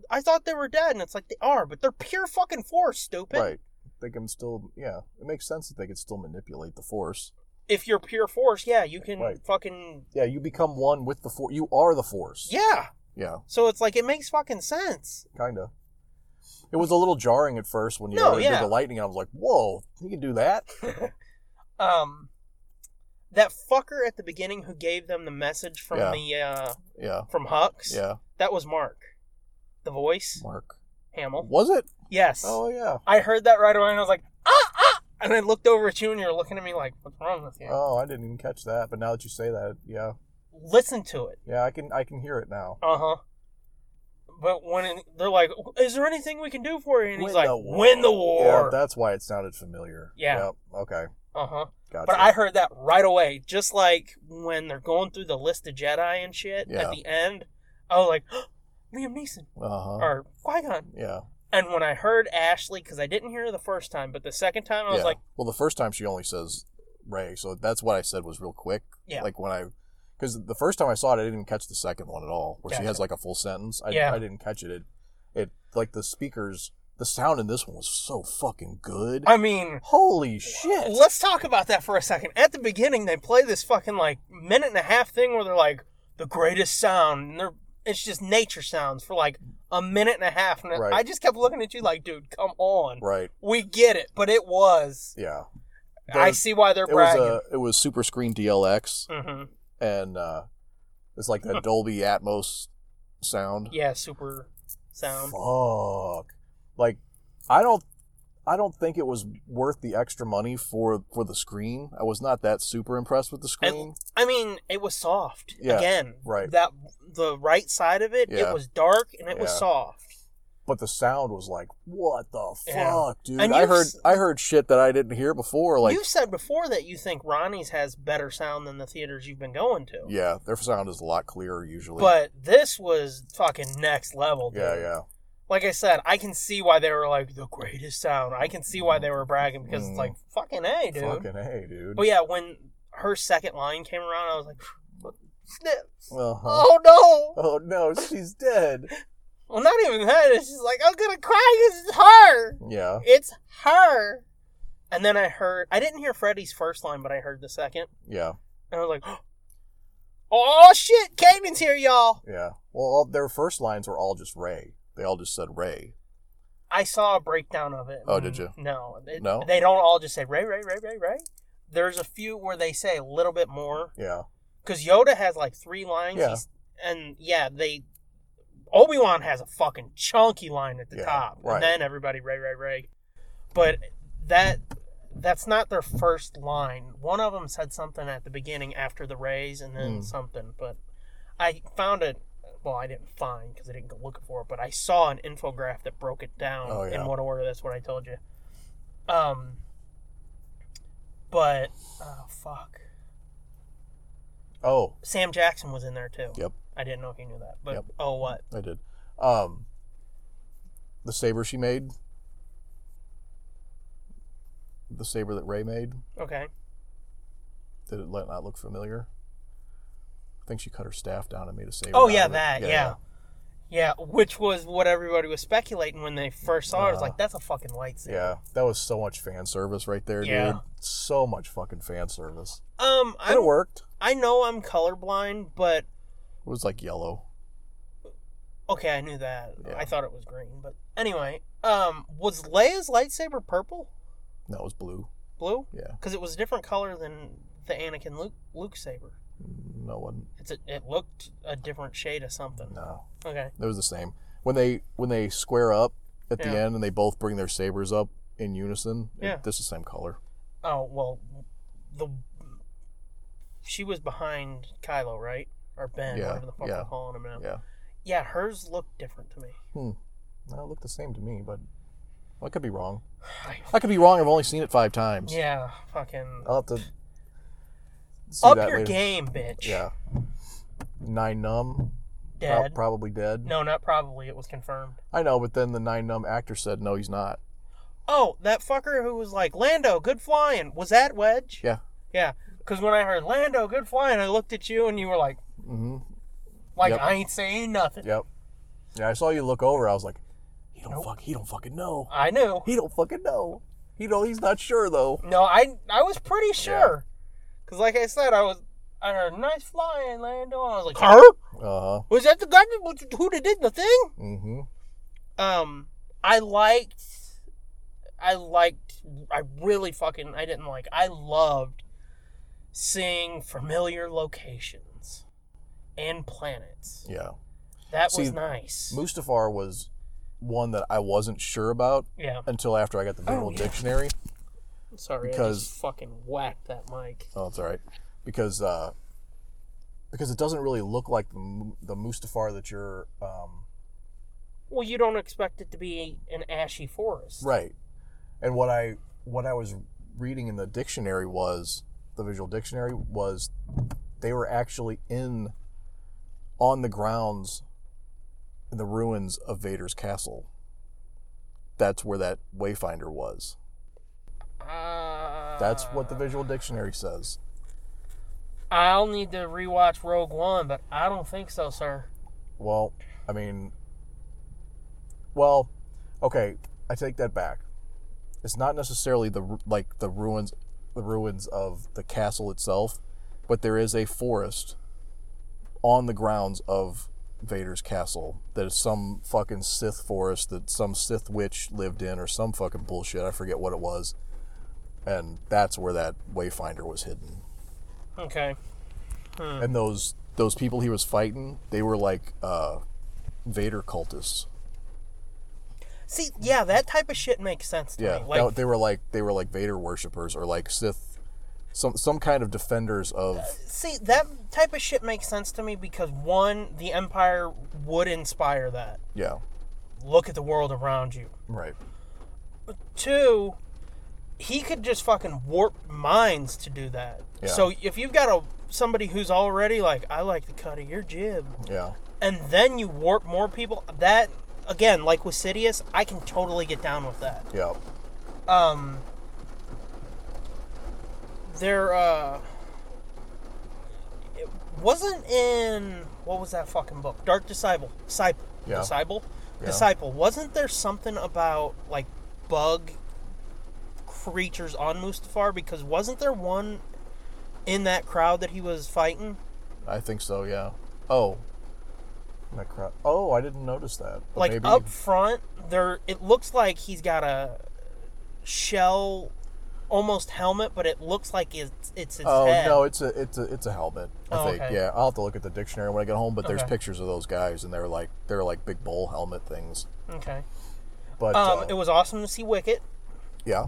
Speaker 3: I thought they were dead, and it's like they are, but they're pure fucking force, stupid.
Speaker 4: Right. They can still yeah. It makes sense that they could still manipulate the force.
Speaker 3: If you're pure force, yeah, you can
Speaker 4: Right.
Speaker 3: fucking.
Speaker 4: Yeah, you become one with the force. You are the force.
Speaker 3: Yeah.
Speaker 4: Yeah,
Speaker 3: So it's like, it makes fucking sense.
Speaker 4: kinda. It was a little jarring at first when you
Speaker 3: No,
Speaker 4: already
Speaker 3: yeah.
Speaker 4: did the lightning. I was like, "Whoa, he can do that!"
Speaker 3: Um, that fucker at the beginning who gave them the message from
Speaker 4: Yeah.
Speaker 3: the, uh,
Speaker 4: Yeah,
Speaker 3: from Hux,
Speaker 4: yeah.
Speaker 3: that was Mark. The voice,
Speaker 4: Mark,
Speaker 3: Hamill.
Speaker 4: was it?
Speaker 3: Yes.
Speaker 4: Oh yeah.
Speaker 3: I heard that right away and I was like, ah, ah! And I looked over at you and you're looking at me like, what's wrong with you?
Speaker 4: Oh, I didn't even catch that. But now that you say that, yeah,
Speaker 3: Listen to it.
Speaker 4: yeah, I can I can hear it now.
Speaker 3: Uh huh. But when it, they're like, is there anything we can do for you? And he's like,
Speaker 4: war.
Speaker 3: win the
Speaker 4: Yeah,
Speaker 3: war.
Speaker 4: that's why it sounded familiar.
Speaker 3: Yeah.
Speaker 4: Yep, okay.
Speaker 3: uh huh.
Speaker 4: Gotcha.
Speaker 3: But I heard that right away, just like when they're going through the list of Jedi and shit
Speaker 4: Yeah.
Speaker 3: at the end. I was like, Liam Neeson
Speaker 4: Uh huh.
Speaker 3: or Qui Gon.
Speaker 4: Yeah.
Speaker 3: And when I heard Ashley, because I didn't hear her the first time, but the second time I was
Speaker 4: yeah.
Speaker 3: like,
Speaker 4: well, the first time she only says Ray, so that's what I said was real quick.
Speaker 3: Yeah.
Speaker 4: Like when I, because the first time I saw it, I didn't even catch the second one at all, where she
Speaker 3: Gotcha.
Speaker 4: has like a full sentence. I,
Speaker 3: Yeah.
Speaker 4: I didn't catch it. It, it like the speakers, the sound in this one was so fucking good.
Speaker 3: I mean,
Speaker 4: Holy shit!
Speaker 3: Let's talk about that for a second. At the beginning, they play this fucking like minute and a half thing where they're like the greatest sound, and they're it's just nature sounds for like a minute and a half. And
Speaker 4: Right.
Speaker 3: I just kept looking at you like, dude, come on,
Speaker 4: Right.
Speaker 3: we get it. But it was.
Speaker 4: Yeah.
Speaker 3: I
Speaker 4: There-
Speaker 3: see why they're
Speaker 4: it was
Speaker 3: bragging.
Speaker 4: a, it was Super Screen DLX,
Speaker 3: Mhm.
Speaker 4: and uh, it's like that Dolby Atmos sound.
Speaker 3: Yeah, super sound.
Speaker 4: Fuck. Like, I don't. I don't think it was worth the extra money for for the screen. I was not that super impressed with the screen.
Speaker 3: I mean, it was soft.
Speaker 4: Yeah,
Speaker 3: Again,
Speaker 4: right.
Speaker 3: That the right side of it,
Speaker 4: Yeah.
Speaker 3: it was dark and it was
Speaker 4: Yeah.
Speaker 3: soft.
Speaker 4: but the sound was like, what the fuck,
Speaker 3: Yeah.
Speaker 4: dude?
Speaker 3: And
Speaker 4: I
Speaker 3: you've
Speaker 4: heard
Speaker 3: s-
Speaker 4: I heard shit that I didn't hear before. Like,
Speaker 3: you said before that you think Ronnie's has better sound than the theaters you've been going to.
Speaker 4: yeah, their sound is a lot clearer usually.
Speaker 3: But this was fucking next level, dude.
Speaker 4: yeah, yeah,
Speaker 3: Like I said, I can see why they were like the greatest sound. I can see why they were bragging because
Speaker 4: Mm.
Speaker 3: it's like fucking a, dude.
Speaker 4: fucking hey, dude.
Speaker 3: But yeah, when her second line came around, I was like, snip.
Speaker 4: Uh-huh.
Speaker 3: Oh no!
Speaker 4: Oh no, she's dead.
Speaker 3: Well, not even that. It's just like I'm gonna cry because it's her.
Speaker 4: Yeah.
Speaker 3: It's her. And then I heard. I didn't hear Freddie's first line, but I heard the second,
Speaker 4: Yeah.
Speaker 3: and I was like, "Oh shit, Caden's here, y'all."
Speaker 4: Yeah. Well, all, their first lines were all just Ray. They all just said Ray.
Speaker 3: I saw a breakdown of it.
Speaker 4: Oh, did you?
Speaker 3: No, they,
Speaker 4: No?
Speaker 3: They don't all just say Ray, Ray, Ray, Ray, Ray. There's a few where they say a little bit more
Speaker 4: Yeah.
Speaker 3: because Yoda has like three lines.
Speaker 4: Yeah.
Speaker 3: he's- and yeah, they Obi Wan has a fucking chunky line at the
Speaker 4: Yeah,
Speaker 3: top,
Speaker 4: right.
Speaker 3: and then everybody Ray, Ray, Ray. But that that's not their first line. One of them said something at the beginning after the Rays, and then
Speaker 4: Hmm.
Speaker 3: something. But I found it. Well, I didn't find because I didn't go looking for it, but I saw an infograph that broke it down
Speaker 4: Oh, yeah.
Speaker 3: in what order. That's what I told you. Um, but oh fuck,
Speaker 4: Oh,
Speaker 3: Sam Jackson was in there too.
Speaker 4: Yep.
Speaker 3: I didn't know if you knew that, but
Speaker 4: Yep.
Speaker 3: oh what?
Speaker 4: I did. Um, the saber she made. The saber that Ray made.
Speaker 3: Okay.
Speaker 4: Did it let- not look familiar? I think she cut her staff down and made a saber.
Speaker 3: Oh
Speaker 4: out
Speaker 3: yeah,
Speaker 4: of it.
Speaker 3: that yeah. yeah. which was what everybody was speculating when they first saw it. It's like that's a fucking lightsaber.
Speaker 4: Uh-huh. Yeah, that was so much fan service right there,
Speaker 3: Yeah.
Speaker 4: dude. So much fucking fan service.
Speaker 3: Um,
Speaker 4: But
Speaker 3: I
Speaker 4: it worked.
Speaker 3: I know I'm colorblind, but
Speaker 4: It was like yellow.
Speaker 3: okay, I knew that. I thought it was green, but anyway, um, was Leia's lightsaber purple,
Speaker 4: No, it was blue.
Speaker 3: blue?
Speaker 4: Yeah.
Speaker 3: because it was a different color than the Anakin Luke Luke saber.
Speaker 4: No one.
Speaker 3: It's a, it looked a different shade of something.
Speaker 4: No.
Speaker 3: Okay.
Speaker 4: It was the same. When they when they square up at the
Speaker 3: Yeah.
Speaker 4: end and they both bring their sabers up in unison, it-
Speaker 3: Yeah.
Speaker 4: this is the same color.
Speaker 3: Oh well, the she was behind Kylo, right? Or Ben,
Speaker 4: Yeah,
Speaker 3: whatever the fuck
Speaker 4: yeah,
Speaker 3: we're calling him now.
Speaker 4: yeah.
Speaker 3: Yeah, hers looked different to me.
Speaker 4: Hmm. No, it looked the same to me, but well, I could be wrong.
Speaker 3: I-
Speaker 4: I could be wrong. I've only seen it five times.
Speaker 3: Yeah, fucking
Speaker 4: I'll have to see
Speaker 3: up
Speaker 4: that
Speaker 3: your
Speaker 4: later.
Speaker 3: game, bitch.
Speaker 4: Yeah. Nine numb. Prob-
Speaker 3: Dead.
Speaker 4: probably dead.
Speaker 3: No, not probably. It was confirmed.
Speaker 4: I know, but then the nine numb actor said no, he's not.
Speaker 3: Oh, that fucker who was like Lando, good flying. Was that Wedge?
Speaker 4: Yeah.
Speaker 3: Yeah, because when I heard Lando, good flying, I looked at you and you were like,
Speaker 4: Mm-hmm.
Speaker 3: like
Speaker 4: Yep.
Speaker 3: I ain't saying nothing.
Speaker 4: Yep. Yeah, I saw you look over. I was like, he don't fuck. He don't fucking know.
Speaker 3: I knew.
Speaker 4: He don't fucking know. He know he's not sure though.
Speaker 3: No, I I was pretty sure, because like I said, I was I heard nice flying, Lando, and I was like, huh?
Speaker 4: Uh huh.
Speaker 3: Was that the guy that- was- who that did the thing?
Speaker 4: Mm-hmm.
Speaker 3: Um, I liked, I liked, I really fucking, I didn't like, I loved seeing familiar locations and planets.
Speaker 4: Yeah.
Speaker 3: That
Speaker 4: See,
Speaker 3: was nice.
Speaker 4: Mustafar was one that I wasn't sure about
Speaker 3: Yeah.
Speaker 4: until after I got the visual
Speaker 3: Oh, yeah.
Speaker 4: dictionary.
Speaker 3: Sorry, I
Speaker 4: because-
Speaker 3: just fucking whacked that mic.
Speaker 4: Oh, that's all right. Because uh, because it doesn't really look like the, Mu- the Mustafar that you're um,
Speaker 3: Well, you don't expect it to be an ashy forest.
Speaker 4: right. And what I what I was reading in the dictionary was the visual dictionary was they were actually in on the grounds in the ruins of Vader's castle. That's where that wayfinder was.
Speaker 3: Uh,
Speaker 4: That's what the visual dictionary says.
Speaker 3: I'll need to rewatch Rogue One, but I don't think so, sir.
Speaker 4: Well, I mean, well, okay, I take that back. It's not necessarily the ru- like the ruins, the ruins of the castle itself, but there is a forest on the grounds of Vader's castle that is some fucking Sith forest that some Sith witch lived in or some fucking bullshit. I forget what it was, and that's where that wayfinder was hidden
Speaker 3: Okay.
Speaker 4: and those those people he was fighting, they were like uh, Vader cultists.
Speaker 3: See, yeah, that type of shit makes sense to
Speaker 4: Yeah,
Speaker 3: me.
Speaker 4: that-
Speaker 3: Like,
Speaker 4: they were like they were like Vader worshippers or like Sith, some some kind of defenders of.
Speaker 3: see, that type of shit makes sense to me because one, the Empire would inspire that.
Speaker 4: Yeah,
Speaker 3: Look at the world around you.
Speaker 4: right.
Speaker 3: Two, he could just fucking warp minds to do that.
Speaker 4: Yeah.
Speaker 3: So if you've got a somebody who's already like, I like the cut of your jib,
Speaker 4: Yeah,
Speaker 3: and then you warp more people, that again, like with Sidious, I can totally get down with that.
Speaker 4: yeah.
Speaker 3: um there uh it wasn't in what was that fucking book dark disciple disciple
Speaker 4: Yeah.
Speaker 3: disciple
Speaker 4: Yeah.
Speaker 3: disciple wasn't there something about like bug creatures on mustafar because wasn't there one in that crowd that he was fighting
Speaker 4: I think so. Yeah. Oh, that crap. Oh, I didn't notice that. But
Speaker 3: like
Speaker 4: maybe,
Speaker 3: up front there it looks like he's got a shell almost helmet but it looks like it's it's his
Speaker 4: Oh
Speaker 3: head.
Speaker 4: no, it's a it's a it's a helmet. I
Speaker 3: Oh,
Speaker 4: think.
Speaker 3: okay.
Speaker 4: Yeah, I'll have to look at the dictionary when I get home. But there's
Speaker 3: Okay.
Speaker 4: pictures of those guys, and they're like they're like big bowl helmet things.
Speaker 3: okay
Speaker 4: But
Speaker 3: um
Speaker 4: uh,
Speaker 3: it was awesome to see wicket
Speaker 4: yeah,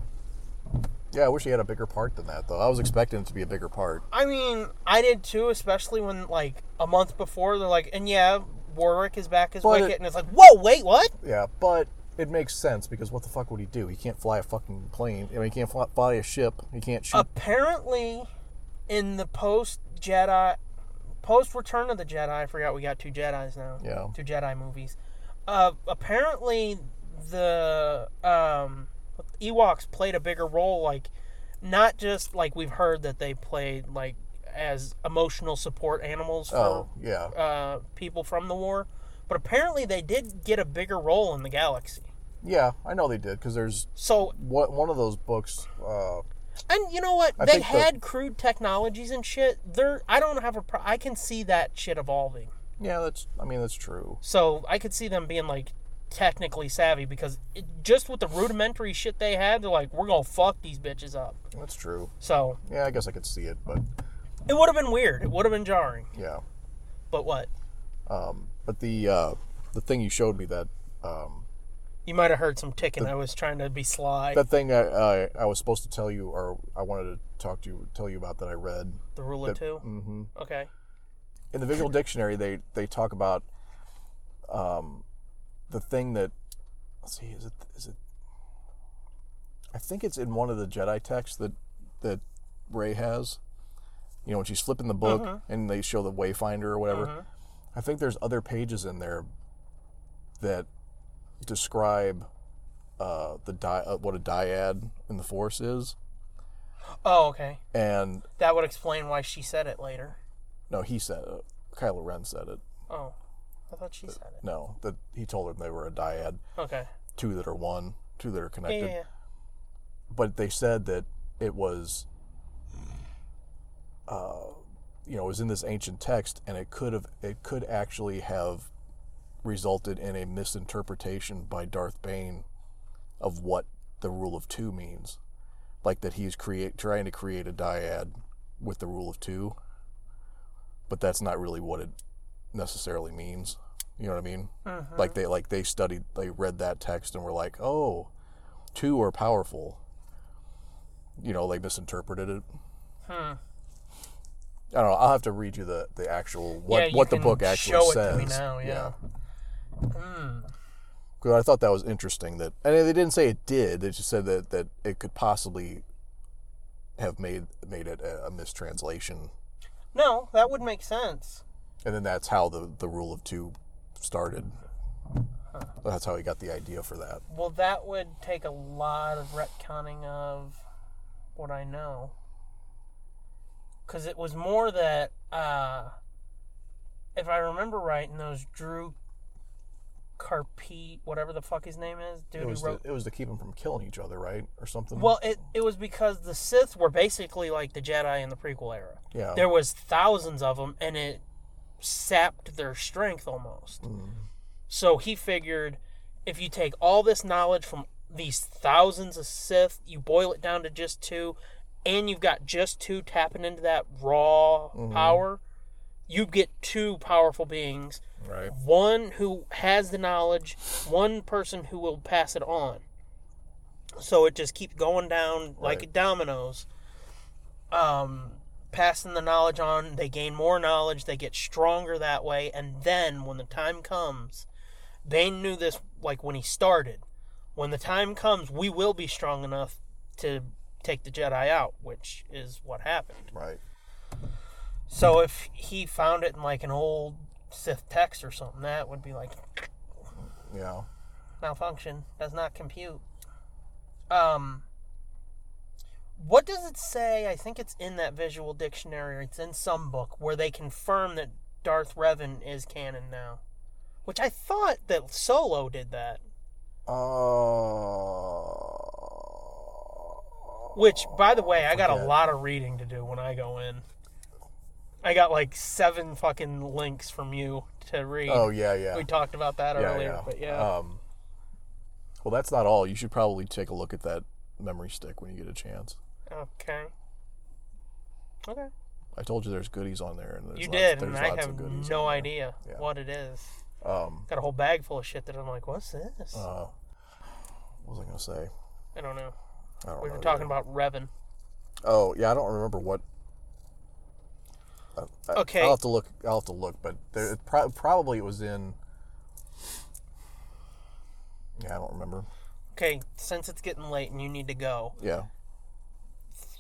Speaker 4: yeah. I wish he had a bigger part than that, though. I was expecting it to be a bigger part.
Speaker 3: i mean i did too especially when like a month before they're like and yeah warwick is back as
Speaker 4: But
Speaker 3: wicket
Speaker 4: it-
Speaker 3: and it's like whoa wait what
Speaker 4: Yeah, but it makes sense because what the fuck would he do? He can't fly a fucking plane. I mean, he can't fly, fly a ship. He can't shoot.
Speaker 3: apparently in the post jedi post return of the jedi i forgot we got two jedis now
Speaker 4: Yeah.
Speaker 3: two jedi movies uh apparently the um ewoks played a bigger role like not just like we've heard that they played like as emotional support animals for
Speaker 4: Oh, yeah.
Speaker 3: uh, people from the war but apparently they did get a bigger role in the galaxy
Speaker 4: yeah, I know they did because there's
Speaker 3: so
Speaker 4: what one of those books. Uh,
Speaker 3: And you know what?
Speaker 4: I
Speaker 3: they
Speaker 4: think the-
Speaker 3: had crude technologies and shit. They're I don't have a pro- I can see that shit evolving.
Speaker 4: yeah, that's. I mean, that's true.
Speaker 3: So I could see them being like technically savvy because it, just with the rudimentary shit they had, they're like, we're gonna fuck these bitches up.
Speaker 4: That's true.
Speaker 3: So
Speaker 4: Yeah, I guess I could see it, but
Speaker 3: it would have been weird. It would have been jarring.
Speaker 4: yeah.
Speaker 3: But what?
Speaker 4: Um, but the uh, the thing you showed me that um,
Speaker 3: You might have heard some ticking. I was trying to be sly.
Speaker 4: that thing I, I I was supposed to tell you or I wanted to talk to you tell you about that I read
Speaker 3: the rule of
Speaker 4: that-
Speaker 3: 2
Speaker 4: Mhm.
Speaker 3: Okay.
Speaker 4: in the visual dictionary they they talk about um the thing that let's see is it is it i think it's in one of the jedi texts that that ray has you know when she's flipping the book
Speaker 5: Mhm.
Speaker 4: and they show the wayfinder or whatever i think there's other pages in there that describe uh the di- uh, what a dyad in the force is
Speaker 3: Oh, okay.
Speaker 4: and
Speaker 3: That would explain why she said it later.
Speaker 4: no he said it kylo ren said it
Speaker 3: Oh, I thought she said it.
Speaker 4: no that he told them they were a dyad
Speaker 3: Okay.
Speaker 4: two that are one, two that are
Speaker 3: Yeah, yeah,
Speaker 4: connected.
Speaker 3: yeah.
Speaker 4: But they said that it was, uh, you know, it was in this ancient text, and it could have, it could actually have resulted in a misinterpretation by Darth Bane of what the rule of two means, like that he's create trying to create a dyad with the rule of two, but that's not really what it necessarily means. You know what I mean?
Speaker 3: Mm-hmm.
Speaker 5: Mhm.
Speaker 4: Like they like they studied, they read that text and were like, oh, two are powerful. You know, they misinterpreted it.
Speaker 3: Hmm.
Speaker 4: I don't know. I'll have to read you the, the actual what
Speaker 3: Yeah, you
Speaker 4: what the
Speaker 3: can
Speaker 4: book actually
Speaker 3: show it
Speaker 4: says.
Speaker 3: to me now, yeah. Mm.
Speaker 4: Because I thought that was interesting that, and they didn't say it did. They just said that, that it could possibly have made made it a, a mistranslation,
Speaker 3: No, that would make sense.
Speaker 4: and then that's how the the rule of two started. That's how he got the idea for that.
Speaker 3: Well, that would take a lot of retconning of what I know. Because it was more that, uh, if I remember right, in those Drew Carpe, whatever the fuck his name is, dude
Speaker 4: it was
Speaker 3: who wrote.
Speaker 4: to, it was to keep them from killing each other, right, or something.
Speaker 3: well, it, it was because the Sith were basically like the Jedi in the prequel era.
Speaker 4: Yeah.
Speaker 3: There was thousands of them, and it sapped their strength almost.
Speaker 4: Mm-hmm.
Speaker 3: So he figured if you take all this knowledge from these thousands of Sith, you boil it down to just two, and you've got just two tapping into that raw
Speaker 4: Mhm.
Speaker 3: power, you get two powerful beings.
Speaker 4: Right.
Speaker 3: One who has the knowledge, one person who will pass it on. So it just keeps going down like it dominoes. Um, passing the knowledge on, they gain more knowledge, they get stronger that way, and then when the time comes, Bane knew this like when he started. When the time comes, we will be strong enough to take the Jedi out, which is what happened.
Speaker 4: Right.
Speaker 3: So if he found it in like an old Sith text or something, that would be like
Speaker 4: Yeah.
Speaker 3: malfunction, does not compute. Um what does it say? I think it's in that visual dictionary or it's in some book where they confirm that Darth Revan is canon now. Which I thought that Solo did that. Uh, Which, by the way, I, got a
Speaker 4: forget.
Speaker 3: lot of reading to do when I go in. I got like seven fucking links from you to read.
Speaker 4: Oh, yeah, yeah.
Speaker 3: We talked about that earlier, but yeah.
Speaker 4: Um, well, that's not all. You should probably take a look at that memory stick when you get a chance.
Speaker 3: okay. Okay.
Speaker 4: I told you there's goodies on there, and there's
Speaker 3: you
Speaker 4: lots,
Speaker 3: did,
Speaker 4: there's
Speaker 3: and I
Speaker 4: lots
Speaker 3: have
Speaker 4: of goodies.
Speaker 3: no idea what it is.
Speaker 4: Um,
Speaker 3: Got a whole bag full of shit that I'm like, what's this?
Speaker 4: uh, what was I gonna say?
Speaker 3: I don't know.
Speaker 4: I
Speaker 3: we
Speaker 4: don't know
Speaker 3: were
Speaker 4: either.
Speaker 3: talking about Revan.
Speaker 4: Oh yeah, I don't remember what. I- I-
Speaker 3: Okay.
Speaker 4: I'll have to look. I'll have to look, but there, it pro- probably it was in. Yeah, I don't remember.
Speaker 3: Okay, since it's getting late and you need to go,
Speaker 4: Yeah.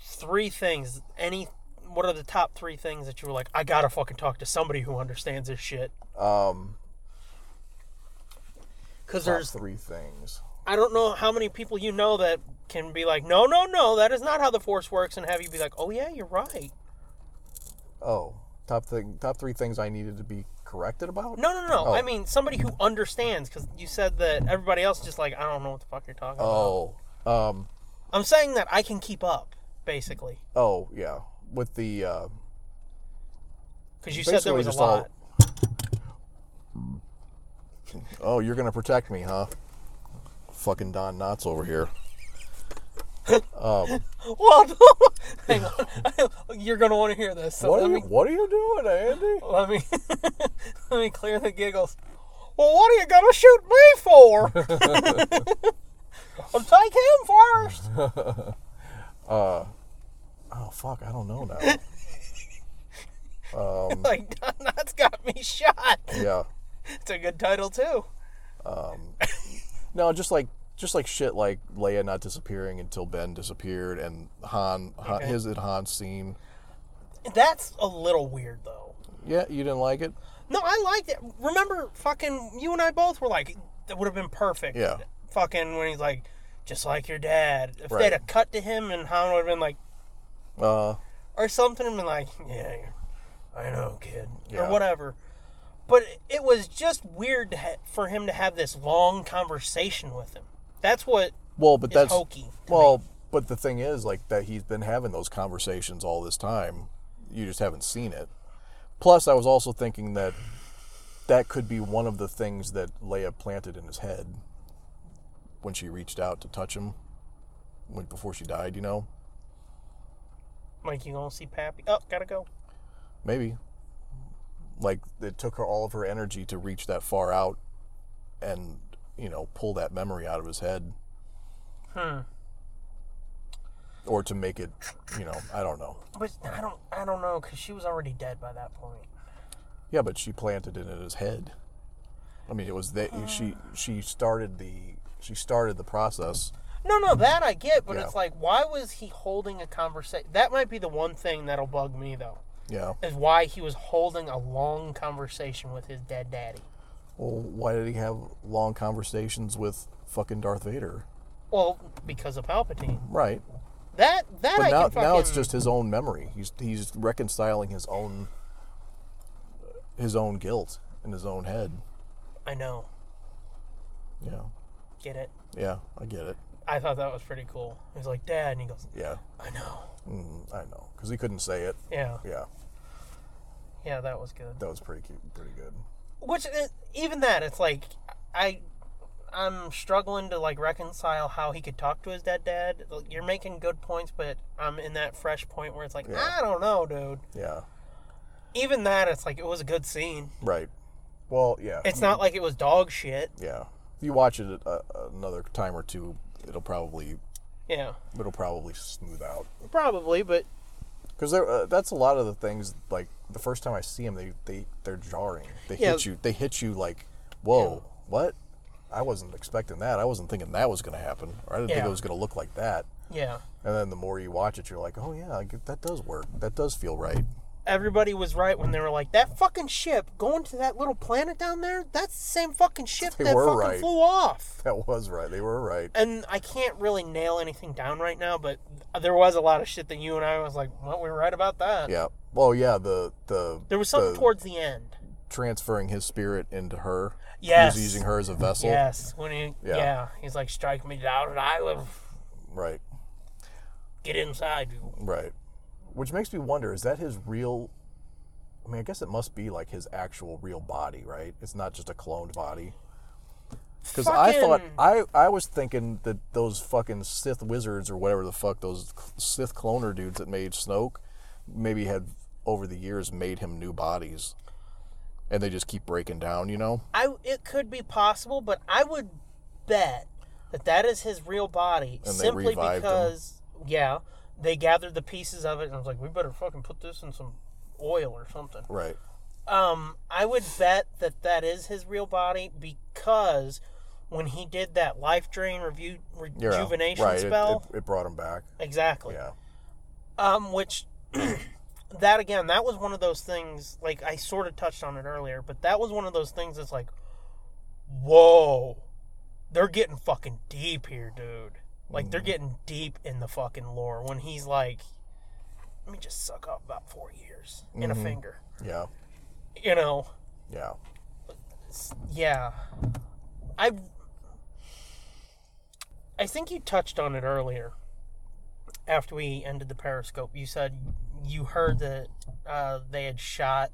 Speaker 3: three things. Any, what are the top three things that you were like, I gotta fucking talk to somebody who understands this shit?
Speaker 4: Um.
Speaker 3: 'Cause
Speaker 4: top
Speaker 3: there's-
Speaker 4: three things.
Speaker 3: I don't know how many people you know that can be like, no, no, no, that is not how the force works, and have you be like, oh yeah, you're right.
Speaker 4: Oh, top thing. Top three things I needed to be corrected about.
Speaker 3: No, no, no.
Speaker 4: Oh.
Speaker 3: I mean, somebody who understands, because you said that everybody else is just like, I don't know what the fuck you're talking about.
Speaker 4: Oh. Um.
Speaker 3: I'm saying that I can keep up, basically,
Speaker 4: Oh yeah. With the. Uh,
Speaker 3: because you said there
Speaker 4: Basically
Speaker 3: was a
Speaker 4: just all-
Speaker 3: lot.
Speaker 4: oh, you're gonna protect me, huh? Fucking Don Knotts over here. Um.
Speaker 3: Well, hang on. You're gonna want to hear this. So
Speaker 4: what
Speaker 3: let
Speaker 4: are you?
Speaker 3: me
Speaker 4: What are you doing, Andy?
Speaker 3: let me let me clear the giggles. Well, what are you gonna shoot me for? well, take him first.
Speaker 4: uh, oh fuck, I don't know now. um,
Speaker 3: like Don Knotts got me shot.
Speaker 4: yeah.
Speaker 3: it's a good title too.
Speaker 4: Um, no, just like just like shit, like Leia not disappearing until Ben disappeared, and Han, Han
Speaker 3: Okay.
Speaker 4: his and Han scene.
Speaker 3: That's a little weird though.
Speaker 4: Yeah, you didn't like it.
Speaker 3: No, I liked it. Remember, fucking you and I both were like, that would have been perfect.
Speaker 4: Yeah.
Speaker 3: Fucking when he's like, just like your dad. If
Speaker 4: Right.
Speaker 3: they'd have cut to him and Han would have been like,
Speaker 4: Uh,
Speaker 3: or something, and been like, yeah, I know, kid,
Speaker 4: Yeah.
Speaker 3: or whatever. But it was just weird to ha- for him to have this long conversation with him. That's what.
Speaker 4: well, but
Speaker 3: is
Speaker 4: that's
Speaker 3: hokey.
Speaker 4: well, but the thing is, like that he's been having those conversations all this time. You just haven't seen it. Plus, I was also thinking that that could be one of the things that Leia planted in his head when she reached out to touch him when before she died. You know,
Speaker 3: Like you gonna see Pappy? Oh, gotta go.
Speaker 4: Maybe. Like it took her all of her energy to reach that far out and, you know, pull that memory out of his head
Speaker 3: Hmm.
Speaker 4: or to make it, you know, I don't know.
Speaker 3: But I don't. I don't know because she was already dead by that point.
Speaker 4: Yeah, but she planted it in his head. I mean, it was that she she started the she started the process.
Speaker 3: No, no, that I get, but
Speaker 4: Yeah.
Speaker 3: it's like, why was he holding a conversation? That might be the one thing that'll bug me though,
Speaker 4: Yeah.
Speaker 3: is why he was holding a long conversation with his dead daddy.
Speaker 4: Well, why did he have long conversations with fucking Darth Vader?
Speaker 3: Well, because of Palpatine.
Speaker 4: Right.
Speaker 3: That that
Speaker 4: But
Speaker 3: I
Speaker 4: now,
Speaker 3: can fucking.
Speaker 4: now it's just his own memory. He's he's reconciling his own his own guilt in his own head.
Speaker 3: I know.
Speaker 4: Yeah,
Speaker 3: Get it?
Speaker 4: yeah, I get it.
Speaker 3: I thought that was pretty cool. He's like, Dad, and he goes,
Speaker 4: Yeah,
Speaker 3: I know.
Speaker 4: mm, I know, because he couldn't say it.
Speaker 3: Yeah.
Speaker 4: yeah,
Speaker 3: Yeah, that was good.
Speaker 4: that was pretty cute, pretty good.
Speaker 3: Which uh, even that, it's like I, I'm struggling to like reconcile how he could talk to his dead dad. Like, You're making good points, but I'm in that fresh point where it's like
Speaker 4: Yeah.
Speaker 3: I don't know, dude.
Speaker 4: Yeah,
Speaker 3: even that, it's like it was a good scene.
Speaker 4: Right. Well, yeah.
Speaker 3: It's not like it was dog shit.
Speaker 4: Yeah. If you watch it a, another time or two, it'll probably
Speaker 3: Yeah,
Speaker 4: it'll probably smooth out.
Speaker 3: probably, but
Speaker 4: Because uh, that's a lot of the things. Like the first time I see them, they they they're jarring. They
Speaker 3: Yeah.
Speaker 4: hit you. They hit you like, whoa, what? I wasn't expecting that. I wasn't thinking that was going to happen, or I didn't think
Speaker 3: Yeah.
Speaker 4: it was going to look like that.
Speaker 3: yeah.
Speaker 4: And then the more you watch it, you're like, oh yeah, I get- that does work. That does feel right.
Speaker 3: Everybody was right when they were like, "That fucking ship going to that little planet down there—that's the same fucking ship
Speaker 4: They
Speaker 3: that
Speaker 4: were
Speaker 3: fucking
Speaker 4: right.
Speaker 3: flew off."
Speaker 4: That was right. They were right.
Speaker 3: And I can't really nail anything down right now, but there was a lot of shit that you and I was like, "Well, we were right about that."
Speaker 4: Yeah. Well, yeah. The the
Speaker 3: There was something
Speaker 4: the
Speaker 3: towards the end.
Speaker 4: transferring his spirit into her. He
Speaker 3: Yes.
Speaker 4: was using her as a vessel.
Speaker 3: Yes. When he,
Speaker 4: Yeah.
Speaker 3: yeah. he's like, strike me down and I will
Speaker 4: Right.
Speaker 3: get inside you.
Speaker 4: Right. Which makes me wonder: is that his real? I mean, I guess it must be like his actual real body, right? It's not just a cloned body. Because I thought
Speaker 3: Fucking-
Speaker 4: I I was thinking that those fucking Sith wizards or whatever the fuck those Sith cloner dudes that made Snoke maybe had over the years made him new bodies, and they just keep breaking down, you know?
Speaker 3: I. It could be possible, but I would bet that that is his real body
Speaker 4: And they
Speaker 3: simply
Speaker 4: revived him.
Speaker 3: because, yeah, they gathered the pieces of it and was like, we better fucking put this in some oil or something.
Speaker 4: Right.
Speaker 3: Um, I would bet that that is his real body because when he did that life drain review
Speaker 4: Yeah,
Speaker 3: rejuvenation
Speaker 4: right. it-
Speaker 3: spell,
Speaker 4: It, it brought him back.
Speaker 3: Exactly.
Speaker 4: Yeah.
Speaker 3: Um, which that again, that was one of those things. Like I sort of touched on it earlier, but that was one of those things that's like, whoa, they're getting fucking deep here, dude. Like they're getting deep in the fucking lore when he's like, let me just suck up about four years in a
Speaker 4: Mhm.
Speaker 3: finger,
Speaker 4: Yeah.
Speaker 3: you know?
Speaker 4: Yeah.
Speaker 3: Yeah, I. I think you touched on it earlier. After we ended the Periscope, you said you heard that uh, they had shot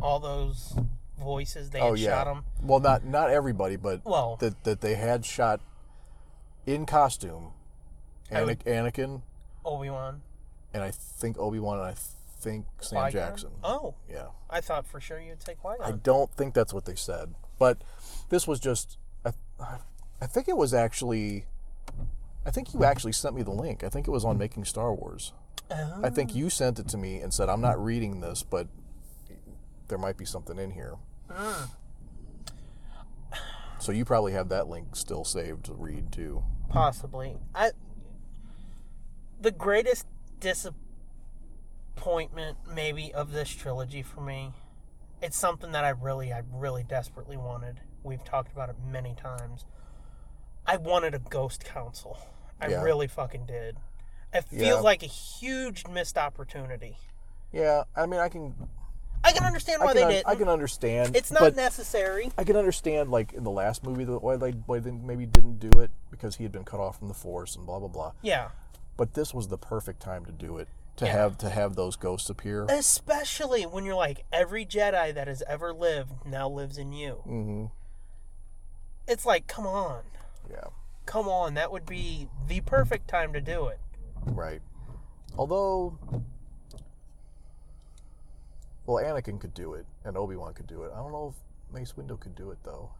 Speaker 3: all those voices. They had shot 'em. shot them.
Speaker 4: Oh, Well, not not everybody, but
Speaker 3: Well-
Speaker 4: that that they had shot in costume,
Speaker 3: I
Speaker 4: Ana-
Speaker 3: would-
Speaker 4: Anakin,
Speaker 3: Obi Wan,
Speaker 4: and I think Obi Wan, and I think Sam Jackson.
Speaker 3: Oh,
Speaker 4: Yeah,
Speaker 3: I thought for sure you'd take Qui
Speaker 4: I
Speaker 3: Gon.
Speaker 4: don't think that's what they said, but this was just. I, I think it was actually. I think you actually sent me the link. I think it was on Making Star Wars. I
Speaker 3: Oh.
Speaker 4: think you sent it to me and said, "I'm not reading this, but there might be something in here."
Speaker 3: Mm.
Speaker 4: So you probably have that link still saved to read too.
Speaker 3: Possibly. I the greatest disappointment maybe of this trilogy for me. It's something that I really I really desperately wanted. We've talked about it many times. I wanted a ghost council. I
Speaker 4: Yeah.
Speaker 3: really fucking did. It feels
Speaker 4: Yeah.
Speaker 3: like a huge missed opportunity.
Speaker 4: Yeah, I mean, I can.
Speaker 3: I can understand
Speaker 4: I
Speaker 3: why
Speaker 4: can,
Speaker 3: they
Speaker 4: un-
Speaker 3: didn't.
Speaker 4: I can understand.
Speaker 3: it's not
Speaker 4: but
Speaker 3: necessary.
Speaker 4: I can understand, like in the last movie, that why they why they maybe didn't do it because he had been cut off from the Force and blah blah blah.
Speaker 3: Yeah.
Speaker 4: But this was the perfect time to do it to
Speaker 3: Yeah. Eh.
Speaker 4: have to have those ghosts appear.
Speaker 3: Especially when you're like every Jedi that has ever lived now lives in you.
Speaker 4: Mm-hmm.
Speaker 3: It's like, come on.
Speaker 4: Yeah.
Speaker 3: come on, that would be the perfect time to do it.
Speaker 4: Right. Although, well, Anakin could do it and Obi Wan could do it. I don't know if Mace Windu could do it though.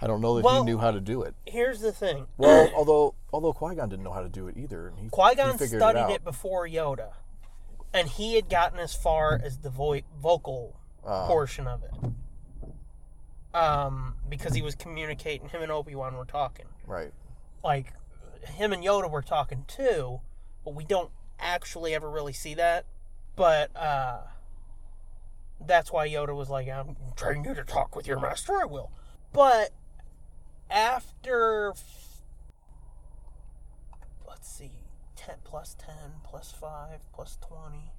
Speaker 4: I don't know that
Speaker 3: Well-
Speaker 4: he knew how to do it.
Speaker 3: Here's the thing.
Speaker 4: Well, although although Qui Gon didn't know how to do it either, and he
Speaker 3: Qui Gon
Speaker 4: he figured
Speaker 3: studied
Speaker 4: out.
Speaker 3: it, before Yoda, and he had gotten as far as the vo- vocal
Speaker 4: Ah.
Speaker 3: portion of it, um, because he was communicating. Him and Obi Wan were talking.
Speaker 4: Right.
Speaker 3: Like him and Yoda were talking too, but we don't actually ever really see that. But uh, that's why Yoda was like, "I'm training you to talk with your master. I will." But after f- let's see 10 plus 10 plus 5 plus 20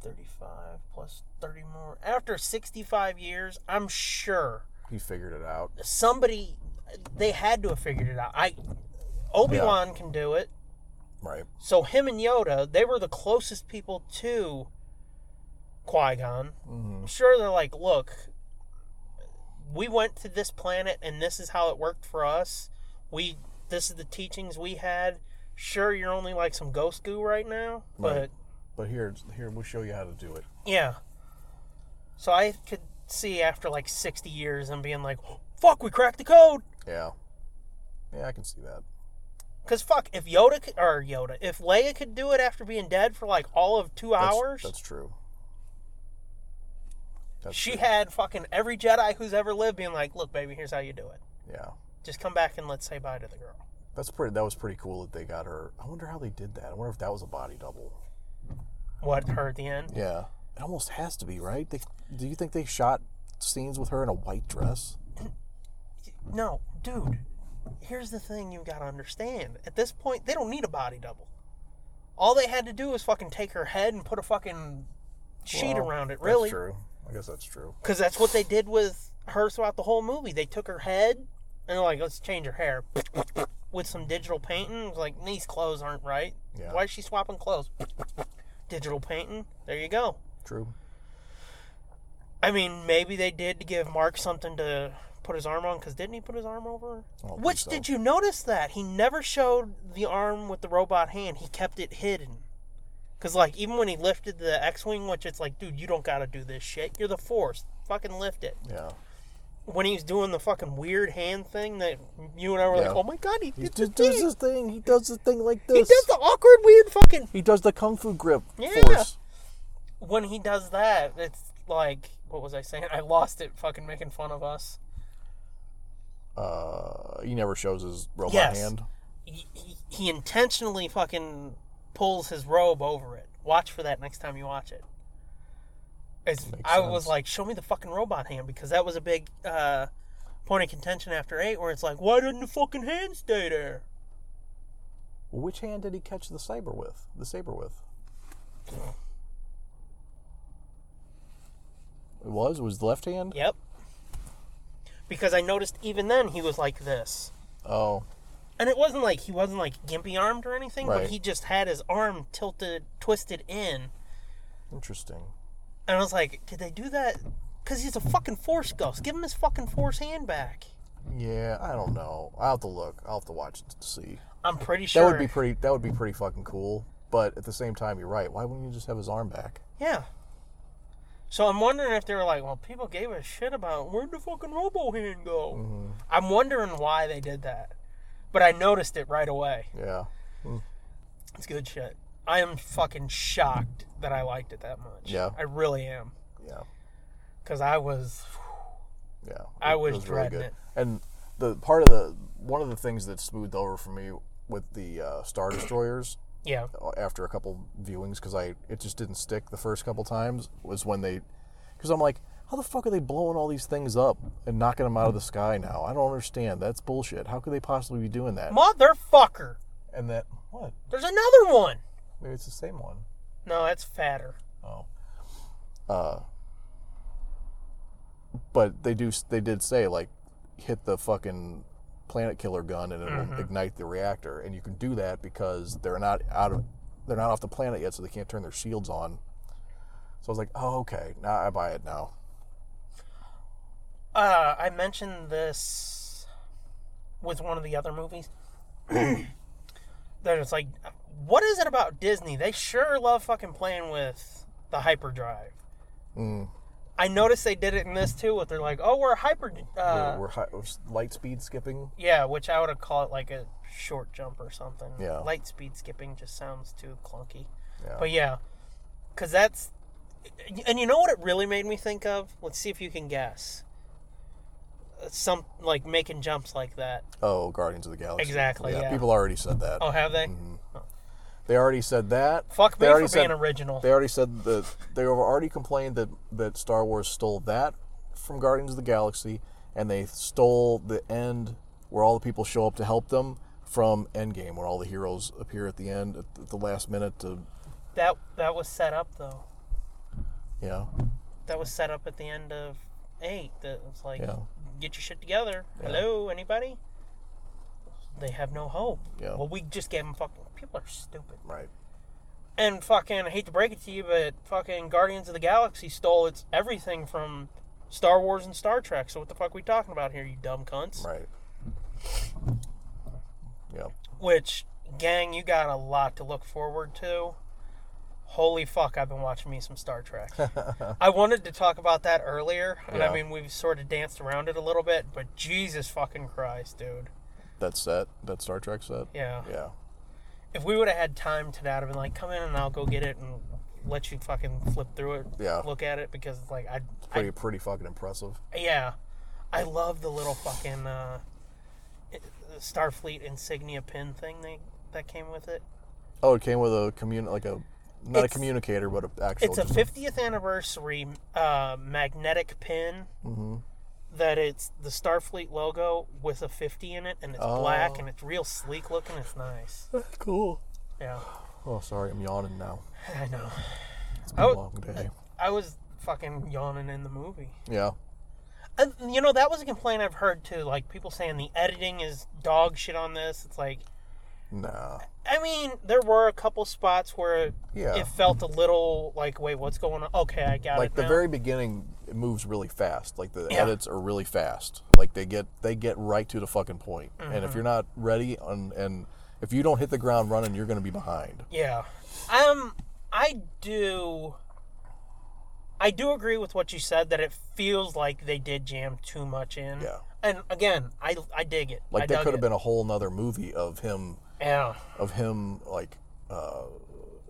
Speaker 3: 35 plus 30 more after 65 years i'm sure
Speaker 4: He figured it out.
Speaker 3: somebody they had to have figured it out i obi-wan can do it
Speaker 4: Right.
Speaker 3: so him and yoda they were the closest people to qui-gon
Speaker 4: Mm-hmm.
Speaker 3: I'm sure they're like, look, we went to this planet and this is how it worked for us. We this is the teachings we had. sure you're only like some ghost goo right now, but
Speaker 4: Right. But here, here we'll show you how to do it.
Speaker 3: yeah. So I could see after like 60 years and being like, fuck, we cracked the code.
Speaker 4: Yeah. Yeah, I can see that.
Speaker 3: Cause fuck, if Yoda could, or Yoda, if Leia could do it after being dead for like all of two
Speaker 4: That's-
Speaker 3: hours,
Speaker 4: That's true. That's
Speaker 3: she
Speaker 4: true.
Speaker 3: had fucking every Jedi who's ever lived being like, "Look, baby, here's how you do it.
Speaker 4: Yeah.
Speaker 3: Just come back and let's say bye to the girl."
Speaker 4: That's pretty. That was pretty cool that they got her. I wonder how they did that. I wonder if that was a body double.
Speaker 3: What her at the end?
Speaker 4: Yeah. It almost has to be, right? They, do you think they shot scenes with her in a white dress?
Speaker 3: No, dude. Here's the thing you gotta understand. At this point, they don't need a body double. All they had to do was fucking take her head and put a fucking sheet
Speaker 4: Well,
Speaker 3: around it. Really?
Speaker 4: That's true. I guess that's true.
Speaker 3: Because that's what they did with her throughout the whole movie. They took her head and they're like, let's change her hair with some digital painting. It's like, these clothes aren't right.
Speaker 4: Yeah.
Speaker 3: Why is she swapping clothes? digital painting. There you go.
Speaker 4: True.
Speaker 3: I mean, maybe they did to give Mark something to put his arm on because didn't he put his arm over? her?
Speaker 4: I don't think
Speaker 3: Which
Speaker 4: so.
Speaker 3: did you notice that he never showed the arm with the robot hand? He kept it hidden. Cause like even when he lifted the X-wing, which it's like, dude, you don't gotta do this shit. You're the Force. Fucking lift it.
Speaker 4: Yeah.
Speaker 3: When he was doing the fucking weird hand thing that you and I were
Speaker 4: Yeah.
Speaker 3: like, oh my god, he,
Speaker 4: He
Speaker 3: did
Speaker 4: d-
Speaker 3: the
Speaker 4: does
Speaker 3: thing.
Speaker 4: this thing. He does the thing like this.
Speaker 3: He does the awkward, weird fucking.
Speaker 4: He does the kung fu grip.
Speaker 3: Yeah.
Speaker 4: Force.
Speaker 3: When he does that, it's like, what was I saying? I lost it, fucking making fun of us.
Speaker 4: Uh, he never shows his robot
Speaker 3: Yes.
Speaker 4: hand.
Speaker 3: he, he- he intentionally fucking pulls his robe over it. Watch for that next time you watch it. It's,
Speaker 4: Makes
Speaker 3: I was
Speaker 4: sense.
Speaker 3: like, show me the fucking robot hand because that was a big uh, point of contention after eight, where it's like, why didn't the fucking hand stay there?
Speaker 4: Well, which hand did he catch the saber with? The saber with. It was. It was the left hand.
Speaker 3: Yep. Because I noticed even then he was like this,
Speaker 4: Oh,
Speaker 3: and it wasn't like he wasn't like gimpy armed or anything,
Speaker 4: Right.
Speaker 3: but he just had his arm tilted, twisted in,
Speaker 4: interesting.
Speaker 3: And I was like, did they do that? Because he's a fucking force ghost. Give him his fucking force hand back.
Speaker 4: Yeah, I don't know. I'll have to look. I'll have to watch it to see.
Speaker 3: I'm pretty sure.
Speaker 4: That would be pretty. That would be pretty fucking cool. But at the same time, you're right. Why wouldn't you just have his arm back?
Speaker 3: Yeah. So I'm wondering if they were like, well, people gave a shit about where'd the fucking robo hand go?
Speaker 4: Mm-hmm.
Speaker 3: I'm wondering why they did that. But I noticed it right away.
Speaker 4: Yeah.
Speaker 3: It's good shit. I am fucking shocked that I liked it that much.
Speaker 4: Yeah.
Speaker 3: I really am.
Speaker 4: Yeah.
Speaker 3: Because I was.
Speaker 4: Yeah.
Speaker 3: I
Speaker 4: it- it
Speaker 3: was
Speaker 4: really
Speaker 3: dreading
Speaker 4: good.
Speaker 3: it.
Speaker 4: And the part of the one of the things that smoothed over for me with the uh, Star Destroyers
Speaker 3: Yeah.
Speaker 4: after a couple viewings because I it just didn't stick the first couple times was when they because I'm like how the fuck are they blowing all these things up and knocking them out of the sky now I don't understand that's bullshit how could they possibly be doing that
Speaker 3: Motherfucker!
Speaker 4: and that what
Speaker 3: There's another one!
Speaker 4: maybe it's the same one
Speaker 3: No, that's fatter.
Speaker 4: Oh. Uh. But they do. They did say like, hit the fucking planet killer gun and it'll
Speaker 3: Mhm.
Speaker 4: ignite the reactor, and you can do that because they're not out of, they're not off the planet yet, so they can't turn their shields on. So I was like, oh okay, now I buy it now.
Speaker 3: Uh, I mentioned this with one of the other movies. that it's like, what is it about Disney? They sure love fucking playing with the hyperdrive.
Speaker 4: Mm.
Speaker 3: I noticed they did it in this too, with they're like, oh, we're hyper. Uh,
Speaker 4: we're we're, hi- we're s- light speed skipping.
Speaker 3: yeah, which I would have called it like a short jump or something.
Speaker 4: Yeah.
Speaker 3: Light speed skipping just sounds too clunky.
Speaker 4: Yeah.
Speaker 3: But yeah, because that's. And you know what it really made me think of? Let's see if you can guess. Uh, Some like making jumps like that.
Speaker 4: Oh, Guardians of the Galaxy.
Speaker 3: Exactly, yeah.
Speaker 4: People already said that.
Speaker 3: Oh, have they?
Speaker 4: They already said that.
Speaker 3: Fuck
Speaker 4: Mm. they
Speaker 3: me
Speaker 4: already
Speaker 3: for being original.
Speaker 4: They already said that they have already complained that that Star Wars stole that from Guardians of the Galaxy, and they stole the end where all the people show up to help them from Endgame, where all the heroes appear at the end at the, at the last minute to
Speaker 3: That that was set up though.
Speaker 4: you know
Speaker 3: That was set up at the end of eight. That was like,
Speaker 4: Yeah.
Speaker 3: get your shit together. Hello, anybody? They have no hope.
Speaker 4: Yeah.
Speaker 3: Well, we just gave them fucking. People are stupid.
Speaker 4: right.
Speaker 3: And fucking, I hate to break it to you, but fucking Guardians of the Galaxy stole its everything from Star Wars and Star Trek. So what the fuck we talking about here, you dumb cunts?
Speaker 4: Right. Yeah.
Speaker 3: Which Gang, you got a lot to look forward to. Holy fuck, I've been watching me some Star Trek. I wanted to talk about that earlier, and I
Speaker 4: Yeah.
Speaker 3: mean, we've sort of danced around it a little bit, but Jesus fucking Christ, dude.
Speaker 4: That set, that Star Trek set.
Speaker 3: Yeah.
Speaker 4: Yeah.
Speaker 3: If we would have had time to that, I'd have been like, come in and I'll go get it and let you fucking flip through it,
Speaker 4: Yeah.
Speaker 3: look at it, because, like, I,
Speaker 4: Pretty, pretty fucking impressive.
Speaker 3: Yeah, I love the little fucking uh, i- Starfleet insignia pin thing they, that came with it.
Speaker 4: Oh, it came with a commun like a not a
Speaker 3: It's-
Speaker 4: communicator, but an actual.
Speaker 3: it's a
Speaker 4: just
Speaker 3: 50th anniversary uh, magnetic pin
Speaker 4: Mhm.
Speaker 3: that it's the Starfleet logo with a 50 in it, and it's black
Speaker 4: Oh.
Speaker 3: and it's real sleek looking. It's nice.
Speaker 4: That's cool.
Speaker 3: Yeah,
Speaker 4: Oh, sorry, I'm yawning now.
Speaker 3: I know.
Speaker 4: It's
Speaker 3: I
Speaker 4: been a
Speaker 3: wa-
Speaker 4: long day.
Speaker 3: I was fucking yawning in the movie.
Speaker 4: Yeah.
Speaker 3: And, you know, that was a complaint I've heard too. Like people saying the editing is dog shit on this. It's like,
Speaker 4: Nah.
Speaker 3: I mean, there were a couple spots where
Speaker 4: Yeah.
Speaker 3: it felt a little like, wait, what's going on? Okay, I got
Speaker 4: like
Speaker 3: it.
Speaker 4: the
Speaker 3: now.
Speaker 4: very beginning it moves really fast like the
Speaker 3: Yeah.
Speaker 4: edits are really fast like they get they get right to the fucking point and
Speaker 3: Mhm.
Speaker 4: if you're not ready and and if you don't hit the ground running you're going to be behind
Speaker 3: Yeah. Um I do I do agree with what you said that it feels like they did jam too much in.
Speaker 4: Yeah.
Speaker 3: And again, I I dig it.
Speaker 4: like
Speaker 3: I
Speaker 4: that
Speaker 3: dug
Speaker 4: could have
Speaker 3: it.
Speaker 4: been a whole nother movie of him
Speaker 3: Yeah.
Speaker 4: of him like uh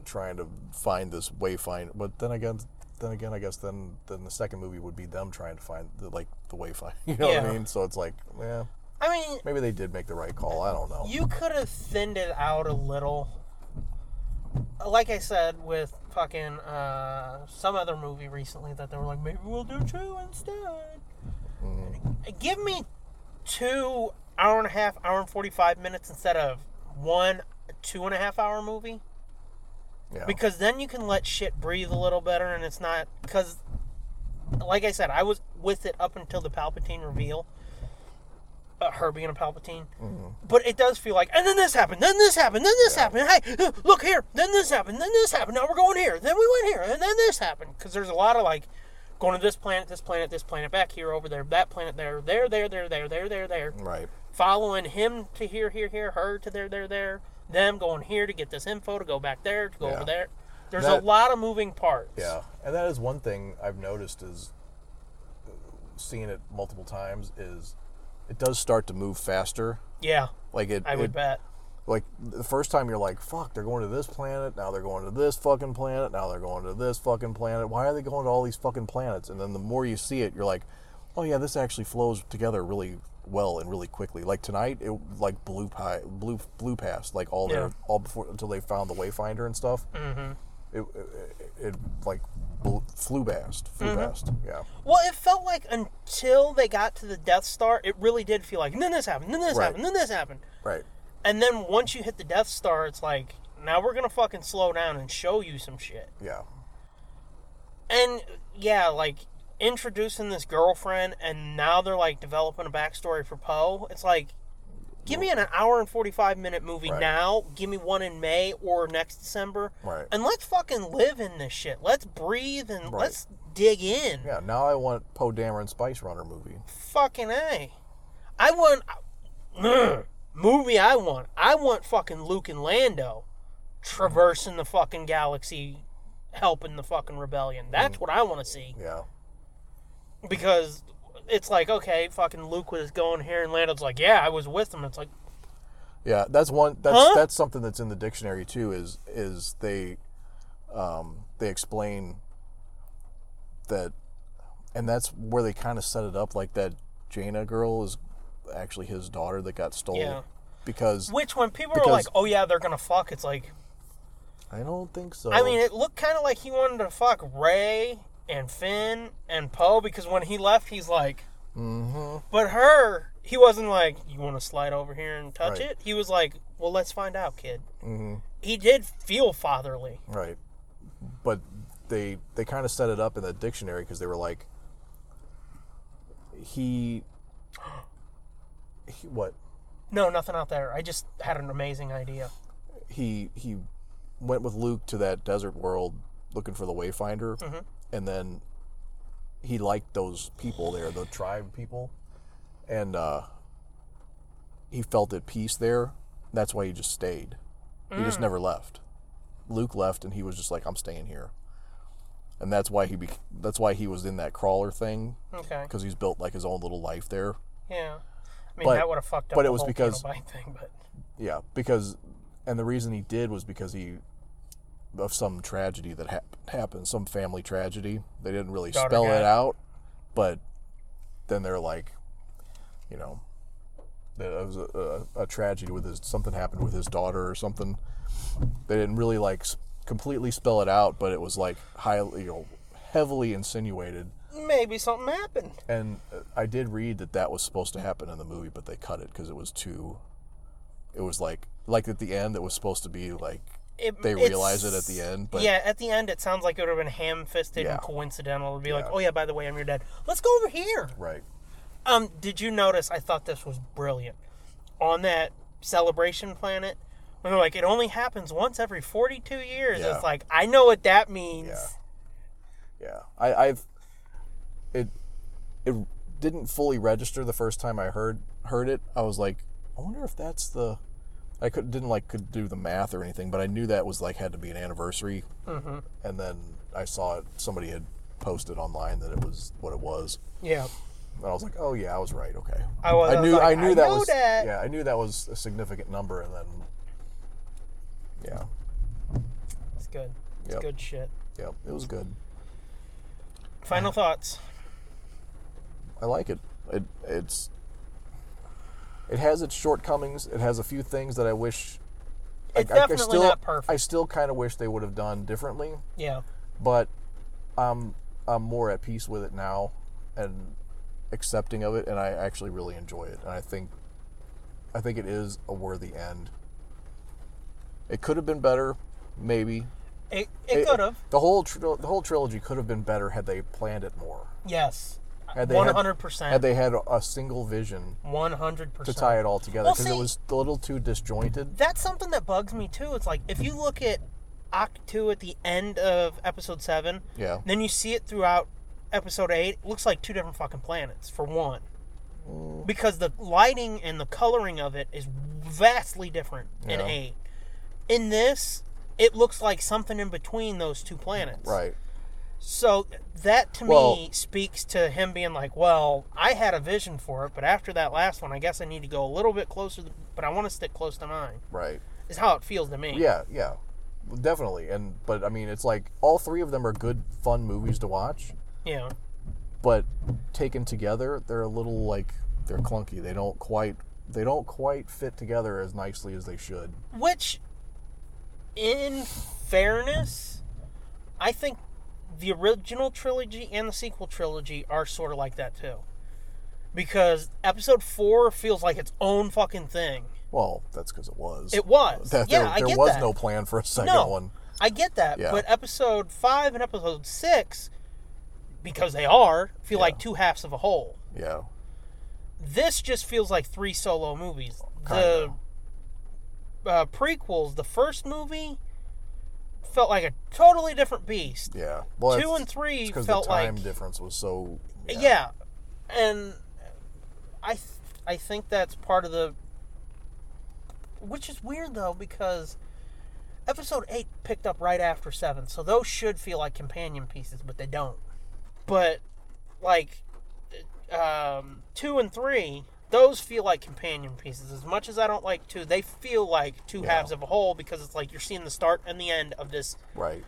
Speaker 4: trying to find this wayfinder but then again then again i guess then then the second movie would be them trying to find the like the wayfinder you know what
Speaker 3: Yeah.
Speaker 4: i mean so it's like yeah
Speaker 3: I mean,
Speaker 4: maybe they did make the right call i don't know
Speaker 3: you could have thinned it out a little. Like I said with fucking uh some other movie recently that they were like maybe we'll do two instead. Give me two hour and a half, hour and forty five minutes instead of one two and a half hour movie.
Speaker 4: yeah
Speaker 3: because then you can let shit breathe a little better and it's not because like i said i was with it up until the palpatine reveal uh, her being a palpatine but it does feel like and then this happened then this happened then this happened hey uh, look here then this happened then this happened now we're going here then we went here and then this happened because there's a lot of like going to this planet this planet this planet back here over there that planet there there there there there there there there
Speaker 4: right
Speaker 3: following him to here, here, here, her to there, there, there, them going here to get this info to go back there to go
Speaker 4: Yeah.
Speaker 3: over there. There's
Speaker 4: That-
Speaker 3: a lot of moving parts.
Speaker 4: Yeah, and that is one thing I've noticed is uh, seeing it multiple times is it does start to move faster.
Speaker 3: Yeah.
Speaker 4: Like it,
Speaker 3: I would
Speaker 4: it-
Speaker 3: bet.
Speaker 4: Like the first time you're like, "Fuck, they're going to this planet. Now they're going to this fucking planet. Now they're going to this fucking planet. Why are they going to all these fucking planets?" And then the more you see it, you're like, "Oh yeah, this actually flows together really well and really quickly." Like tonight, it like blew pie, blew blew past like all
Speaker 3: Yeah.
Speaker 4: their all before until they found the wayfinder and stuff
Speaker 3: Mm-hmm.
Speaker 4: it, it, it like bl- flew past, flew
Speaker 3: Mhm.
Speaker 4: past. Yeah,
Speaker 3: Well, it felt like until they got to the Death Star, it really did feel like, and then this happened, then this
Speaker 4: Right.
Speaker 3: happened, then this happened.
Speaker 4: right.
Speaker 3: And then once you hit the Death Star, it's like, now we're going to fucking slow down and show you some shit.
Speaker 4: Yeah,
Speaker 3: And yeah, like introducing this girlfriend, and now they're like developing a backstory for Poe. It's like, give me an hour and 45 minute movie
Speaker 4: Right.
Speaker 3: now. Give me one in May or next December.
Speaker 4: right.
Speaker 3: And let's fucking live in this shit. Let's breathe and
Speaker 4: Right.
Speaker 3: let's dig in.
Speaker 4: yeah. Now I want Poe Dameron Spice Runner movie.
Speaker 3: Fucking A. I want. Ugh. movie I want. I want fucking Luke and Lando traversing the fucking galaxy, helping the fucking rebellion.
Speaker 4: Mm.
Speaker 3: That's what I want to see.
Speaker 4: Yeah,
Speaker 3: because it's like okay, fucking Luke was going here, and Lando's like, yeah, I was with him. It's like,
Speaker 4: yeah. That's one. That's
Speaker 3: Huh?
Speaker 4: that's something that's in the dictionary too. Is is they um, they explain that, and that's where they kind of set it up. Like that Jaina girl is actually his daughter that got stolen
Speaker 3: Yeah.
Speaker 4: because
Speaker 3: which when people are
Speaker 4: Because-
Speaker 3: like, oh yeah, they're gonna fuck, it's like,
Speaker 4: I don't think so.
Speaker 3: I mean, it looked kind of like he wanted to fuck Ray and Finn and Poe because when he left, he's like,
Speaker 4: hmm
Speaker 3: but her, he wasn't like, you want to slide over here and touch
Speaker 4: Right.
Speaker 3: it. He was like, well, let's find out, kid.
Speaker 4: hmm
Speaker 3: He did feel fatherly.
Speaker 4: Right. But they they kind of set it up in the dictionary because they were like, he, he what
Speaker 3: No, nothing out there. I just had an amazing idea.
Speaker 4: he he went with Luke to that desert world looking for the Wayfinder,
Speaker 3: Mhm.
Speaker 4: and then he liked those people there, the tribe people, and uh, he felt at peace there. That's why he just stayed. He just
Speaker 3: Mm.
Speaker 4: never left. Luke left, and he was just like, "I'm staying here," and that's why he bec that's why he was in that crawler thing.
Speaker 3: Okay.
Speaker 4: Because he's built like his own little life there.
Speaker 3: Yeah. I mean,
Speaker 4: But-
Speaker 3: that would have fucked up
Speaker 4: but
Speaker 3: the
Speaker 4: it was
Speaker 3: whole
Speaker 4: because-
Speaker 3: Cenobite thing, but
Speaker 4: Yeah, because and the reason he did was because he of some tragedy that hap- happened, some family tragedy. They didn't really
Speaker 3: Daughter
Speaker 4: spell
Speaker 3: died.
Speaker 4: it out, but then they're like, you know, that it was a, a, a tragedy with his something happened with his daughter or something. They didn't really like s- completely spell it out, but it was like highly, you know, heavily insinuated.
Speaker 3: maybe something happened.
Speaker 4: And uh, I did read that that was supposed to happen in the movie, but they cut it because it was too. It was like like at the end, it was supposed to be like
Speaker 3: It-
Speaker 4: they
Speaker 3: it's-
Speaker 4: realize it at the end, but
Speaker 3: yeah, at the end, it sounds like it would have been ham fisted
Speaker 4: Yeah.
Speaker 3: and coincidental. It'd be like, oh, yeah, by the way, I'm your dad. Let's go over here.
Speaker 4: right.
Speaker 3: Um, did you notice? I thought this was brilliant. On that celebration planet, when they're like, it only happens once every 42 years.
Speaker 4: Yeah.
Speaker 3: It's like, I know what that means.
Speaker 4: Yeah, I, I've it it didn't fully register the first time I heard heard it. I was like, I wonder if that's the I could didn't like could do the math or anything, but I knew that was like had to be an anniversary.
Speaker 3: Mhm.
Speaker 4: And then I saw it. Somebody had posted online that it was what it was.
Speaker 3: Yeah.
Speaker 4: And I was like, oh yeah, I was right. Okay.
Speaker 3: I was- I was
Speaker 4: knew.
Speaker 3: like,
Speaker 4: I knew
Speaker 3: I
Speaker 4: that
Speaker 3: know
Speaker 4: was.
Speaker 3: that.
Speaker 4: Yeah, I knew that was a significant number, and then. Yeah.
Speaker 3: It's good. It's
Speaker 4: Yep.
Speaker 3: good shit.
Speaker 4: Yep. It was good.
Speaker 3: Final thoughts.
Speaker 4: I like it. It it's it has its shortcomings. It has a few things that I wish.
Speaker 3: It's definitely
Speaker 4: still,
Speaker 3: not perfect.
Speaker 4: I still kind of wish they would have done differently,
Speaker 3: Yeah.
Speaker 4: but I'm I'm more at peace with it now and accepting of it, and I actually really enjoy it. And I think I think it is a worthy end. It could have been better, maybe.
Speaker 3: It, it, could have.
Speaker 4: the whole tril the whole trilogy could have been better had they planned it more.
Speaker 3: Yes.
Speaker 4: Had they had-
Speaker 3: 100%.
Speaker 4: Had they had a single vision
Speaker 3: 100%.
Speaker 4: to tie it all together
Speaker 3: Well,
Speaker 4: because
Speaker 3: see-
Speaker 4: it was a little too disjointed.
Speaker 3: That's something that bugs me too. It's like if you look at Act 2 at the end of episode 7,
Speaker 4: Yeah.
Speaker 3: then you see it throughout episode 8, it looks like two different fucking planets for one.
Speaker 4: Mm.
Speaker 3: Because the lighting and the coloring of it is vastly different in
Speaker 4: Yeah.
Speaker 3: 8. In this, it looks like something in between those two planets.
Speaker 4: Right.
Speaker 3: So that to me
Speaker 4: Well-
Speaker 3: speaks to him being like, well, I had a vision for it, but after that last one, I guess I need to go a little bit closer, to, but I want to stick close to mine.
Speaker 4: Right.
Speaker 3: Is how it feels to me.
Speaker 4: Yeah, yeah. Well, Definitely. And but I mean it's like all three of them are good fun movies to watch,
Speaker 3: Yeah.
Speaker 4: but taken together, they're a little like they're clunky. They don't quite they don't quite fit together as nicely as they should.
Speaker 3: Which, in fairness, I think the original trilogy and the sequel trilogy are sort of like that too. Because episode four feels like its own fucking thing.
Speaker 4: Well, that's because it was.
Speaker 3: It was.
Speaker 4: That
Speaker 3: yeah,
Speaker 4: there,
Speaker 3: I
Speaker 4: there
Speaker 3: get
Speaker 4: was
Speaker 3: that.
Speaker 4: no plan for a second
Speaker 3: No.
Speaker 4: one.
Speaker 3: I get that,
Speaker 4: Yeah.
Speaker 3: but episode five and episode six, because they are, feel like two halves of a whole.
Speaker 4: Yeah.
Speaker 3: This just feels like three solo movies. The uh, prequels, the first movie, felt like a totally different beast.
Speaker 4: Yeah. Well,
Speaker 3: Two
Speaker 4: it's-
Speaker 3: and three
Speaker 4: it's 'cause
Speaker 3: felt
Speaker 4: the time
Speaker 3: like-
Speaker 4: difference was so
Speaker 3: Yeah, and I th- I think that's part of the, which is weird though because episode eight picked up right after seven, so those should feel like companion pieces, but they don't. But like um, two and three, those feel like companion pieces. As much as I don't like two, they feel like two
Speaker 4: Yeah.
Speaker 3: halves of a whole because it's like you're seeing the start and the end of this
Speaker 4: right.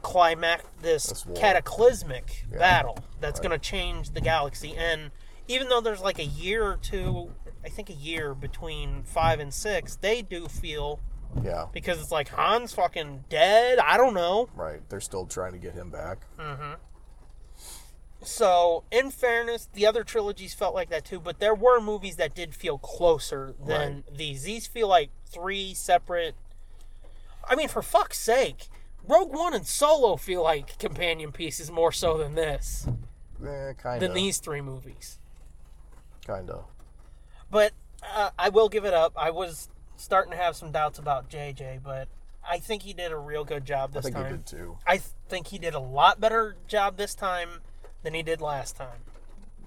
Speaker 3: climax this
Speaker 4: This war.
Speaker 3: cataclysmic
Speaker 4: Yeah.
Speaker 3: battle that's
Speaker 4: Right.
Speaker 3: going to change the galaxy and even though there's like a year or two i think a year between five and six they do feel
Speaker 4: Yeah.
Speaker 3: because it's like han's fucking dead i don't know
Speaker 4: Right. They're still trying to get him back.
Speaker 3: hmm so in fairness the other trilogies felt like that too but there were movies that did feel closer than these these feel like three separate i mean for fuck's sake rogue one and solo feel like companion pieces more so than this
Speaker 4: Eh, kind
Speaker 3: than
Speaker 4: of.
Speaker 3: these three movies.
Speaker 4: Kind of.
Speaker 3: But uh, I will give it up. I was starting to have some doubts about JJ, but I think he did a real good job
Speaker 4: I
Speaker 3: this
Speaker 4: think
Speaker 3: time.
Speaker 4: he did too.
Speaker 3: I th- think he did a lot better job this time than he did last time.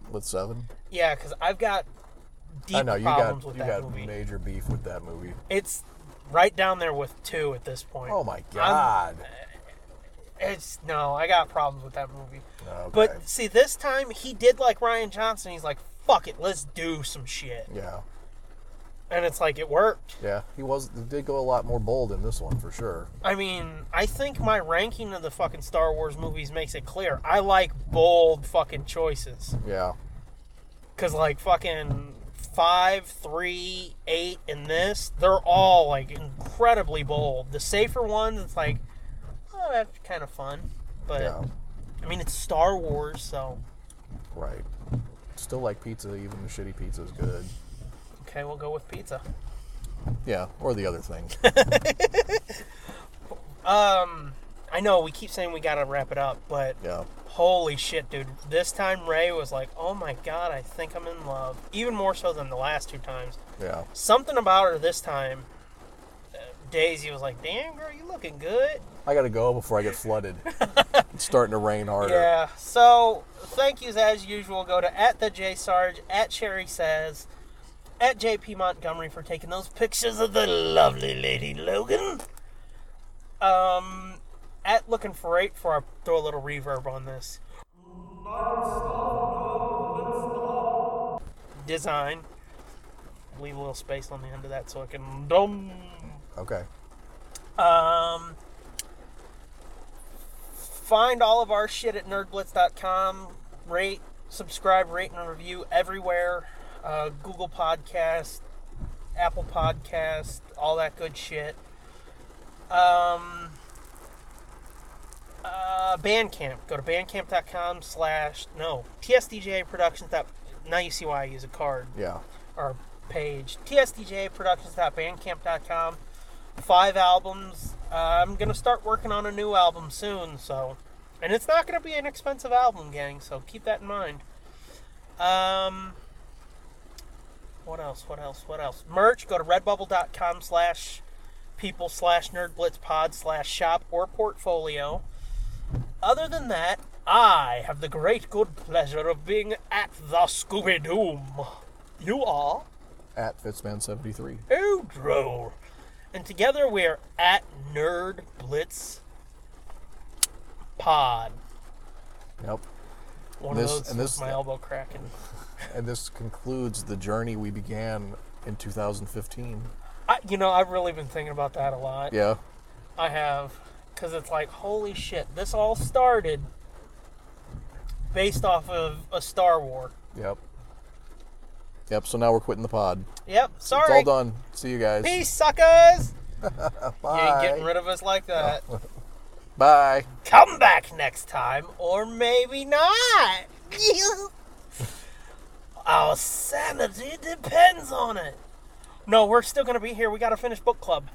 Speaker 4: With seven.
Speaker 3: Yeah, because I've got deep
Speaker 4: I know you
Speaker 3: problems
Speaker 4: got
Speaker 3: with
Speaker 4: you
Speaker 3: that
Speaker 4: got
Speaker 3: movie.
Speaker 4: major beef with that movie.
Speaker 3: It's right down there with two at this point.
Speaker 4: Oh my
Speaker 3: I'm-
Speaker 4: God.
Speaker 3: it's no, I got problems with that movie.
Speaker 4: Okay.
Speaker 3: But see, this time he did like Ryan Johnson. He's like, "Fuck it, let's do some shit,"
Speaker 4: yeah,
Speaker 3: and it's like it worked.
Speaker 4: yeah, he was he did go a lot more bold in this one for sure.
Speaker 3: I mean, I think my ranking of the fucking Star Wars movies makes it clear. I like bold fucking choices.
Speaker 4: Yeah,
Speaker 3: Cause like fucking five, three, eight, and this, they're all like incredibly bold. The safer ones, it's like, oh, that's kind of fun, but
Speaker 4: Yeah.
Speaker 3: I mean, it's Star Wars, so
Speaker 4: right. Still like pizza, even the shitty pizza is good.
Speaker 3: okay, we'll go with pizza.
Speaker 4: Yeah, or the other things.
Speaker 3: Um, I know we keep saying we gotta wrap it up, but
Speaker 4: Yeah.
Speaker 3: holy shit, dude! This time Ray was like, "Oh my god, I think I'm in love," even more so than the last two times.
Speaker 4: yeah,
Speaker 3: Something about her this time. uh, Daisy was like, "Damn girl, you looking good."
Speaker 4: I gotta go before I get flooded. it's starting to rain harder.
Speaker 3: Yeah. So thank yous as usual. Go to at the J Sarge at Sherry says at JP Montgomery for taking those pictures of the lovely lady Logan. Um, at looking for eight for our throw a little reverb on this design. Leave a little space on the end of that so it can dum.
Speaker 4: Okay.
Speaker 3: Um, find all of our shit at nerdblitz.com. Rate, subscribe, rate, and review everywhere. Uh, Google Podcast, Apple Podcast, all that good shit. Um, uh, Bandcamp. Go to bandcamp.com slash, no, TSDJ Productions. dot- Now you see why I use a card
Speaker 4: Yeah.
Speaker 3: our page tsdjproductions.bandcamp.com five albums uh, i'm gonna start working on a new album soon so and it's not gonna be an expensive album gang so keep that in mind um what else what else what else merch go to redbubble.com slash people slash nerdblitzpod slash shop or portfolio other than that i have the great good pleasure of being at the scooby-doom you are
Speaker 4: At Fitzman73.
Speaker 3: Odro. And together we are at Nerd Blitz Pod.
Speaker 4: Yep.
Speaker 3: One
Speaker 4: This-
Speaker 3: of those
Speaker 4: and
Speaker 3: with
Speaker 4: this-
Speaker 3: my elbow cracking.
Speaker 4: And this concludes the journey we began in 2015.
Speaker 3: I, you know, I've really been thinking about that a lot.
Speaker 4: Yeah.
Speaker 3: I have. Because it's like, holy shit, this all started based off of a Star War.
Speaker 4: Yep. Yep. So now we're quitting the pod.
Speaker 3: Yep, sorry.
Speaker 4: It's all done. See you guys.
Speaker 3: Peace, suckers! You ain't
Speaker 4: Bye.
Speaker 3: getting rid of us like that.
Speaker 4: Bye.
Speaker 3: Come back next time, or maybe not. Our sanity depends on it. No, we're still going to be here. We got to finish book club.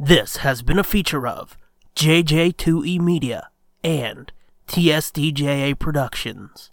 Speaker 6: This has been a feature of E JJ2E Media and TSDJA Productions.